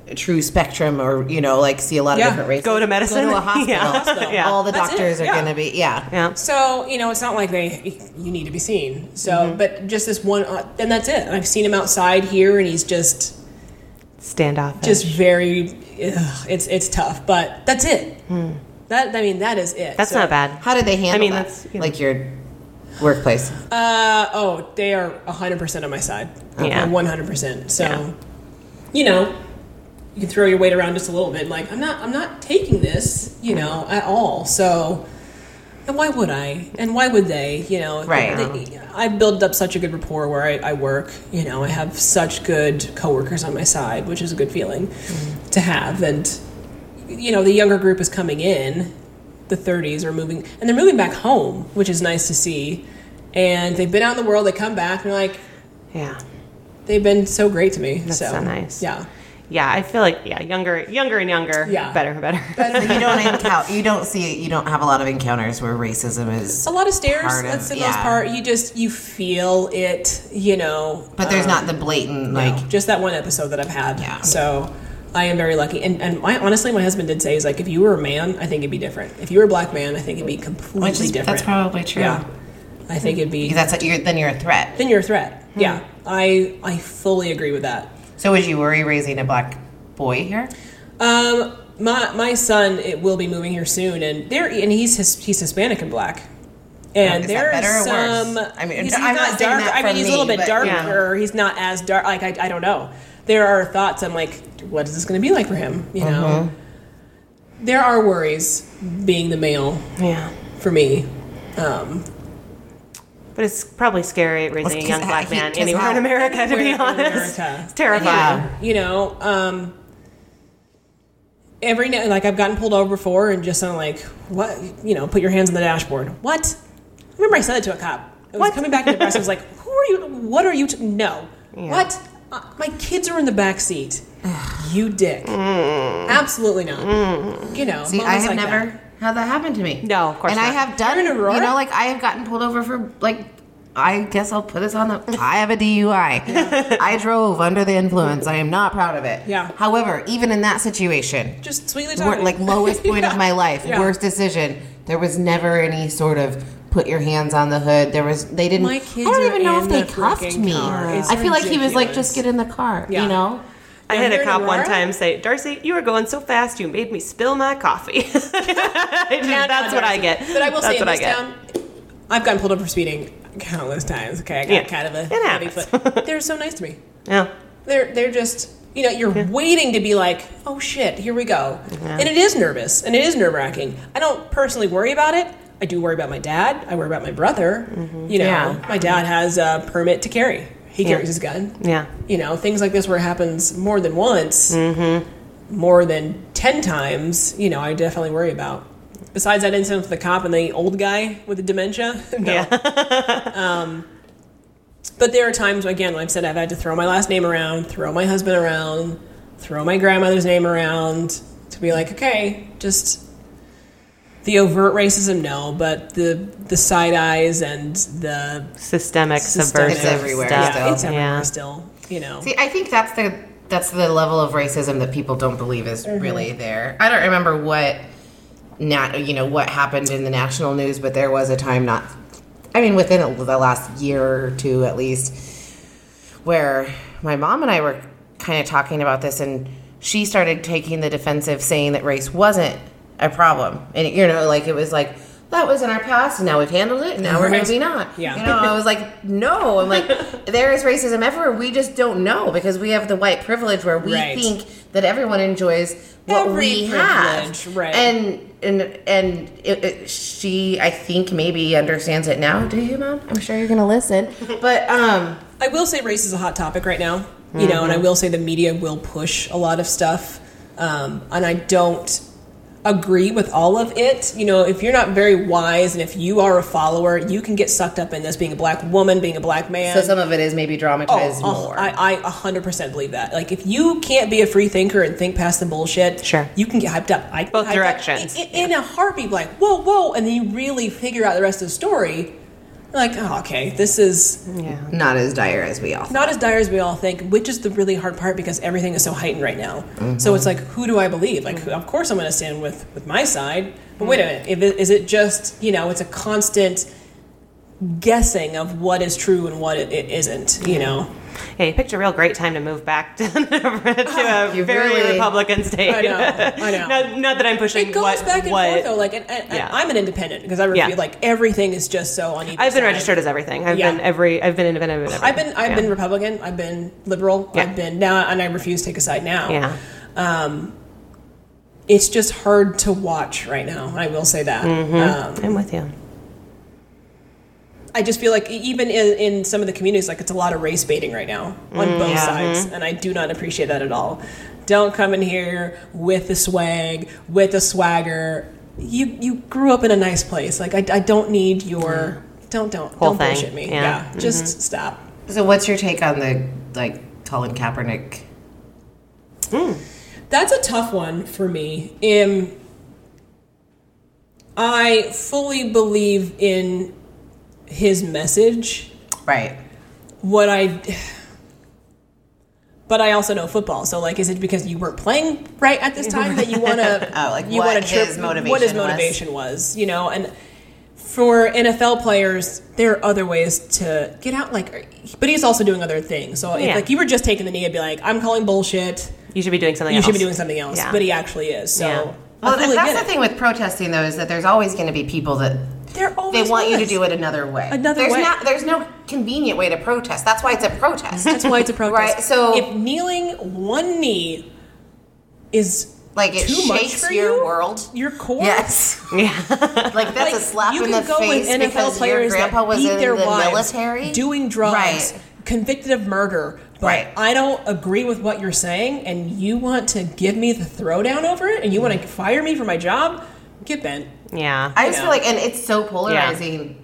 [SPEAKER 2] a true spectrum or, you know, like see a lot of
[SPEAKER 4] Yeah.
[SPEAKER 2] different races,
[SPEAKER 1] Go to medicine?
[SPEAKER 2] Go to a hospital.
[SPEAKER 1] Yeah.
[SPEAKER 4] Hospital.
[SPEAKER 1] Yeah.
[SPEAKER 2] All the
[SPEAKER 4] That's it,
[SPEAKER 2] doctors are
[SPEAKER 4] yeah.
[SPEAKER 2] going to be, yeah.
[SPEAKER 1] yeah,
[SPEAKER 4] So you know, it's not like they you need to be seen. So,
[SPEAKER 1] Mm-hmm.
[SPEAKER 4] but just this one, uh, and that's it. I've seen him outside here, and he's just
[SPEAKER 1] standoff.
[SPEAKER 4] just very. Ugh, it's it's tough, but that's it. That I mean, that is it.
[SPEAKER 1] Hmm. that's
[SPEAKER 4] So,
[SPEAKER 1] not bad.
[SPEAKER 2] How did they handle
[SPEAKER 1] I mean,
[SPEAKER 2] that?
[SPEAKER 1] that's, you know.
[SPEAKER 2] like your workplace.
[SPEAKER 4] Uh, oh, they are hundred percent on my side.
[SPEAKER 1] Yeah.
[SPEAKER 4] one hundred percent. So,
[SPEAKER 1] Yeah.
[SPEAKER 4] you know, you can throw your weight around just a little bit. Like I'm not, I'm not taking this, you know, at all. So, and why would I? And why would they? You know,
[SPEAKER 2] Right.
[SPEAKER 4] they- I build up such a good rapport where I, I work. You know, I have such good coworkers on my side, which is a good feeling to have. And you know, the younger group is coming in, the 30s are moving, and they're moving back home, which is nice to see. And they've been out in the world, they come back, and they're like,
[SPEAKER 1] Yeah,
[SPEAKER 4] they've been so great to me. That's
[SPEAKER 1] so nice.
[SPEAKER 4] Yeah.
[SPEAKER 1] yeah. I feel like yeah, younger, younger and younger.
[SPEAKER 4] Yeah.
[SPEAKER 1] better and better.
[SPEAKER 2] So [LAUGHS] you don't encounter, you don't see, you don't have a lot of encounters where racism is,
[SPEAKER 4] A lot of stairs,
[SPEAKER 2] Part of-
[SPEAKER 4] that's the most
[SPEAKER 2] yeah.
[SPEAKER 4] part. You just, you feel it, you know.
[SPEAKER 2] but there's not the blatant, like,
[SPEAKER 4] like just that one episode that I've had.
[SPEAKER 2] Yeah.
[SPEAKER 4] So I am very lucky. And, and my, honestly, my husband did say, he's like, if you were a man, I think it'd be different. If you were a black man, I think it'd be completely
[SPEAKER 2] Which is-
[SPEAKER 4] different.
[SPEAKER 2] that's probably true.
[SPEAKER 4] Yeah. I think it'd be.
[SPEAKER 2] that's you're, then you're a threat.
[SPEAKER 4] then you're a threat.
[SPEAKER 2] Hmm.
[SPEAKER 4] Yeah, I I fully agree with that.
[SPEAKER 2] So would you worry raising a black boy here?
[SPEAKER 4] Um, my my son it will be moving here soon, and there and he's his, he's Hispanic and black, and
[SPEAKER 2] Is that
[SPEAKER 4] there
[SPEAKER 2] better
[SPEAKER 4] is
[SPEAKER 2] or
[SPEAKER 4] some.
[SPEAKER 2] worse? I mean,
[SPEAKER 4] he's,
[SPEAKER 2] I'm
[SPEAKER 4] he's
[SPEAKER 2] not saying
[SPEAKER 4] dark.
[SPEAKER 2] that
[SPEAKER 4] I mean,
[SPEAKER 2] from
[SPEAKER 4] he's a little
[SPEAKER 2] me,
[SPEAKER 4] bit
[SPEAKER 2] but-
[SPEAKER 4] darker.
[SPEAKER 1] Yeah.
[SPEAKER 4] He's not as dark. Like I I don't know. There are thoughts. I'm like, what is this going to be like for him? You know.
[SPEAKER 2] Uh-huh.
[SPEAKER 4] There are worries being the male
[SPEAKER 1] [LAUGHS] yeah,
[SPEAKER 4] for me. Um,
[SPEAKER 1] but it's probably scary raising a
[SPEAKER 2] 'cause
[SPEAKER 1] young
[SPEAKER 2] I-
[SPEAKER 1] black
[SPEAKER 2] he-
[SPEAKER 1] man
[SPEAKER 2] 'cause
[SPEAKER 1] anywhere
[SPEAKER 2] how-
[SPEAKER 1] in America. To be
[SPEAKER 4] Anywhere in
[SPEAKER 1] honest,
[SPEAKER 4] America.
[SPEAKER 1] it's terrifying.
[SPEAKER 2] Yeah.
[SPEAKER 4] you know um every now like i've gotten pulled over before and just i'm like what you know put your hands on the dashboard what i remember i said it to a cop it was
[SPEAKER 1] What?
[SPEAKER 4] coming back to the press i
[SPEAKER 3] [LAUGHS]
[SPEAKER 4] was like who are you what are you t- no what uh, my kids are in the
[SPEAKER 3] [SIGHS]
[SPEAKER 4] back
[SPEAKER 3] Mm.
[SPEAKER 4] seat you dick absolutely not you know
[SPEAKER 2] See, I
[SPEAKER 4] mom's
[SPEAKER 2] have
[SPEAKER 4] like
[SPEAKER 2] never
[SPEAKER 4] that.
[SPEAKER 2] How'd that happen to me?
[SPEAKER 1] No, of course
[SPEAKER 3] and
[SPEAKER 1] not.
[SPEAKER 3] I have done,
[SPEAKER 4] in Aurora?
[SPEAKER 3] you know, like I have gotten pulled over for like. I guess I'll put this on the. I have a
[SPEAKER 1] [LAUGHS]
[SPEAKER 3] DUI. I drove under the influence. I am not proud of it.
[SPEAKER 4] Yeah.
[SPEAKER 3] However, even in that situation,
[SPEAKER 4] Just sweetly
[SPEAKER 3] wor-
[SPEAKER 4] talking.
[SPEAKER 3] like lowest point of my life,
[SPEAKER 4] [LAUGHS] Yeah.
[SPEAKER 3] worst decision. There was never any sort of put your hands on the hood. There was they didn't.
[SPEAKER 4] My kids
[SPEAKER 3] I don't
[SPEAKER 4] are
[SPEAKER 3] even know
[SPEAKER 4] in
[SPEAKER 3] if they
[SPEAKER 4] the
[SPEAKER 3] cuffed
[SPEAKER 4] freaking
[SPEAKER 3] me.
[SPEAKER 4] car. It's
[SPEAKER 3] I feel like he was like,
[SPEAKER 4] ridiculous.
[SPEAKER 3] just get in the car.
[SPEAKER 4] Yeah.
[SPEAKER 3] You know.
[SPEAKER 1] I had
[SPEAKER 4] Here
[SPEAKER 1] a
[SPEAKER 4] in
[SPEAKER 1] cop one
[SPEAKER 4] Aurora?
[SPEAKER 1] time say, Darcy, you were going so fast, you made me spill my coffee. [LAUGHS]
[SPEAKER 4] [LAUGHS]
[SPEAKER 1] That's what I get.
[SPEAKER 4] But I will
[SPEAKER 1] That's
[SPEAKER 4] say, in
[SPEAKER 1] what
[SPEAKER 4] this town, I've gotten pulled over for speeding countless times. Okay, I got
[SPEAKER 1] Yeah.
[SPEAKER 4] kind of a
[SPEAKER 1] It
[SPEAKER 4] heavy
[SPEAKER 1] happens.
[SPEAKER 4] foot. They're so nice to me.
[SPEAKER 1] Yeah.
[SPEAKER 4] They're they're just you know you're waiting to be like oh shit here we go and it is nervous and it is nerve wracking. I don't personally worry about it. I do worry about my dad. I worry about my brother.
[SPEAKER 1] Mm-hmm.
[SPEAKER 4] You know,
[SPEAKER 2] Yeah.
[SPEAKER 4] my dad has a permit to carry. He carries his gun.
[SPEAKER 1] Yeah.
[SPEAKER 4] You know, things like this where it happens more than once,
[SPEAKER 1] Mm-hmm.
[SPEAKER 4] more than ten times. You know, I definitely worry about. Besides that incident with the cop and the old guy with the dementia, [LAUGHS] no. Um,
[SPEAKER 1] Yeah.
[SPEAKER 4] [LAUGHS] But there are times, again, like I've said, I've had to throw my last name around, throw my husband around, throw my grandmother's name around to be like, okay, just the overt racism, no, but the the side eyes and the
[SPEAKER 1] Systemic,
[SPEAKER 4] Systemic.
[SPEAKER 1] subversive
[SPEAKER 4] It's
[SPEAKER 3] everywhere
[SPEAKER 1] stuff.
[SPEAKER 3] still.
[SPEAKER 4] yeah, it's everywhere
[SPEAKER 1] Yeah.
[SPEAKER 4] still, you know.
[SPEAKER 2] See, I think that's the that's the level of racism that people don't believe is really there. I don't remember what not you know what happened in the national news, but there was a time not I mean within the last year or two at least where my mom and I were kind of talking about this and she started taking the defensive saying that race wasn't a problem. And you know like it was like that was in our past and now we've handled it and now we're
[SPEAKER 4] Right.
[SPEAKER 2] moving on.
[SPEAKER 4] Yeah.
[SPEAKER 2] You know, I was like, no. I'm
[SPEAKER 4] [LAUGHS]
[SPEAKER 2] like, there is racism everywhere. We just don't know because we have the white privilege where we
[SPEAKER 4] Right.
[SPEAKER 2] think that everyone enjoys what
[SPEAKER 4] Every
[SPEAKER 2] we have.
[SPEAKER 4] privilege, right.
[SPEAKER 2] And and and it, it, she, I think, maybe understands it now. Do you, mom? I'm sure you're gonna
[SPEAKER 4] [LAUGHS]
[SPEAKER 2] listen. But um,
[SPEAKER 4] I will say race is a hot topic right now, you know,
[SPEAKER 1] Mm-hmm.
[SPEAKER 4] and I will say the media will push a lot of stuff, um, and I don't agree with all of it. You know, if you're not very wise and if you are a follower, you can get sucked up in this being a black woman, being a black man.
[SPEAKER 2] so some of it is maybe dramatized
[SPEAKER 4] Oh, uh,
[SPEAKER 2] more.
[SPEAKER 4] I, I 100% believe that. Like, if you can't be a free thinker and think past the bullshit,
[SPEAKER 1] Sure.
[SPEAKER 4] you can get hyped up. I get
[SPEAKER 1] Both
[SPEAKER 4] hyped up
[SPEAKER 1] directions.
[SPEAKER 4] i- i- in, a heartbeat, like, whoa, whoa. And then you really figure out the rest of the story. Like, oh, okay, this is
[SPEAKER 1] Yeah.
[SPEAKER 2] Not as dire as we all.
[SPEAKER 4] not as dire as we all think, which is the really hard part because everything is so heightened right now. So
[SPEAKER 1] Mm-hmm.
[SPEAKER 4] it's like, who do I believe? Like, who- of course I'm going to stand with, with my side. But wait a
[SPEAKER 1] Mm-hmm.
[SPEAKER 4] minute, if it, is it just, you know, it's a constant guessing of what is true and what it, it isn't,
[SPEAKER 1] Mm-hmm.
[SPEAKER 4] you know?
[SPEAKER 1] Yeah, you picked a real great time to move back to, [LAUGHS] to a
[SPEAKER 2] You
[SPEAKER 1] very
[SPEAKER 2] really-
[SPEAKER 1] Republican state.
[SPEAKER 4] Oh, I know, I
[SPEAKER 1] [LAUGHS]
[SPEAKER 4] know.
[SPEAKER 1] not, not that I'm pushing
[SPEAKER 4] It goes
[SPEAKER 1] what,
[SPEAKER 4] back and
[SPEAKER 1] what
[SPEAKER 4] forth though. Like, and, and, and
[SPEAKER 1] Yeah.
[SPEAKER 4] I'm an independent because I
[SPEAKER 1] Yeah.
[SPEAKER 4] refuse. Like everything is just so on either
[SPEAKER 1] I've been
[SPEAKER 4] side.
[SPEAKER 1] registered as everything. I've
[SPEAKER 4] Yeah.
[SPEAKER 1] been every. I've been independent. Of
[SPEAKER 4] I've been I've
[SPEAKER 1] yeah.
[SPEAKER 4] been Republican. I've been liberal.
[SPEAKER 1] Yeah.
[SPEAKER 4] I've been now, and I refuse to take a side now.
[SPEAKER 1] Yeah.
[SPEAKER 4] It's just hard to watch right now. I will say that.
[SPEAKER 1] Mm-hmm.
[SPEAKER 4] Um,
[SPEAKER 1] I'm with you.
[SPEAKER 4] I just feel like e, even in, in some of the communities, like it's a lot of race baiting right now on
[SPEAKER 1] Mm-hmm.
[SPEAKER 4] both sides, and I do not appreciate that at all. Don't come in here with the swag, with the swagger. You you grew up in a nice place. Like I, I don't need your don't don't
[SPEAKER 1] Whole
[SPEAKER 4] don't
[SPEAKER 1] thing.
[SPEAKER 4] bullshit me.
[SPEAKER 1] Yeah. Mm-hmm.
[SPEAKER 4] Yeah, just stop.
[SPEAKER 2] So what's your take on the like Colin Kaepernick?
[SPEAKER 4] That's a tough one for me. Um, I fully believe in his message.
[SPEAKER 2] Right.
[SPEAKER 4] what I. But I also know football, so like, is it because you weren't playing right at this
[SPEAKER 2] [LAUGHS]
[SPEAKER 4] time that you want to?
[SPEAKER 2] Oh, like
[SPEAKER 4] you
[SPEAKER 2] what
[SPEAKER 4] wanna
[SPEAKER 2] his
[SPEAKER 4] What his
[SPEAKER 2] motivation was?
[SPEAKER 4] motivation was, you know? And for NFL players, there are other ways to get out. Like, but he's also doing other things. So if
[SPEAKER 1] Yeah.
[SPEAKER 4] like you were just taking the knee, I'd be like, I'm calling bullshit.
[SPEAKER 1] You should be doing something.
[SPEAKER 4] You
[SPEAKER 1] else.
[SPEAKER 4] should be doing something else.
[SPEAKER 1] Yeah.
[SPEAKER 4] But he actually is. So
[SPEAKER 1] Yeah.
[SPEAKER 4] I
[SPEAKER 2] Well,
[SPEAKER 4] fully
[SPEAKER 2] that's
[SPEAKER 4] get
[SPEAKER 2] the
[SPEAKER 4] it.
[SPEAKER 2] thing with protesting though is that there's always going to be people that
[SPEAKER 4] There always
[SPEAKER 2] they want you to
[SPEAKER 4] was.
[SPEAKER 2] do it another way.
[SPEAKER 4] Another
[SPEAKER 2] there's
[SPEAKER 4] way.
[SPEAKER 2] Not, there's no convenient way to protest. That's why it's a protest.
[SPEAKER 4] That's why it's a protest.
[SPEAKER 2] Right, so-
[SPEAKER 4] if kneeling one knee is
[SPEAKER 2] [LAUGHS] like it
[SPEAKER 4] too much
[SPEAKER 2] shakes
[SPEAKER 4] for
[SPEAKER 2] your
[SPEAKER 4] you?
[SPEAKER 2] world.
[SPEAKER 4] your core,
[SPEAKER 2] Yes, [LAUGHS] like that's a
[SPEAKER 4] Like,
[SPEAKER 2] slap
[SPEAKER 4] you
[SPEAKER 2] in the
[SPEAKER 4] can go
[SPEAKER 2] face
[SPEAKER 4] with
[SPEAKER 2] because
[SPEAKER 4] NFL
[SPEAKER 2] your
[SPEAKER 4] players
[SPEAKER 2] grandpa
[SPEAKER 4] that
[SPEAKER 2] was
[SPEAKER 4] beat
[SPEAKER 2] in
[SPEAKER 4] their
[SPEAKER 2] the
[SPEAKER 4] wives,
[SPEAKER 2] military
[SPEAKER 4] doing drugs,
[SPEAKER 2] Right.
[SPEAKER 4] convicted of murder. But
[SPEAKER 2] Right.
[SPEAKER 4] I don't agree with what you're saying, and you want to give me the throwdown over it, and you want to fire me for my job. Get bent.
[SPEAKER 1] Yeah.
[SPEAKER 2] I just
[SPEAKER 4] know.
[SPEAKER 2] feel like, and it's so polarizing.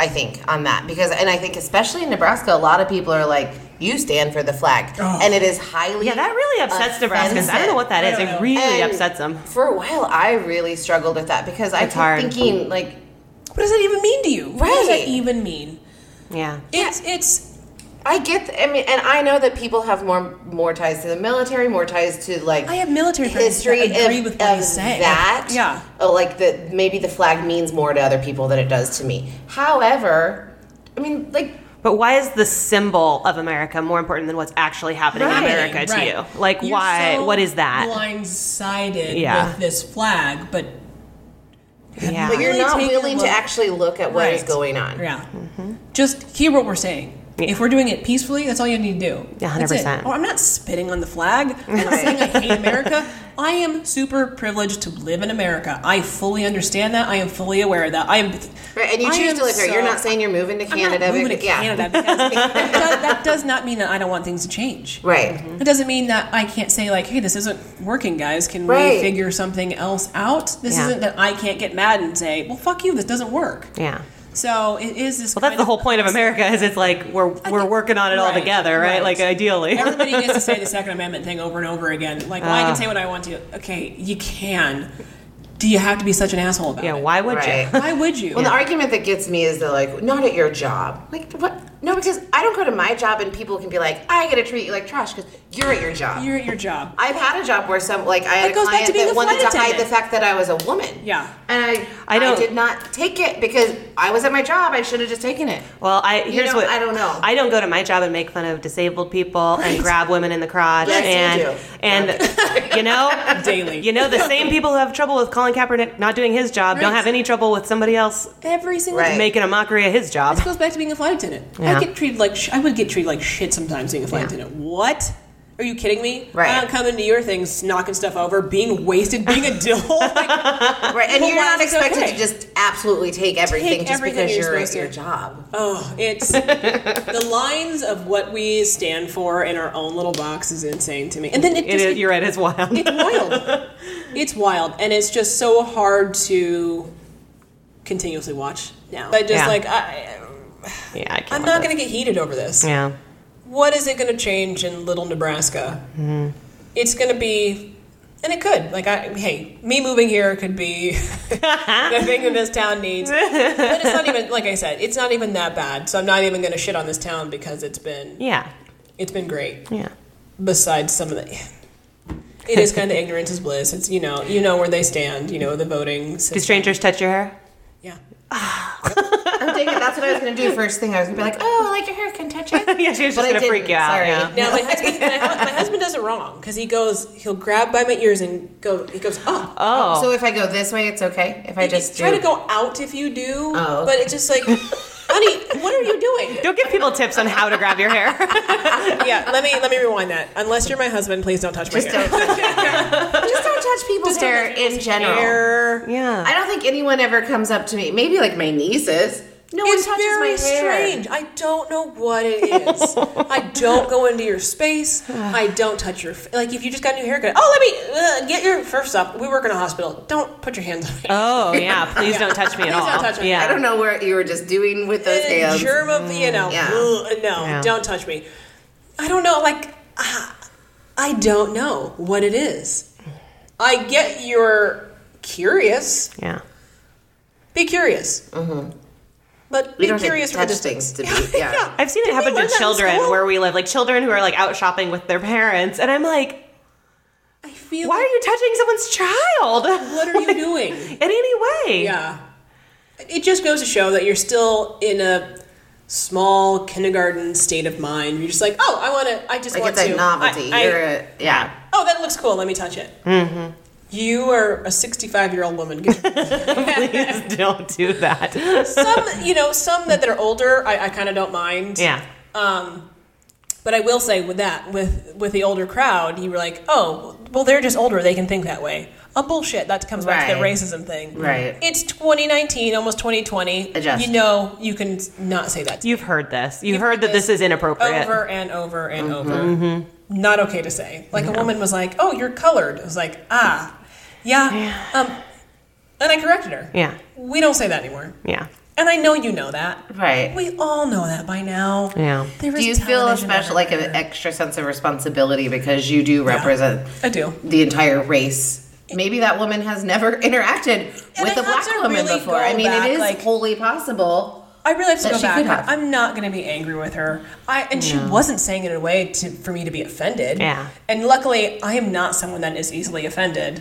[SPEAKER 2] I think, on that because, and I think especially in Nebraska, a lot of people are like, "You stand for the flag,"
[SPEAKER 4] Oh.
[SPEAKER 2] and it is highly
[SPEAKER 1] Yeah, that really upsets Nebraskans. I don't know what that is. It really
[SPEAKER 2] Uh, And
[SPEAKER 1] upsets them.
[SPEAKER 2] For a while, I really struggled with that because I
[SPEAKER 1] It's
[SPEAKER 2] kept
[SPEAKER 1] hard.
[SPEAKER 2] thinking like,
[SPEAKER 4] What does that even mean to you? What does
[SPEAKER 2] Right.
[SPEAKER 4] that even mean?
[SPEAKER 1] Yeah.
[SPEAKER 4] It's it's
[SPEAKER 2] I get, th- I mean, and I know that people have more more ties to the military, more ties to like
[SPEAKER 4] I have military friends
[SPEAKER 2] history.
[SPEAKER 4] that agree
[SPEAKER 2] of,
[SPEAKER 4] with what
[SPEAKER 2] of
[SPEAKER 4] he's saying.
[SPEAKER 2] That,
[SPEAKER 4] Yeah.
[SPEAKER 2] uh, like that. Maybe the flag means more to other people than it does to me. However, I mean, like
[SPEAKER 1] But why is the symbol of America more important than what's actually happening in
[SPEAKER 2] Right,
[SPEAKER 1] America to
[SPEAKER 4] right.
[SPEAKER 1] you? Like,
[SPEAKER 4] You're
[SPEAKER 1] why?
[SPEAKER 4] so
[SPEAKER 1] what is that?
[SPEAKER 4] Blindsided
[SPEAKER 1] Yeah.
[SPEAKER 4] with this flag, but
[SPEAKER 1] Yeah.
[SPEAKER 2] but you're
[SPEAKER 4] Really
[SPEAKER 2] not
[SPEAKER 4] take a
[SPEAKER 2] willing to
[SPEAKER 4] look.
[SPEAKER 2] actually look at what is
[SPEAKER 4] Right.
[SPEAKER 2] going on.
[SPEAKER 4] Yeah.
[SPEAKER 1] Mm-hmm.
[SPEAKER 4] Just hear what we're saying. If we're doing it peacefully, that's all you need to do.
[SPEAKER 1] Yeah,
[SPEAKER 4] That's it.
[SPEAKER 1] 100%.
[SPEAKER 4] Oh, I'm not spitting on the flag. I'm not saying
[SPEAKER 1] [LAUGHS]
[SPEAKER 4] I hate America. I am super privileged to live in America. I fully understand that. I am fully aware of that. I am.
[SPEAKER 2] Right, and you
[SPEAKER 4] I
[SPEAKER 2] choose
[SPEAKER 4] am
[SPEAKER 2] to live here.
[SPEAKER 4] so-
[SPEAKER 2] you're not saying you're moving to
[SPEAKER 4] I'm
[SPEAKER 2] Canada.
[SPEAKER 4] not moving
[SPEAKER 2] but-
[SPEAKER 4] to
[SPEAKER 2] yeah.
[SPEAKER 4] Canada
[SPEAKER 2] [LAUGHS]
[SPEAKER 4] because that, that does not mean that I don't want things to change.
[SPEAKER 2] Right.
[SPEAKER 4] It doesn't mean that I can't say like, "Hey, this isn't working, guys. Can
[SPEAKER 2] Right.
[SPEAKER 4] we figure something else out?" This
[SPEAKER 1] Yeah.
[SPEAKER 4] isn't that I can't get mad and say, "Well, fuck you. This doesn't work."
[SPEAKER 1] yeah.
[SPEAKER 4] So it is this.
[SPEAKER 1] Well, that's the whole point of America is it's like we're we're working on it all
[SPEAKER 4] right,
[SPEAKER 1] together, right?
[SPEAKER 4] right.
[SPEAKER 1] Like ideally.
[SPEAKER 4] [LAUGHS] Everybody gets to say the Second Amendment thing over and over again. Like, well, I
[SPEAKER 1] Ah.
[SPEAKER 4] can say what I want to. Okay, you can. Do you have to be such an asshole about
[SPEAKER 1] [LAUGHS] yeah,
[SPEAKER 4] it?
[SPEAKER 1] why would
[SPEAKER 2] Right.
[SPEAKER 1] you?
[SPEAKER 4] Why would you?
[SPEAKER 2] Well, the argument that gets me is that like, not at your job. Like, what? No, because I don't go to my job and people can be like, I gotta treat you like trash because you're at your job.
[SPEAKER 4] You're at your job.
[SPEAKER 2] I've had a job where some like I had
[SPEAKER 4] That
[SPEAKER 2] a
[SPEAKER 4] goes back to
[SPEAKER 2] client
[SPEAKER 4] being
[SPEAKER 2] that
[SPEAKER 4] a
[SPEAKER 2] wanted to
[SPEAKER 4] flight
[SPEAKER 2] hide the
[SPEAKER 4] attendant.
[SPEAKER 2] fact that I was a woman.
[SPEAKER 4] Yeah.
[SPEAKER 2] and I
[SPEAKER 1] I
[SPEAKER 2] I,
[SPEAKER 1] don't-
[SPEAKER 2] did not take it because I was at my job. I should have just taken
[SPEAKER 4] [LAUGHS]
[SPEAKER 2] it.
[SPEAKER 1] [LAUGHS] Well, I here's
[SPEAKER 2] know,
[SPEAKER 1] what
[SPEAKER 2] I don't know.
[SPEAKER 1] I don't go to my job and make fun of disabled people and grab women in the crotch
[SPEAKER 2] Yes, you do.
[SPEAKER 1] and
[SPEAKER 4] [LAUGHS]
[SPEAKER 1] and you know [LAUGHS]
[SPEAKER 4] Daily.
[SPEAKER 1] You know the same people who have trouble with Colin Kaepernick not doing his job don't
[SPEAKER 4] Right.
[SPEAKER 1] have any trouble with somebody else
[SPEAKER 4] Every single
[SPEAKER 2] Right.
[SPEAKER 1] making a mockery of his job.
[SPEAKER 4] This goes back to being a flight attendant.
[SPEAKER 1] Yeah.
[SPEAKER 4] I get treated like sh- I would get treated like shit sometimes being a flight attendant. What? Are you kidding me?
[SPEAKER 2] Right.
[SPEAKER 4] I don't come into your things knocking stuff over, being
[SPEAKER 1] [LAUGHS]
[SPEAKER 4] wasted, being a dill. Like,
[SPEAKER 2] Right, and
[SPEAKER 4] Well,
[SPEAKER 2] you're
[SPEAKER 4] why
[SPEAKER 2] not
[SPEAKER 4] is it
[SPEAKER 2] expected
[SPEAKER 4] okay?
[SPEAKER 2] to just absolutely take everything just
[SPEAKER 4] everything
[SPEAKER 2] because
[SPEAKER 4] you're
[SPEAKER 2] you're, at
[SPEAKER 4] supposed
[SPEAKER 2] your
[SPEAKER 4] to.
[SPEAKER 2] job.
[SPEAKER 4] oh, it's the lines of what we stand for in our own little box is insane to me. And then it
[SPEAKER 1] [LAUGHS] It
[SPEAKER 4] just
[SPEAKER 1] is, you're right, it's wild.
[SPEAKER 4] it's wild. it's wild, and it's just so hard to continuously watch now. I just
[SPEAKER 1] Yeah.
[SPEAKER 4] like I,
[SPEAKER 1] [LAUGHS] yeah, I can't
[SPEAKER 4] I'm
[SPEAKER 1] with
[SPEAKER 4] not
[SPEAKER 1] this.
[SPEAKER 4] going to get heated over this.
[SPEAKER 1] Yeah.
[SPEAKER 4] What is it going to change in Little Nebraska? It's going to be, and it could. Like I, hey, me moving here could be the thing that this town needs. But it's not even like I said. It's not even that bad. So I'm not even going to shit on this town because it's been
[SPEAKER 1] Yeah.
[SPEAKER 4] it's been great.
[SPEAKER 1] Yeah.
[SPEAKER 4] besides some of the it is kind of ignorance is bliss it's you know you know where they stand you know the voting
[SPEAKER 1] Do
[SPEAKER 4] system.
[SPEAKER 1] strangers touch your hair? [LAUGHS]
[SPEAKER 4] yeah
[SPEAKER 2] I'm taking. That's what I was gonna do. First thing I was gonna be like, oh, I like your hair, can I
[SPEAKER 4] [LAUGHS]
[SPEAKER 2] touch it.
[SPEAKER 1] yeah, she was just
[SPEAKER 2] But I
[SPEAKER 1] gonna
[SPEAKER 2] didn't,
[SPEAKER 1] freak you out.
[SPEAKER 2] sorry.
[SPEAKER 1] Yeah.
[SPEAKER 4] now my husband, my, hu- my husband does it wrong because he goes he'll grab by my ears and go he goes oh,
[SPEAKER 1] Oh.
[SPEAKER 2] So if I go this way, it's okay. If I just
[SPEAKER 4] try
[SPEAKER 2] do-
[SPEAKER 4] to go out if you do
[SPEAKER 2] Oh.
[SPEAKER 4] but it's just like honey what are
[SPEAKER 2] [LAUGHS]
[SPEAKER 4] you doing
[SPEAKER 1] don't give people tips on how to grab your
[SPEAKER 4] [LAUGHS]
[SPEAKER 1] hair.
[SPEAKER 4] yeah let me let me rewind that unless you're my husband please don't touch my
[SPEAKER 2] Just
[SPEAKER 4] hair
[SPEAKER 2] don't,
[SPEAKER 4] [LAUGHS]
[SPEAKER 2] just don't touch people's hair in general.
[SPEAKER 4] Hair.
[SPEAKER 1] yeah.
[SPEAKER 2] I don't think anyone ever comes up to me. Maybe like my nieces. No
[SPEAKER 4] It's
[SPEAKER 2] one touches
[SPEAKER 4] very
[SPEAKER 2] my hair.
[SPEAKER 4] strange. I don't know what it is. I don't go into
[SPEAKER 2] [SIGHS]
[SPEAKER 4] your space. I don't touch your f- like. If you just got a new haircut, oh let me uh, get your first up. We work in a hospital. Don't put your hands on me. [LAUGHS]
[SPEAKER 1] Oh yeah, please don't touch me at
[SPEAKER 4] Please
[SPEAKER 1] all.
[SPEAKER 4] don't touch me.
[SPEAKER 1] Yeah.
[SPEAKER 2] I don't know what you were just doing with those
[SPEAKER 4] Uh,
[SPEAKER 2] hands.
[SPEAKER 4] germ of you know.
[SPEAKER 2] Yeah.
[SPEAKER 4] ugh, no,
[SPEAKER 1] Yeah.
[SPEAKER 4] don't touch me. I don't know. Like ah, I don't know what it is. I get you're curious.
[SPEAKER 1] Yeah.
[SPEAKER 4] Be curious. But
[SPEAKER 2] Mm-hmm. We
[SPEAKER 4] be
[SPEAKER 2] don't have to
[SPEAKER 4] curious for
[SPEAKER 2] touch
[SPEAKER 4] distance. [LAUGHS]
[SPEAKER 2] things to be. Yeah.
[SPEAKER 1] I've seen it
[SPEAKER 4] Did we
[SPEAKER 1] happen
[SPEAKER 4] learn that
[SPEAKER 1] to
[SPEAKER 4] in
[SPEAKER 1] children
[SPEAKER 4] school?
[SPEAKER 1] where we live, like children who are like out shopping with their parents, and I'm like,
[SPEAKER 4] I feel.
[SPEAKER 1] why are you touching someone's child [LAUGHS]
[SPEAKER 4] What are
[SPEAKER 2] [LAUGHS]
[SPEAKER 4] you doing?
[SPEAKER 1] in any way?
[SPEAKER 4] Yeah. It just goes to show that you're still in a small kindergarten state of mind. You're just like, oh, I want to, I just
[SPEAKER 2] Like
[SPEAKER 4] want
[SPEAKER 2] it's a
[SPEAKER 4] to.
[SPEAKER 2] novelty.
[SPEAKER 4] I- I-
[SPEAKER 2] You're Mm-hmm. a, yeah.
[SPEAKER 4] oh, that looks cool. Let me touch it. You are a 65 year old woman.
[SPEAKER 1] Please [LAUGHS] don't do that.
[SPEAKER 4] some, you know, some that are older, I, I kind of don't mind.
[SPEAKER 1] Yeah.
[SPEAKER 4] But I will say with that, with with the older crowd, you were like, oh, well, they're just older. They can think that way. Oh, bullshit. That comes back to the
[SPEAKER 2] Right.
[SPEAKER 4] racism thing.
[SPEAKER 2] Right.
[SPEAKER 4] It's 2019, almost 2020.
[SPEAKER 2] Adjust.
[SPEAKER 4] You know, you can not say that. to
[SPEAKER 1] You've heard this. You've heard that this is inappropriate. Mm-hmm.
[SPEAKER 4] Over and over and over. Not okay to say. Like a woman was like, "Oh, you're colored." I was like, "Ah, yeah." Um, and I corrected her.
[SPEAKER 1] Yeah.
[SPEAKER 4] We don't say that anymore.
[SPEAKER 1] Yeah.
[SPEAKER 4] And I know you know that.
[SPEAKER 2] Right.
[SPEAKER 4] We all know that by now.
[SPEAKER 1] Yeah.
[SPEAKER 4] There
[SPEAKER 2] Do
[SPEAKER 4] is
[SPEAKER 2] you feel a
[SPEAKER 4] television
[SPEAKER 2] special, like an
[SPEAKER 4] everywhere.
[SPEAKER 2] extra sense of responsibility because you do represent
[SPEAKER 4] I do.
[SPEAKER 2] the entire race? Maybe that woman has never interacted with
[SPEAKER 4] And I
[SPEAKER 2] a
[SPEAKER 4] have
[SPEAKER 2] black
[SPEAKER 4] to
[SPEAKER 2] woman
[SPEAKER 4] really
[SPEAKER 2] before.
[SPEAKER 4] go
[SPEAKER 2] I mean,
[SPEAKER 4] back,
[SPEAKER 2] it is
[SPEAKER 4] like-
[SPEAKER 2] wholly
[SPEAKER 4] [LAUGHS]
[SPEAKER 2] possible.
[SPEAKER 4] I really have to
[SPEAKER 2] that
[SPEAKER 4] go
[SPEAKER 2] she could
[SPEAKER 4] back.
[SPEAKER 2] have.
[SPEAKER 4] I'm not going to be angry with her. I and she wasn't saying it in a way to, for me to be offended.
[SPEAKER 1] Yeah.
[SPEAKER 4] And luckily, I am not someone that is easily offended.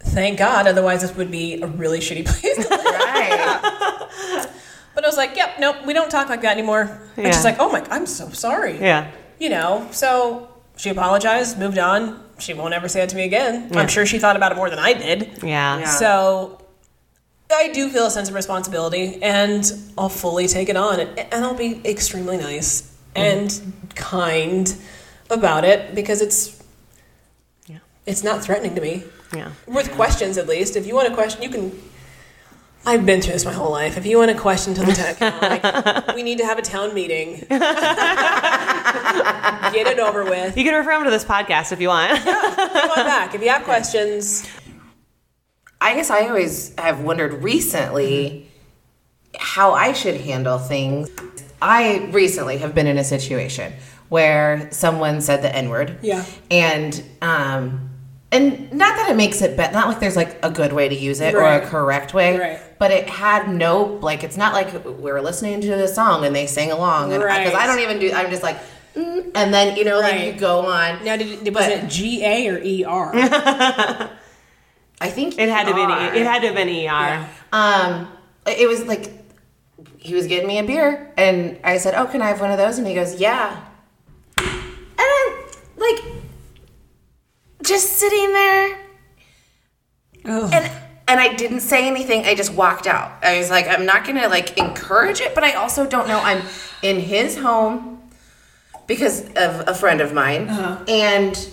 [SPEAKER 4] Thank God. Otherwise, this would be a really shitty [LAUGHS] place. to live.
[SPEAKER 2] Right.
[SPEAKER 4] but I was like, "Yep, nope, we don't talk like that anymore."
[SPEAKER 1] Yeah.
[SPEAKER 4] And she's like, "Oh my, I'm so sorry."
[SPEAKER 1] Yeah.
[SPEAKER 4] You know. So she apologized, moved on. She won't ever say it to me again.
[SPEAKER 1] Yeah.
[SPEAKER 4] I'm sure she thought about it more than I did.
[SPEAKER 1] Yeah.
[SPEAKER 2] Yeah.
[SPEAKER 4] So I do feel a sense of responsibility and I'll fully take it on and and I'll be extremely nice and kind about it because it's
[SPEAKER 1] Yeah.
[SPEAKER 4] it's not threatening to me.
[SPEAKER 1] Yeah.
[SPEAKER 4] With questions at least. If you want a question you can I've been through this my whole life. If you want a question to the tech, [LAUGHS] like, we need to have a town meeting. [LAUGHS] Get it over with.
[SPEAKER 1] You can refer him to this podcast if you
[SPEAKER 4] [LAUGHS]
[SPEAKER 1] want.
[SPEAKER 4] Come on back. If you have questions,
[SPEAKER 2] I guess I always have wondered recently how I should handle things. I recently have been in a situation where someone said the N word.
[SPEAKER 4] Yeah.
[SPEAKER 2] And um and not that it makes it bet not like there's like a good way to use it or
[SPEAKER 4] Right.
[SPEAKER 2] a correct way.
[SPEAKER 4] Right.
[SPEAKER 2] But it had no like it's not like we were listening to the song and they sang along and because I,
[SPEAKER 4] Right.
[SPEAKER 2] don't even do I'm just like mm, and then you know like
[SPEAKER 4] Right.
[SPEAKER 2] you go on.
[SPEAKER 4] now did it, was it G A or E R?
[SPEAKER 2] I think
[SPEAKER 1] It had to be an
[SPEAKER 2] ER.
[SPEAKER 1] e- it had to have been ER.
[SPEAKER 2] um it was like he was getting me a beer and i said oh can i have one of those and he goes yeah and i'm like just sitting there and and i didn't say anything i just walked out i was like i'm not gonna like encourage it but i also don't know i'm in his home because of a friend of mine and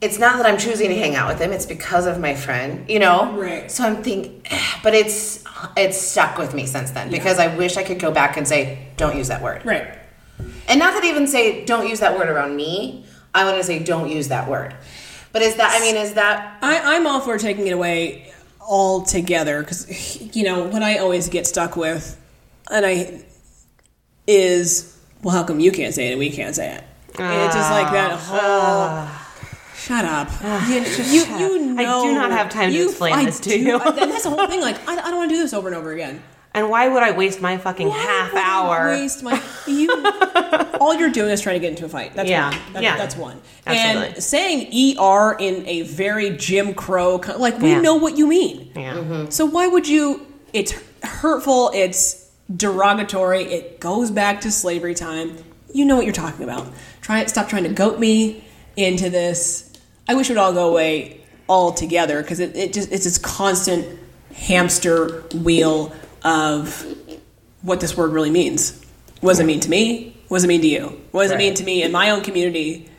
[SPEAKER 2] it's not that I'm choosing to hang out with him. It's because of my friend, you know.
[SPEAKER 4] Right.
[SPEAKER 2] So I'm thinking, but it's it's stuck with me since then because I wish I could go back and say, don't use that word,
[SPEAKER 4] [LAUGHS] Right.
[SPEAKER 2] and not that even say, don't use that word around me. I want to say, don't use that word. But is that? I mean, is that?
[SPEAKER 4] I, I'm all for taking it away altogether because, you know, what I always get stuck with, and I, is, well, how come you can't say it and we can't say it? it's just like that whole.
[SPEAKER 1] Ah.
[SPEAKER 4] Shut up. you, you, you know.
[SPEAKER 1] do not have time to
[SPEAKER 4] you-
[SPEAKER 1] explain
[SPEAKER 4] I
[SPEAKER 1] this to
[SPEAKER 4] do-
[SPEAKER 1] you.
[SPEAKER 4] I- and that's the whole thing. Like, I, I don't want to do this over and over again.
[SPEAKER 1] And why would I waste my fucking
[SPEAKER 4] Why
[SPEAKER 1] half
[SPEAKER 4] would I
[SPEAKER 1] hour?
[SPEAKER 4] Waste my
[SPEAKER 1] [LAUGHS]
[SPEAKER 4] you. all you're doing is trying to get into a fight. That's
[SPEAKER 1] Yeah.
[SPEAKER 4] one. That-
[SPEAKER 1] Yeah.
[SPEAKER 4] That's one.
[SPEAKER 1] Absolutely.
[SPEAKER 4] And saying ER in a very Jim Crow kind- like we
[SPEAKER 1] Yeah.
[SPEAKER 4] know what you mean. Mm-hmm.
[SPEAKER 1] yeah.
[SPEAKER 4] So why would you? It's hurtful. It's derogatory. It goes back to slavery time. You know what you're talking about. Try stop trying to goat me into this. I wish it would all go away altogether because it, it just it's this constant hamster wheel of what this word really means. What does it mean to me? What does it mean to you? What does it mean
[SPEAKER 2] Right.
[SPEAKER 4] to me in my own community?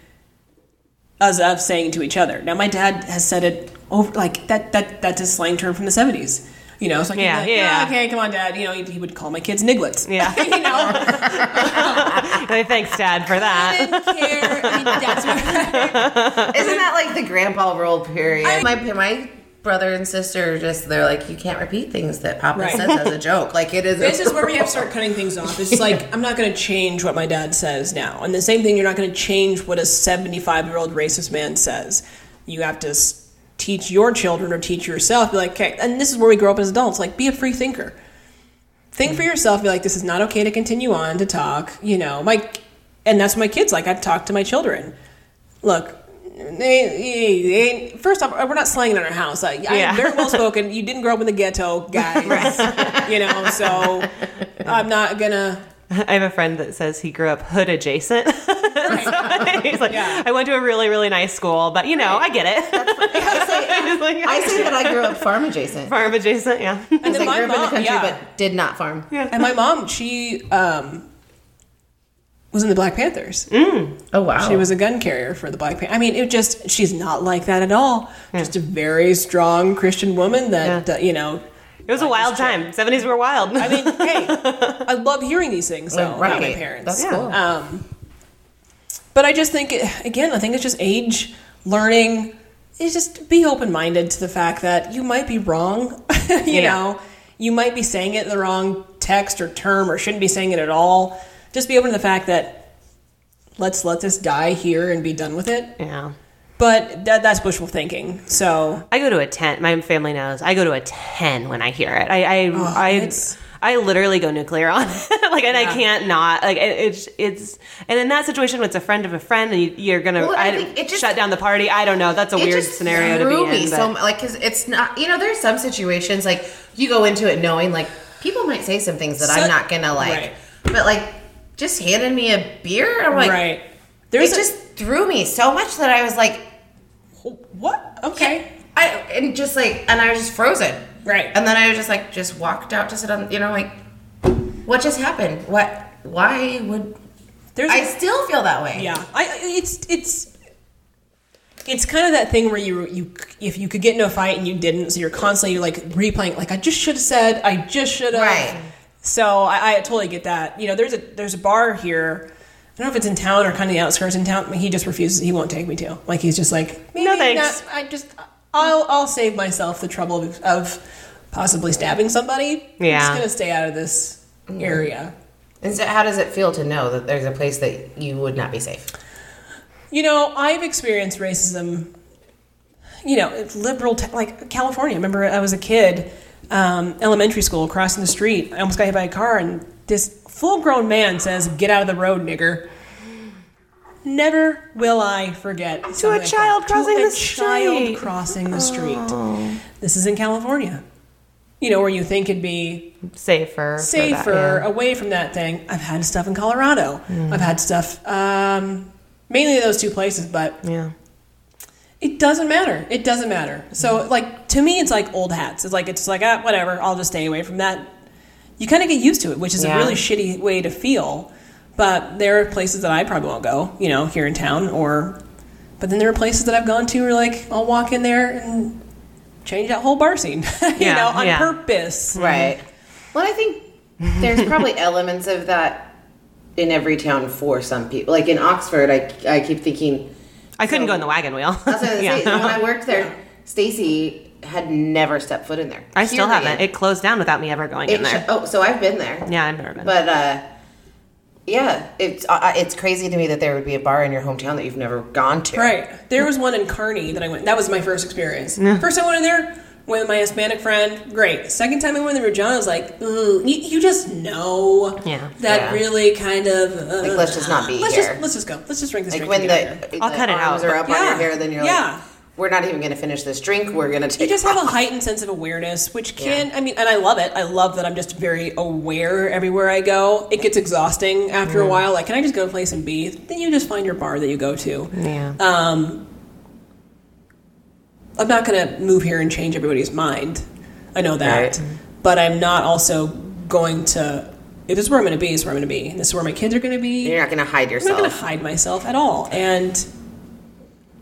[SPEAKER 4] As of saying to each other. Now, my dad has said it over like that. That that's a slang term from the seventies. You know, so I can
[SPEAKER 1] Yeah,
[SPEAKER 4] be like,
[SPEAKER 1] yeah.
[SPEAKER 4] "Oh, okay, come on, dad. You know, he, he would call my kids nigglets.
[SPEAKER 1] [LAUGHS] Yeah.
[SPEAKER 4] [LAUGHS] you know,
[SPEAKER 1] Hey, Thanks, Dad, for that.
[SPEAKER 4] didn't care. I mean, that's what
[SPEAKER 2] Isn't that like the grandpa rule period? my my brother and sister are just they're like, you can't repeat things that Papa
[SPEAKER 4] Right.
[SPEAKER 2] says as a joke. Like it is.
[SPEAKER 4] this is where we have to start cutting things off. It's like I'm not going to change what my dad says now, and the same thing. You're not going to change what a 75 year old racist man says. You have to s- teach your children or teach yourself. Be like, okay, and this is where we grow up as adults. Like, be a free thinker. Think for yourself. Be like, this is not okay to continue on to talk. You know, my, and that's what my kids like. I talk to my children. Look. They, they- they- first off, we're not slanging in our house. I,
[SPEAKER 1] Yeah.
[SPEAKER 4] I, they're
[SPEAKER 1] [LAUGHS]
[SPEAKER 4] well spoken. You didn't grow up in the ghetto, guys. [LAUGHS] You know, so I'm not gonna.
[SPEAKER 1] [LAUGHS] I have a friend that says he grew up hood adjacent. [LAUGHS] He's like,
[SPEAKER 4] Yeah.
[SPEAKER 1] I went to a really, really nice school, but you know, I get [LAUGHS] it.
[SPEAKER 2] [LAUGHS] I say,
[SPEAKER 1] Just like,
[SPEAKER 2] I
[SPEAKER 1] [LAUGHS]
[SPEAKER 2] say that I grew up farm adjacent.
[SPEAKER 1] farm adjacent, yeah.
[SPEAKER 4] And
[SPEAKER 2] I
[SPEAKER 4] then
[SPEAKER 2] grew
[SPEAKER 4] my
[SPEAKER 2] up in the
[SPEAKER 4] mom,
[SPEAKER 2] country,
[SPEAKER 4] yeah.
[SPEAKER 2] but did not farm.
[SPEAKER 4] and my mom, she um, was in the Black Panthers.
[SPEAKER 1] Mm.
[SPEAKER 2] Oh wow.
[SPEAKER 4] She was a gun carrier for the Black Panther. I mean, it just she's not like that at all. Just a very strong Christian woman that
[SPEAKER 1] Yeah.
[SPEAKER 4] uh, you know.
[SPEAKER 1] It was a wild time. 70s were wild.
[SPEAKER 4] I mean, hey, I love hearing these things though about my parents.
[SPEAKER 2] That's
[SPEAKER 1] Yeah.
[SPEAKER 2] cool.
[SPEAKER 4] Um, but I just think, again, I think it's just age, learning. It's just be open minded to the fact that you might be wrong, [LAUGHS] you
[SPEAKER 1] Yeah.
[SPEAKER 4] know, you might be saying it in the wrong text or term or shouldn't be saying it at all. Just be open to the fact that let's let this die here and be done with it.
[SPEAKER 1] Yeah.
[SPEAKER 4] But that, that's wishful thinking. So
[SPEAKER 1] I go to a 10. My family knows. I go to a 10 when I hear it. I I
[SPEAKER 2] Oh,
[SPEAKER 1] I,
[SPEAKER 4] it's-
[SPEAKER 1] I literally go nuclear on it. [LAUGHS] like and I
[SPEAKER 4] Yeah.
[SPEAKER 1] can't not. Like it, it's it's and in that situation when it's a friend of a friend and you, you're going
[SPEAKER 2] Well,
[SPEAKER 1] to
[SPEAKER 2] I
[SPEAKER 1] I
[SPEAKER 2] think it just-
[SPEAKER 1] shut down the party. I don't know. That's a
[SPEAKER 2] It
[SPEAKER 1] weird
[SPEAKER 2] just
[SPEAKER 1] scenario to be
[SPEAKER 2] threw
[SPEAKER 1] in.
[SPEAKER 2] me
[SPEAKER 1] but-
[SPEAKER 2] so mu- like because it's not you know there's some situations like you go into it knowing like people might say some things that
[SPEAKER 4] So-
[SPEAKER 2] i'm not gonna like
[SPEAKER 4] Right.
[SPEAKER 2] but like just handed me a beer i'm like
[SPEAKER 4] right,
[SPEAKER 2] it
[SPEAKER 4] there's a,
[SPEAKER 2] just threw me so much that i was like
[SPEAKER 4] what okay.
[SPEAKER 2] i and just like and i was just frozen
[SPEAKER 4] Right.
[SPEAKER 2] and then i was just like just walked out to sit on you know like what just happened what why would
[SPEAKER 4] There's
[SPEAKER 2] i
[SPEAKER 4] a-
[SPEAKER 2] still feel that way
[SPEAKER 4] Yeah, I I- it's it's it's kind of that thing where you you if you could get into a fight and you didn't, so you're constantly like replaying like I just should have said, I just should have.
[SPEAKER 2] Right.
[SPEAKER 4] So I, I totally get that. You know, there's a there's a bar here. I don't know if it's in town or kind of the outskirts in town. He just refuses. He won't take me to. Like he's just like maybe
[SPEAKER 1] thanks.
[SPEAKER 4] not- I just I'll I'll save myself the trouble of, of possibly stabbing somebody. I'm
[SPEAKER 1] Yeah.
[SPEAKER 4] just gonna stay out of this area.
[SPEAKER 2] and so how does it feel to know that there's a place that you would not be safe
[SPEAKER 4] You know, I've experienced racism. You know, it's liberal, t- like California. I remember I was a kid, um, elementary school, crossing the street. I almost got hit by a car, and this full grown man says, Get out of the road, nigger. Never will I forget. something like that.
[SPEAKER 1] child crossing
[SPEAKER 4] to a
[SPEAKER 1] the
[SPEAKER 4] child
[SPEAKER 1] street. Oh.
[SPEAKER 4] crossing the street. This is in California. You know, where you think it'd be
[SPEAKER 1] safer. for that,
[SPEAKER 4] safer
[SPEAKER 1] yeah. Mm.
[SPEAKER 4] away from that thing. I've had stuff in Colorado. I've had stuff um, mainly those two places, but
[SPEAKER 2] Oh.
[SPEAKER 1] yeah.
[SPEAKER 4] it doesn't matter. It doesn't matter.
[SPEAKER 1] Mm-hmm.
[SPEAKER 4] So like to me, it's like old hats. It's like it's like ah, whatever. I'll just stay away from that. You kind of get used to it, which is
[SPEAKER 1] Yeah.
[SPEAKER 4] a really shitty way to feel. But there are places that I probably won't go. You know, here in town or. But then there are places that I've gone to where like I'll walk in there and change that whole bar scene. [LAUGHS] you
[SPEAKER 1] Yeah,
[SPEAKER 4] know, on
[SPEAKER 1] yeah.
[SPEAKER 4] purpose.
[SPEAKER 2] Right. Mm-hmm. Well, I think there's probably
[SPEAKER 1] [LAUGHS]
[SPEAKER 2] elements of that in every town for some people. Like in Oxford, I, I keep thinking
[SPEAKER 1] I couldn't go
[SPEAKER 2] So-
[SPEAKER 1] in the wagon wheel. [LAUGHS]
[SPEAKER 2] that's what I was
[SPEAKER 1] Yeah.
[SPEAKER 2] saying. When I worked there, Stacy had never stepped foot in there.
[SPEAKER 1] I still
[SPEAKER 2] Period.
[SPEAKER 1] haven't. It closed down without me ever going
[SPEAKER 2] It
[SPEAKER 1] in there.
[SPEAKER 2] sh- oh, so I've been there.
[SPEAKER 1] yeah, I've never been.
[SPEAKER 2] But uh, yeah, it's uh, it's crazy to me that there would be a bar in your hometown that you've never gone to.
[SPEAKER 4] Right. There was one in Kearney that I went. That was my first experience. First I went in there with my Hispanic friend. Great. Second time I went in there with John, I was like, ooh, you, you just know
[SPEAKER 1] Yeah.
[SPEAKER 4] that
[SPEAKER 2] Yeah.
[SPEAKER 4] really kind of. Uh,
[SPEAKER 2] Like, let's just not be
[SPEAKER 4] let's
[SPEAKER 2] here.
[SPEAKER 4] Just, let's just go. Let's just drink this
[SPEAKER 2] Like
[SPEAKER 4] drink
[SPEAKER 2] when
[SPEAKER 4] and
[SPEAKER 2] the,
[SPEAKER 4] get out of here.
[SPEAKER 2] the
[SPEAKER 1] I'll cut it
[SPEAKER 2] arms
[SPEAKER 1] out,
[SPEAKER 2] are
[SPEAKER 1] but-
[SPEAKER 2] up on your
[SPEAKER 4] Yeah.
[SPEAKER 2] hair, then you're
[SPEAKER 4] Yeah.
[SPEAKER 2] like, we're not even going to finish this drink. We're going to take.
[SPEAKER 4] You just have a
[SPEAKER 2] [LAUGHS] off."
[SPEAKER 4] heightened sense of awareness, which can, I mean, and I love it. I love that I'm just very aware everywhere I go. It gets exhausting after
[SPEAKER 1] Mm.
[SPEAKER 4] a while. Like, can I just go to a place and be? Then you just find your bar that you go to.
[SPEAKER 1] yeah.
[SPEAKER 2] um,
[SPEAKER 4] I'm not going to move here and change everybody's mind. I know that.
[SPEAKER 2] Right.
[SPEAKER 4] But I'm not also going to, if this is where I'm going to be, this is where I'm going to be. And this is where my kids are going to be.
[SPEAKER 2] You're not going to hide
[SPEAKER 4] I'm not
[SPEAKER 2] yourself.
[SPEAKER 4] going to hide myself at all. And,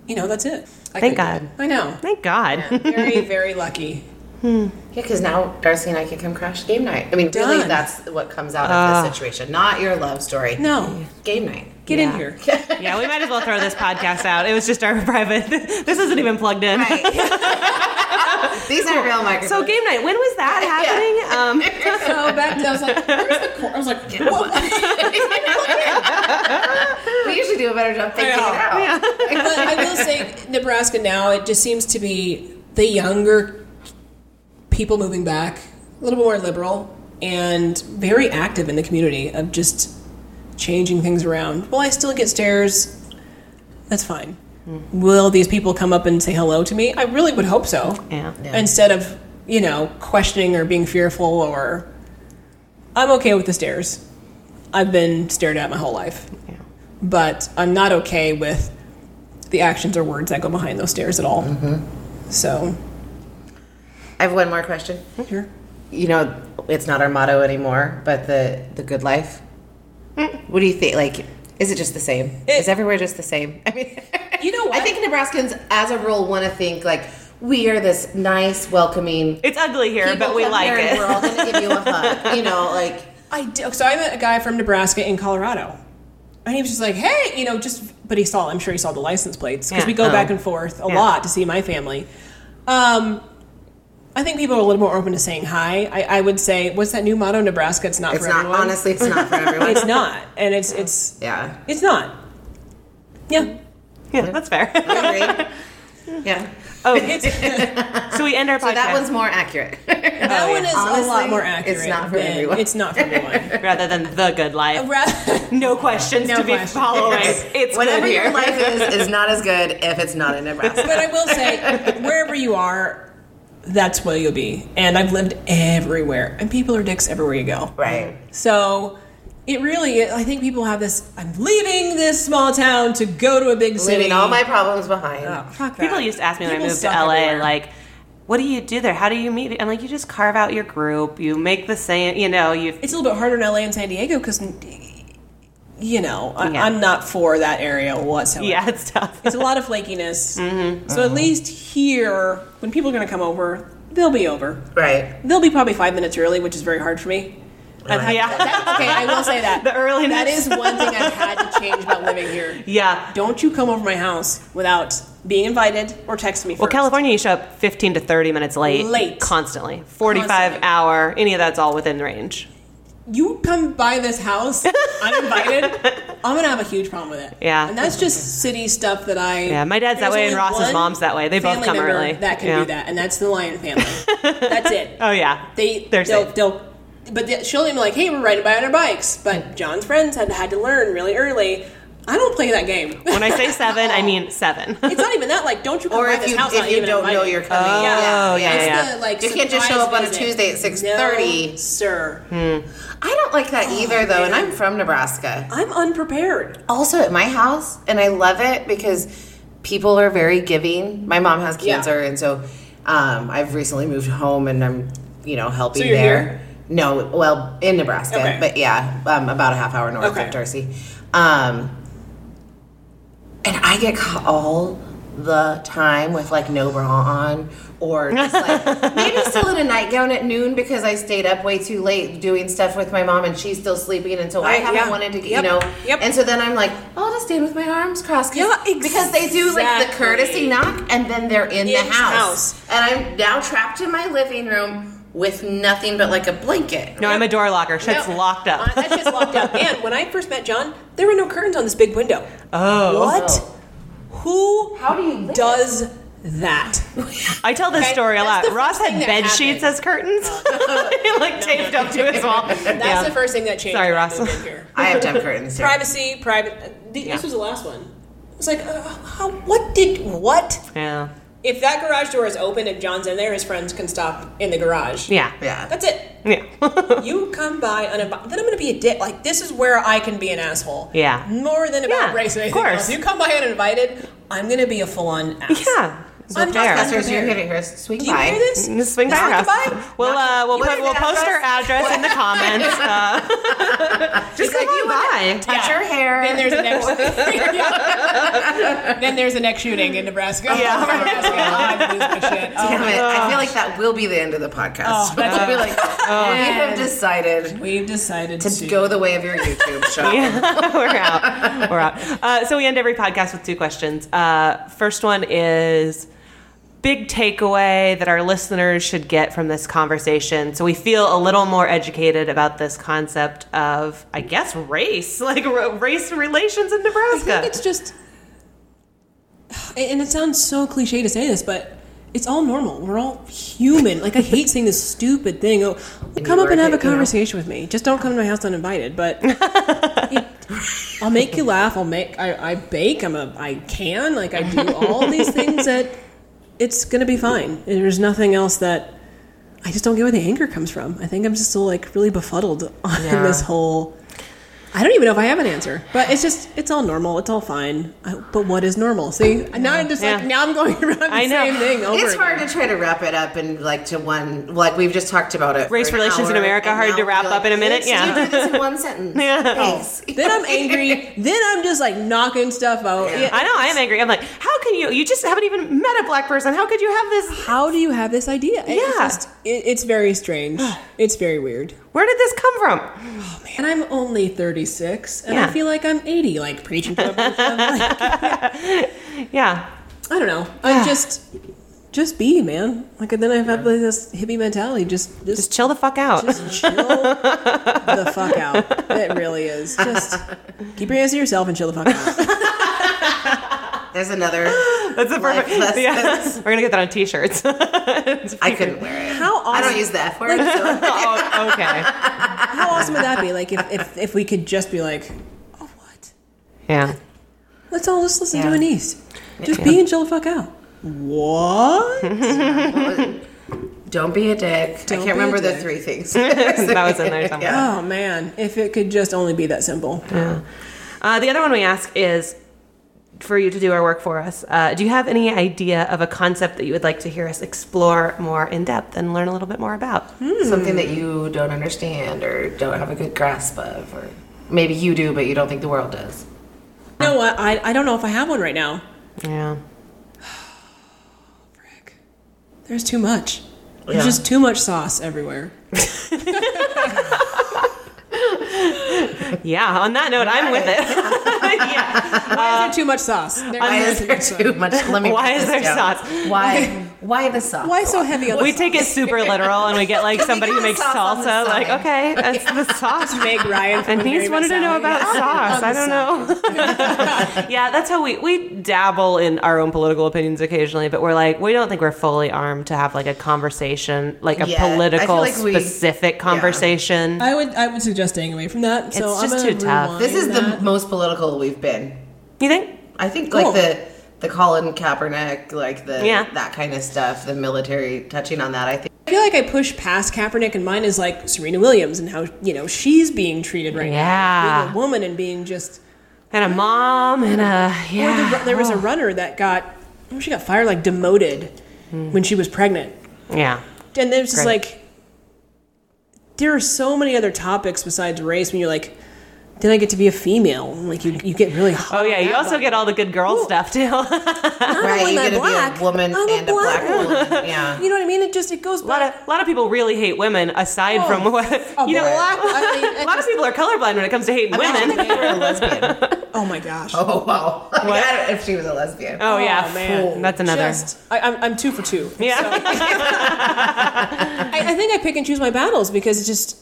[SPEAKER 4] you know, that's it. I
[SPEAKER 1] Thank
[SPEAKER 4] couldn't- I know.
[SPEAKER 1] Thank God.
[SPEAKER 4] Very, very lucky.
[SPEAKER 2] Yeah, because now Darcy and I can come crash game night. I mean, really,
[SPEAKER 4] Done.
[SPEAKER 2] that's what comes out of
[SPEAKER 1] Ah.
[SPEAKER 2] this situation, not your love story.
[SPEAKER 4] No,
[SPEAKER 2] game night.
[SPEAKER 4] get
[SPEAKER 1] Yeah.
[SPEAKER 4] in here.
[SPEAKER 1] [LAUGHS] yeah, we might as well throw this podcast out. It was just our [LAUGHS] private. This isn't even plugged in.
[SPEAKER 2] [LAUGHS]
[SPEAKER 1] [LAUGHS]
[SPEAKER 2] These are real microphones.
[SPEAKER 1] So game night, when was that happening? Um,
[SPEAKER 4] [LAUGHS] So back to, I was like, where's the cor-" I was like, what?
[SPEAKER 2] we usually do a better job thinking it
[SPEAKER 4] know.
[SPEAKER 2] out.
[SPEAKER 4] but I will say Nebraska now it just seems to be the younger people moving back, a little bit more liberal and very active in the community of just changing things around. Well, I still get stares. That's fine. Will these people come up and say hello to me? I really would hope so.
[SPEAKER 1] yeah.
[SPEAKER 4] Instead of, you know, questioning or being fearful or I'm okay with the stares. I've been stared at my whole life
[SPEAKER 1] yeah.
[SPEAKER 4] but I'm not okay with the actions or words that go behind those stairs at all. So,
[SPEAKER 2] I have one more question.
[SPEAKER 4] here.
[SPEAKER 2] You know, it's not our motto anymore, but the the good life. What do you think? Like, is it just the same? Is everywhere just the same? I mean, [LAUGHS]
[SPEAKER 4] You know
[SPEAKER 2] I
[SPEAKER 4] what?
[SPEAKER 2] think Nebraskans, as a rule, want to think like we are this nice, welcoming.
[SPEAKER 1] It's ugly here, but
[SPEAKER 2] people
[SPEAKER 1] we
[SPEAKER 2] come
[SPEAKER 1] like
[SPEAKER 2] here and
[SPEAKER 1] it.
[SPEAKER 2] We're all going to give you a hug. You know, like.
[SPEAKER 4] I do, so I met a guy from Nebraska in Colorado, and he was just like, "Hey, you know, just." But he saw. I'm sure he saw the license plates because
[SPEAKER 1] Yeah.
[SPEAKER 4] we go
[SPEAKER 1] Oh.
[SPEAKER 4] back and forth a lot to see my family. Um, I think people are a little more open to saying hi. I, I would say, what's that new motto? Nebraska, it's not
[SPEAKER 2] It's
[SPEAKER 4] for
[SPEAKER 2] not
[SPEAKER 4] everyone.
[SPEAKER 2] honestly. It's not for
[SPEAKER 4] [LAUGHS]
[SPEAKER 2] everyone.
[SPEAKER 4] it's not, and it's it's
[SPEAKER 2] yeah.
[SPEAKER 4] it's not. Yeah.
[SPEAKER 1] [LAUGHS] Yeah, that's fair.
[SPEAKER 2] Agree. Yeah.
[SPEAKER 1] Oh,
[SPEAKER 4] It's,
[SPEAKER 2] [LAUGHS]
[SPEAKER 4] that
[SPEAKER 1] so we end our podcast.
[SPEAKER 2] So that one's more accurate.
[SPEAKER 4] one is a lot
[SPEAKER 2] Oh, Honestly,
[SPEAKER 4] more
[SPEAKER 2] it's
[SPEAKER 4] accurate.
[SPEAKER 2] not for
[SPEAKER 4] than-
[SPEAKER 2] everyone.
[SPEAKER 4] It's not
[SPEAKER 2] [LAUGHS]
[SPEAKER 4] for everyone.
[SPEAKER 1] rather than the good life.
[SPEAKER 4] Rather-
[SPEAKER 1] No questions to be
[SPEAKER 4] questions.
[SPEAKER 1] following.
[SPEAKER 2] [LAUGHS]
[SPEAKER 1] It's
[SPEAKER 2] Whatever
[SPEAKER 1] good here.
[SPEAKER 2] your life is is not as good if it's not in
[SPEAKER 4] [LAUGHS]
[SPEAKER 2] Nebraska.
[SPEAKER 4] But I will say, wherever you are, that's where you'll be. And I've lived everywhere, and people are dicks everywhere you go.
[SPEAKER 2] Right.
[SPEAKER 4] So it really, I think people have this. I'm leaving this small town to go to a big city.
[SPEAKER 2] Leaving all my problems behind.
[SPEAKER 4] Oh, fuck
[SPEAKER 1] People
[SPEAKER 4] that.
[SPEAKER 1] used to ask me when
[SPEAKER 4] People
[SPEAKER 1] I moved to
[SPEAKER 4] suck
[SPEAKER 1] LA,
[SPEAKER 4] everywhere.
[SPEAKER 1] like, what do you do there? How do you meet? I'm like, you just carve out your group. You make the same, you know, you.
[SPEAKER 4] it's a little bit harder in LA and San Diego because, you know, I,
[SPEAKER 1] Yeah.
[SPEAKER 4] I'm not for that area whatsoever.
[SPEAKER 1] Yeah, Mm-hmm. it's tough.
[SPEAKER 4] It's a lot
[SPEAKER 1] [LAUGHS]
[SPEAKER 4] of flakiness. So at least here, when people are going to come over, they'll be over.
[SPEAKER 2] Right.
[SPEAKER 4] They'll be probably five minutes early, which is very hard for me. I've had-
[SPEAKER 1] Yeah.
[SPEAKER 4] that- okay, I will say
[SPEAKER 1] [LAUGHS]
[SPEAKER 4] that.
[SPEAKER 1] The earliness.
[SPEAKER 4] That is one thing I've had to change about living here.
[SPEAKER 1] yeah.
[SPEAKER 4] Don't you come over my house without being invited or text me first.
[SPEAKER 1] Well, California, you show up 15 to 30 minutes late.
[SPEAKER 4] Late.
[SPEAKER 1] Constantly. 45
[SPEAKER 4] Constantly.
[SPEAKER 1] hour. Any of that's all within range.
[SPEAKER 4] You come by
[SPEAKER 1] [LAUGHS]
[SPEAKER 4] this house uninvited, I'm going to have a huge problem with it.
[SPEAKER 1] Yeah.
[SPEAKER 4] And that's just city stuff that I.
[SPEAKER 1] Yeah, my dad's that
[SPEAKER 4] There's
[SPEAKER 1] way and
[SPEAKER 4] only
[SPEAKER 1] Ross's
[SPEAKER 4] one
[SPEAKER 1] mom's that way. They both
[SPEAKER 4] family
[SPEAKER 1] come
[SPEAKER 4] member
[SPEAKER 1] early.
[SPEAKER 4] That can
[SPEAKER 1] Yeah.
[SPEAKER 4] do that, and that's the Lion family.
[SPEAKER 1] [LAUGHS]
[SPEAKER 4] that's it.
[SPEAKER 1] Oh, yeah.
[SPEAKER 4] They
[SPEAKER 1] They're
[SPEAKER 4] they'll,
[SPEAKER 1] safe.
[SPEAKER 4] they'll but they, she'll even be like, hey, we're riding by on our bikes. But John's friends had had to learn really early. I don't play that game. [LAUGHS]
[SPEAKER 1] When I say seven, I mean seven. [LAUGHS]
[SPEAKER 4] it's not even that. Like, don't you come
[SPEAKER 2] Or
[SPEAKER 4] by
[SPEAKER 2] if
[SPEAKER 4] this
[SPEAKER 2] you,
[SPEAKER 4] house?
[SPEAKER 2] if
[SPEAKER 4] not
[SPEAKER 2] you
[SPEAKER 4] even
[SPEAKER 2] don't know
[SPEAKER 4] invited.
[SPEAKER 2] you're coming.
[SPEAKER 1] Oh, yeah,
[SPEAKER 4] It's
[SPEAKER 1] yeah.
[SPEAKER 4] the, like,
[SPEAKER 2] You can't just
[SPEAKER 4] surprise
[SPEAKER 2] show up on a
[SPEAKER 4] visit.
[SPEAKER 2] Tuesday at 6:30.
[SPEAKER 4] No, sir.
[SPEAKER 2] I don't like that either, though, and I'm from Nebraska.
[SPEAKER 4] I'm unprepared.
[SPEAKER 2] Also, at my house, and I love it because people are very giving. My mom has
[SPEAKER 4] Yeah.
[SPEAKER 2] cancer, and so um, I've recently moved home, and I'm, you know, helping
[SPEAKER 4] So you're
[SPEAKER 2] there.
[SPEAKER 4] here?
[SPEAKER 2] No, well, in Nebraska,
[SPEAKER 4] Okay.
[SPEAKER 2] but yeah, um, about a half hour north
[SPEAKER 4] Okay.
[SPEAKER 2] of Darcy. Um, and I get caught all the time with like no bra on or just
[SPEAKER 4] [LAUGHS]
[SPEAKER 2] like maybe still in a nightgown at noon because I stayed up way too late doing stuff with my mom and she's still sleeping and so I,
[SPEAKER 4] Right,
[SPEAKER 2] haven't
[SPEAKER 4] yeah.
[SPEAKER 2] wanted to you
[SPEAKER 4] Yep,
[SPEAKER 2] know
[SPEAKER 4] yep.
[SPEAKER 2] and so then I'm like I'll just stand with my arms crossed 'cause-
[SPEAKER 4] Yeah,
[SPEAKER 2] because they do like the
[SPEAKER 4] exactly.
[SPEAKER 2] courtesy knock and then they're in, the
[SPEAKER 4] In
[SPEAKER 2] house.
[SPEAKER 4] house.
[SPEAKER 2] and I'm now trapped in my living room with nothing but like a blanket
[SPEAKER 1] No, I'm a door locker. Shit's
[SPEAKER 4] No.
[SPEAKER 1] locked up.
[SPEAKER 4] Uh, that shit's locked up. And when I first met John, there were no curtains on this big window.
[SPEAKER 1] Oh.
[SPEAKER 4] What? Who
[SPEAKER 2] How do you live?
[SPEAKER 4] does
[SPEAKER 2] [LAUGHS]
[SPEAKER 4] that?
[SPEAKER 1] [LAUGHS] I tell this
[SPEAKER 4] Okay,
[SPEAKER 1] story a
[SPEAKER 4] that's
[SPEAKER 1] lot.
[SPEAKER 4] the
[SPEAKER 1] Ross
[SPEAKER 4] first
[SPEAKER 1] had
[SPEAKER 4] thing that
[SPEAKER 1] bed sheets
[SPEAKER 4] happened.
[SPEAKER 1] as
[SPEAKER 4] [LAUGHS]
[SPEAKER 1] curtains, [LAUGHS] He, like taped up to his wall.
[SPEAKER 4] That's the first thing that changed.
[SPEAKER 1] Sorry,
[SPEAKER 4] when I
[SPEAKER 1] Ross.
[SPEAKER 4] moved in here.
[SPEAKER 2] I have to have curtains too.
[SPEAKER 4] Privacy, private. uh, th- This was the last one. It's like, uh, how, what did what?
[SPEAKER 1] Yeah.
[SPEAKER 4] If that garage door is open and John's in there, his friends can stop in the garage.
[SPEAKER 1] Yeah.
[SPEAKER 2] yeah
[SPEAKER 4] That's it.
[SPEAKER 1] Yeah. [LAUGHS]
[SPEAKER 4] You come by uninvited, then I'm going to be a dick. Like this is where I can be an asshole.
[SPEAKER 1] Yeah.
[SPEAKER 4] More than about
[SPEAKER 1] Yeah,
[SPEAKER 4] race. Or
[SPEAKER 1] of
[SPEAKER 4] anything
[SPEAKER 1] course.
[SPEAKER 4] else. You come by uninvited, I'm going to be a full on ass.
[SPEAKER 1] yeah.
[SPEAKER 4] I'm
[SPEAKER 1] So fair.
[SPEAKER 4] not
[SPEAKER 2] Sisters, you're
[SPEAKER 4] prepared.
[SPEAKER 2] hitting her swing
[SPEAKER 4] Do you
[SPEAKER 2] by
[SPEAKER 4] hear this?
[SPEAKER 1] Just swing by
[SPEAKER 4] Knock
[SPEAKER 1] our house.
[SPEAKER 4] by?
[SPEAKER 1] We'll uh, we'll
[SPEAKER 2] What
[SPEAKER 1] put,
[SPEAKER 2] is
[SPEAKER 1] we'll
[SPEAKER 2] the
[SPEAKER 1] post our address in the
[SPEAKER 4] [LAUGHS]
[SPEAKER 1] comments. Uh, [LAUGHS] just like you by.
[SPEAKER 2] touch
[SPEAKER 4] Yeah.
[SPEAKER 2] her hair
[SPEAKER 4] Then there's the
[SPEAKER 1] [LAUGHS]
[SPEAKER 4] next. then there's the next shooting in Nebraska.
[SPEAKER 1] Yeah.
[SPEAKER 4] Oh, [LAUGHS] Nebraska. I lose my shit.
[SPEAKER 1] [LAUGHS]
[SPEAKER 4] Oh.
[SPEAKER 2] Damn it. I feel like
[SPEAKER 1] Oh,
[SPEAKER 2] that will be the end of the podcast. [LAUGHS]
[SPEAKER 4] Oh,
[SPEAKER 2] I feel like we have
[SPEAKER 4] man.
[SPEAKER 2] decided
[SPEAKER 4] We've decided to,
[SPEAKER 2] to go the way of your
[SPEAKER 1] [LAUGHS]
[SPEAKER 2] YouTube show.
[SPEAKER 1] Yeah, we're out. We're out. Uh, so we end every podcast with two questions. Uh, first one is big takeaway that our listeners should get from this conversation. So we feel a little more educated about this concept of, I guess, race, [LAUGHS] like r- race relations in
[SPEAKER 4] I
[SPEAKER 1] Nebraska.
[SPEAKER 2] [LAUGHS]
[SPEAKER 4] think it's just, and it sounds so cliche to say this, but it's all normal. We're all human. Like I hate saying this stupid thing. Oh, come up and have a conversation with me. Just don't come to my house uninvited. But it- I'll make you laugh. I'll make. I, I bake. I'm a. I can. Like I do all these things that it's gonna be fine. There's nothing else that. I just don't get where the anger comes from. I think I'm just still like really befuddled on
[SPEAKER 1] Yeah.
[SPEAKER 4] this whole I don't even know if I have an answer, but it's just it's all normal. It's all fine. I, but what is normal? See, now I'm just like
[SPEAKER 1] Yeah.
[SPEAKER 4] now I'm going [LAUGHS] around the
[SPEAKER 1] I know.
[SPEAKER 4] same thing over.
[SPEAKER 2] It's
[SPEAKER 4] again.
[SPEAKER 2] hard to try to wrap it up and like to one like we've just talked about it.
[SPEAKER 1] Race
[SPEAKER 2] for an
[SPEAKER 1] relations in
[SPEAKER 2] hour,
[SPEAKER 1] America,
[SPEAKER 2] and
[SPEAKER 1] hard
[SPEAKER 2] now
[SPEAKER 1] to wrap
[SPEAKER 2] we're
[SPEAKER 1] up in a minute,
[SPEAKER 2] "Let's
[SPEAKER 1] yeah."
[SPEAKER 2] do this
[SPEAKER 1] [LAUGHS]
[SPEAKER 2] in one sentence.
[SPEAKER 1] Yeah.
[SPEAKER 2] Thanks.
[SPEAKER 1] [LAUGHS]
[SPEAKER 4] Then I'm
[SPEAKER 2] [LAUGHS]
[SPEAKER 4] angry. then I'm just like knocking stuff out. Yeah.
[SPEAKER 1] I know, I am angry. I'm like, how can you? You just haven't even met a black person. How could you have this?
[SPEAKER 4] How do you have this idea? It- It's,
[SPEAKER 1] Yeah.
[SPEAKER 4] just, it, it's very strange. It's very weird.
[SPEAKER 1] Where did this come from?
[SPEAKER 4] And I'm only 36, and
[SPEAKER 1] Yeah.
[SPEAKER 4] I feel like I'm 80.
[SPEAKER 1] [LAUGHS]
[SPEAKER 4] Like preaching to a bunch of them. Like,
[SPEAKER 1] Yeah.
[SPEAKER 4] I don't know. I'm just just be, man. Like, and then I've had like, this hippie mentality. Just, just,
[SPEAKER 1] Just chill the fuck out.
[SPEAKER 4] just chill the fuck out. It really is. Just keep your hands to yourself and chill the fuck out.
[SPEAKER 2] There's another.
[SPEAKER 1] [LAUGHS] That's a
[SPEAKER 2] Life
[SPEAKER 1] perfect.
[SPEAKER 2] lessons.
[SPEAKER 1] Yeah. We're gonna get that on t-shirts. [LAUGHS] It's
[SPEAKER 2] I
[SPEAKER 1] pretty
[SPEAKER 2] couldn't wear it.
[SPEAKER 4] [LAUGHS] How
[SPEAKER 2] I
[SPEAKER 1] [LAUGHS]
[SPEAKER 4] awesome!
[SPEAKER 2] don't use the F word. so-
[SPEAKER 1] good. Oh, okay.
[SPEAKER 4] How awesome would that be? Like, if, if if we could just be like, oh what?
[SPEAKER 1] Yeah.
[SPEAKER 4] Let's all just listen
[SPEAKER 2] Yeah.
[SPEAKER 4] to Anise. Just be and chill the fuck out. What?
[SPEAKER 2] Don't be a dick. I
[SPEAKER 4] Don't be a
[SPEAKER 2] can't remember the
[SPEAKER 4] dick.
[SPEAKER 2] three
[SPEAKER 1] [LAUGHS]
[SPEAKER 2] things.
[SPEAKER 1] That was in
[SPEAKER 2] [LAUGHS]
[SPEAKER 1] there somewhere.
[SPEAKER 4] [LAUGHS] Oh man, if it could just only be that simple.
[SPEAKER 1] Uh, the other one we ask is for you to do our work for us. Uh, do you have any idea of a concept that you would like to hear us explore more in depth and learn a little bit more about?
[SPEAKER 2] Hmm? Something that you don't understand or don't have a good grasp of, or maybe you do, but you don't think the world does.
[SPEAKER 4] You know what? I, I don't know if I have one right now.
[SPEAKER 1] Yeah.
[SPEAKER 4] Frick. There's too much. There's
[SPEAKER 2] Yeah.
[SPEAKER 4] just too much sauce everywhere.
[SPEAKER 1] Yeah. On that note, I'm with
[SPEAKER 2] [LAUGHS]
[SPEAKER 1] it. [LAUGHS] yeah.
[SPEAKER 4] Why is there too much sauce? There
[SPEAKER 2] Why is
[SPEAKER 4] is too
[SPEAKER 2] there
[SPEAKER 4] much sauce.
[SPEAKER 2] too much? Let me.
[SPEAKER 1] Why
[SPEAKER 2] write
[SPEAKER 1] is
[SPEAKER 2] this
[SPEAKER 1] there
[SPEAKER 2] down.
[SPEAKER 1] sauce?
[SPEAKER 2] Why? Why the sauce?
[SPEAKER 4] Why so heavy on the
[SPEAKER 1] We
[SPEAKER 4] sauce?
[SPEAKER 1] take it super literal and we get like somebody who
[SPEAKER 2] get a
[SPEAKER 1] makes
[SPEAKER 2] sauce on the
[SPEAKER 1] salsa. Like,
[SPEAKER 2] side?
[SPEAKER 1] okay, that's the sauce.
[SPEAKER 2] [LAUGHS]
[SPEAKER 4] [LAUGHS] Meg Ryan from
[SPEAKER 1] And he's
[SPEAKER 4] Mary
[SPEAKER 1] wanted to know
[SPEAKER 4] Massali.
[SPEAKER 1] about sauce. I don't know.
[SPEAKER 4] [LAUGHS]
[SPEAKER 1] yeah, that's how we we dabble in our own political opinions occasionally, but we're like we don't think we're fully armed to have like a conversation, like a
[SPEAKER 2] Yeah, I feel
[SPEAKER 1] political
[SPEAKER 2] like we-
[SPEAKER 1] specific conversation.
[SPEAKER 4] I would I would suggest staying away from that. so
[SPEAKER 1] It's
[SPEAKER 4] I'm
[SPEAKER 1] just
[SPEAKER 4] gonna
[SPEAKER 1] too tough.
[SPEAKER 4] rewind
[SPEAKER 2] This is
[SPEAKER 4] that.
[SPEAKER 2] the most political we've been.
[SPEAKER 1] You think?
[SPEAKER 2] I think
[SPEAKER 4] Cool.
[SPEAKER 2] like the the Colin Kaepernick, like the
[SPEAKER 1] Yeah.
[SPEAKER 2] that kind of stuff, the military touching on that. I think
[SPEAKER 4] I feel like I push past Kaepernick, and mine is like Serena Williams and how you know she's being treated right now,
[SPEAKER 1] Yeah.
[SPEAKER 4] being a woman and being just.
[SPEAKER 1] And a mom and a
[SPEAKER 4] Or the
[SPEAKER 1] yeah.
[SPEAKER 4] ru- there was a runner that got oh, she got fired like demoted when she was pregnant,
[SPEAKER 1] yeah.
[SPEAKER 4] and there's just
[SPEAKER 1] Hmm. Great.
[SPEAKER 4] like there are so many other topics besides race when you're like. Then I get to be a female. and, Like you, you get really hot.
[SPEAKER 1] Oh yeah, you also get all the good girl stuff too. [LAUGHS]
[SPEAKER 2] right,
[SPEAKER 4] only
[SPEAKER 2] you
[SPEAKER 4] am I
[SPEAKER 2] gotta
[SPEAKER 4] black,
[SPEAKER 2] be a woman
[SPEAKER 4] I'm a
[SPEAKER 2] and a black,
[SPEAKER 4] black
[SPEAKER 2] woman. Yeah,
[SPEAKER 4] [LAUGHS] You know what I mean? It just it goes
[SPEAKER 1] A lot
[SPEAKER 4] back.
[SPEAKER 1] of, a lot of people really hate women aside
[SPEAKER 4] Oh,
[SPEAKER 1] from [LAUGHS] what
[SPEAKER 4] A
[SPEAKER 1] you know
[SPEAKER 4] black- I mean, [LAUGHS]
[SPEAKER 1] a
[SPEAKER 4] it
[SPEAKER 1] lot of
[SPEAKER 4] just-
[SPEAKER 1] people are colorblind when it comes to hating
[SPEAKER 2] Imagine
[SPEAKER 1] women
[SPEAKER 2] if you were a lesbian.
[SPEAKER 4] oh my gosh.
[SPEAKER 2] Oh wow! [LAUGHS] Like, I don't, if she was a lesbian,
[SPEAKER 1] oh yeah
[SPEAKER 4] man.
[SPEAKER 1] that's another
[SPEAKER 4] Just, I, I'm, I'm two for two.
[SPEAKER 1] Yeah.
[SPEAKER 4] So- I, I think I pick and choose my battles because it's just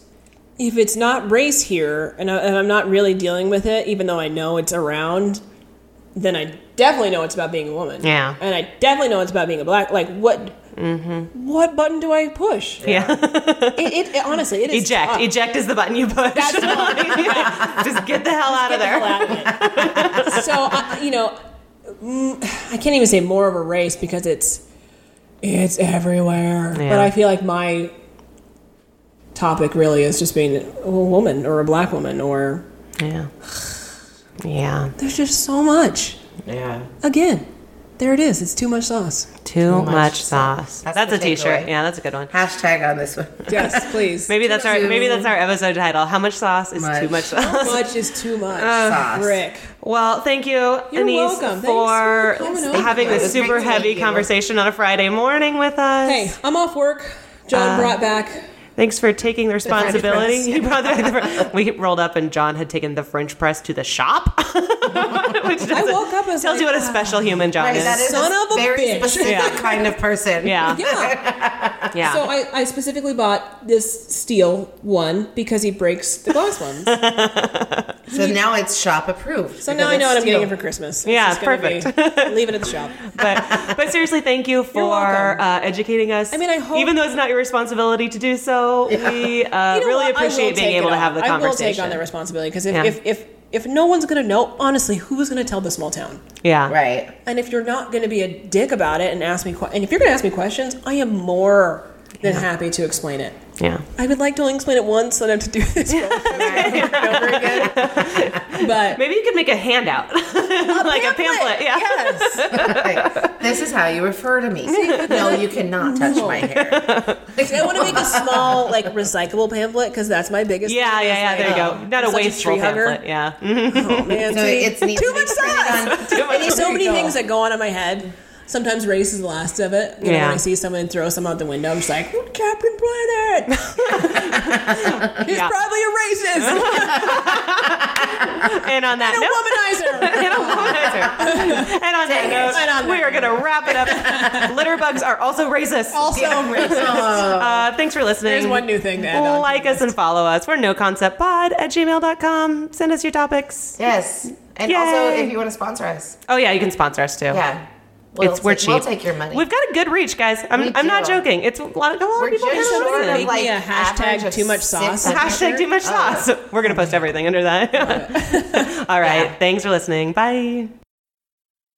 [SPEAKER 4] if it's not race here and, I, and I'm not really dealing with it, even though I know it's around, then I definitely know it's about being a woman.
[SPEAKER 1] Yeah.
[SPEAKER 4] and I definitely know it's about being a black. Like what?
[SPEAKER 1] Mm-hmm.
[SPEAKER 4] What button do I
[SPEAKER 1] [LAUGHS]
[SPEAKER 4] push?
[SPEAKER 1] [LAUGHS] yeah.
[SPEAKER 4] It, it, it- honestly, it is
[SPEAKER 1] Eject.
[SPEAKER 4] tough.
[SPEAKER 1] Eject is the button you push. [LAUGHS] Just get the hell out of
[SPEAKER 4] Get the
[SPEAKER 1] there.
[SPEAKER 4] hell out
[SPEAKER 1] [LAUGHS]
[SPEAKER 4] of it. so I you know, mm, I can't even say more of a race because it's it's everywhere.
[SPEAKER 1] Yeah.
[SPEAKER 4] But I feel like my topic really is just being a woman or a black woman or
[SPEAKER 1] Yeah. Yeah.
[SPEAKER 4] there's just so much.
[SPEAKER 2] yeah.
[SPEAKER 4] Again, there it is. It's too much sauce.
[SPEAKER 1] Too, much, sauce. That's,
[SPEAKER 2] That's the
[SPEAKER 1] a t-shirt.
[SPEAKER 2] takeaway.
[SPEAKER 1] Yeah, that's a good one.
[SPEAKER 2] Hashtag on this one.
[SPEAKER 4] Yes, please.
[SPEAKER 1] Maybe that's our maybe that's our episode title. How much sauce is too
[SPEAKER 2] Much.
[SPEAKER 1] much sauce? [LAUGHS]
[SPEAKER 4] too much is too much.
[SPEAKER 1] Uh,
[SPEAKER 2] Sauce.
[SPEAKER 4] Rick.
[SPEAKER 1] Well, thank you,
[SPEAKER 4] You're
[SPEAKER 1] Anise,
[SPEAKER 4] welcome. Thanks
[SPEAKER 1] for
[SPEAKER 4] for coming over.
[SPEAKER 1] having
[SPEAKER 2] It
[SPEAKER 1] this
[SPEAKER 2] was great
[SPEAKER 1] super
[SPEAKER 2] to meet
[SPEAKER 1] heavy
[SPEAKER 2] you.
[SPEAKER 1] conversation on a Friday morning with us.
[SPEAKER 4] Hey, I'm off work.
[SPEAKER 1] Uh,
[SPEAKER 4] John brought back.
[SPEAKER 1] Thanks for taking the
[SPEAKER 2] French
[SPEAKER 1] responsibility. [LAUGHS]
[SPEAKER 2] press.
[SPEAKER 1] He brought back the French- we rolled up and John had taken the French press to the shop. [LAUGHS] Which
[SPEAKER 4] I
[SPEAKER 1] doesn't-
[SPEAKER 4] woke up as
[SPEAKER 1] tells you what a special human John is.
[SPEAKER 2] That is
[SPEAKER 4] Son
[SPEAKER 2] a
[SPEAKER 4] of a
[SPEAKER 2] very
[SPEAKER 4] bitch.
[SPEAKER 2] specific
[SPEAKER 1] Yeah.
[SPEAKER 2] kind of person.
[SPEAKER 1] Yeah.
[SPEAKER 4] Yeah.
[SPEAKER 1] Yeah.
[SPEAKER 4] So I, I specifically bought this steel one because he breaks the glass
[SPEAKER 1] [LAUGHS]
[SPEAKER 4] ones. So
[SPEAKER 2] So now it's shop approved.
[SPEAKER 4] now I know what I'm getting for
[SPEAKER 2] for.
[SPEAKER 4] Christmas. It's
[SPEAKER 1] Yeah, Uh,
[SPEAKER 4] just gonna be- [LAUGHS] leave it at the shop.
[SPEAKER 1] but but seriously, thank you for
[SPEAKER 4] welcome.
[SPEAKER 1] uh, educating us.
[SPEAKER 4] I mean, I hope-
[SPEAKER 1] even though it's not your responsibility to do so, we uh,
[SPEAKER 4] You know
[SPEAKER 1] really
[SPEAKER 4] what? I will
[SPEAKER 1] appreciate being
[SPEAKER 4] take
[SPEAKER 1] able
[SPEAKER 4] it
[SPEAKER 1] to
[SPEAKER 4] on.
[SPEAKER 1] have the
[SPEAKER 4] I will take
[SPEAKER 1] conversation.
[SPEAKER 4] on the responsibility because if,
[SPEAKER 1] Yeah.
[SPEAKER 4] if, if, if no one's going to know, honestly, who's going to tell the small town?
[SPEAKER 1] yeah,
[SPEAKER 2] Right.
[SPEAKER 4] And if you're not going to be a dick about it and ask me, que- and if you're going to ask me questions, I am more than happy to explain it.
[SPEAKER 1] Yeah,
[SPEAKER 4] I would like to only explain it once, so I don't have to do
[SPEAKER 1] [LAUGHS]
[SPEAKER 4] this over and over again. But
[SPEAKER 1] maybe you could make a handout, [LAUGHS] like a pamphlet. Yeah.
[SPEAKER 4] yes.
[SPEAKER 2] Like, this is how you refer to me. No, you cannot touch my hair.
[SPEAKER 4] I want to make a small, like, recyclable pamphlet because that's my biggest.
[SPEAKER 1] Yeah,
[SPEAKER 4] thing.
[SPEAKER 1] yeah, yeah. There you go. Not a
[SPEAKER 4] such a
[SPEAKER 1] wasteful
[SPEAKER 4] tree hugger.
[SPEAKER 1] pamphlet. Yeah.
[SPEAKER 4] Oh, man,
[SPEAKER 2] No,
[SPEAKER 4] see?
[SPEAKER 2] it's needs
[SPEAKER 4] too
[SPEAKER 2] to be
[SPEAKER 4] much
[SPEAKER 2] printed
[SPEAKER 4] sauce.
[SPEAKER 2] on- [LAUGHS]
[SPEAKER 4] I need so
[SPEAKER 2] There
[SPEAKER 4] many
[SPEAKER 2] you go.
[SPEAKER 4] things that go on in my head. Sometimes race is the last of it. You know,
[SPEAKER 1] Yeah. [LAUGHS]
[SPEAKER 4] when I see someone throw some out the window, I'm just like, Captain Planet. He's probably a racist
[SPEAKER 1] And on
[SPEAKER 4] [LAUGHS]
[SPEAKER 1] that [LAUGHS]
[SPEAKER 4] and a
[SPEAKER 1] note,
[SPEAKER 4] womanizer.
[SPEAKER 1] and a womanizer. And on that note,
[SPEAKER 4] And on that
[SPEAKER 1] we are going to wrap it up. Litter bugs are also racist.
[SPEAKER 4] Also racist.
[SPEAKER 1] Uh, thanks for listening.
[SPEAKER 4] There's one new thing to add on to
[SPEAKER 1] Like us and follow us. We're noconceptpod at gmail.com. Send us your topics.
[SPEAKER 2] Yes. And also,
[SPEAKER 1] Yay.
[SPEAKER 2] if you want to sponsor us,
[SPEAKER 1] Oh, yeah, you can sponsor us too.
[SPEAKER 2] yeah, we'll
[SPEAKER 1] it's, we're
[SPEAKER 2] ta-
[SPEAKER 1] cheap.
[SPEAKER 2] We'll take your money.
[SPEAKER 1] We've got a good reach, guys. I'm,
[SPEAKER 2] We
[SPEAKER 1] I'm not
[SPEAKER 2] do.
[SPEAKER 1] joking. It's a lot, a lot
[SPEAKER 2] We're
[SPEAKER 1] of people. kinda
[SPEAKER 2] just short
[SPEAKER 1] listen.
[SPEAKER 2] of
[SPEAKER 4] Make
[SPEAKER 2] like
[SPEAKER 4] me a hashtag
[SPEAKER 2] average of
[SPEAKER 4] too much
[SPEAKER 2] six
[SPEAKER 4] sauce.
[SPEAKER 2] hundred-
[SPEAKER 1] Hashtag [LAUGHS]
[SPEAKER 4] [LAUGHS]
[SPEAKER 1] too much sauce. We're going to post everything under that. All right. Thanks for listening. Bye.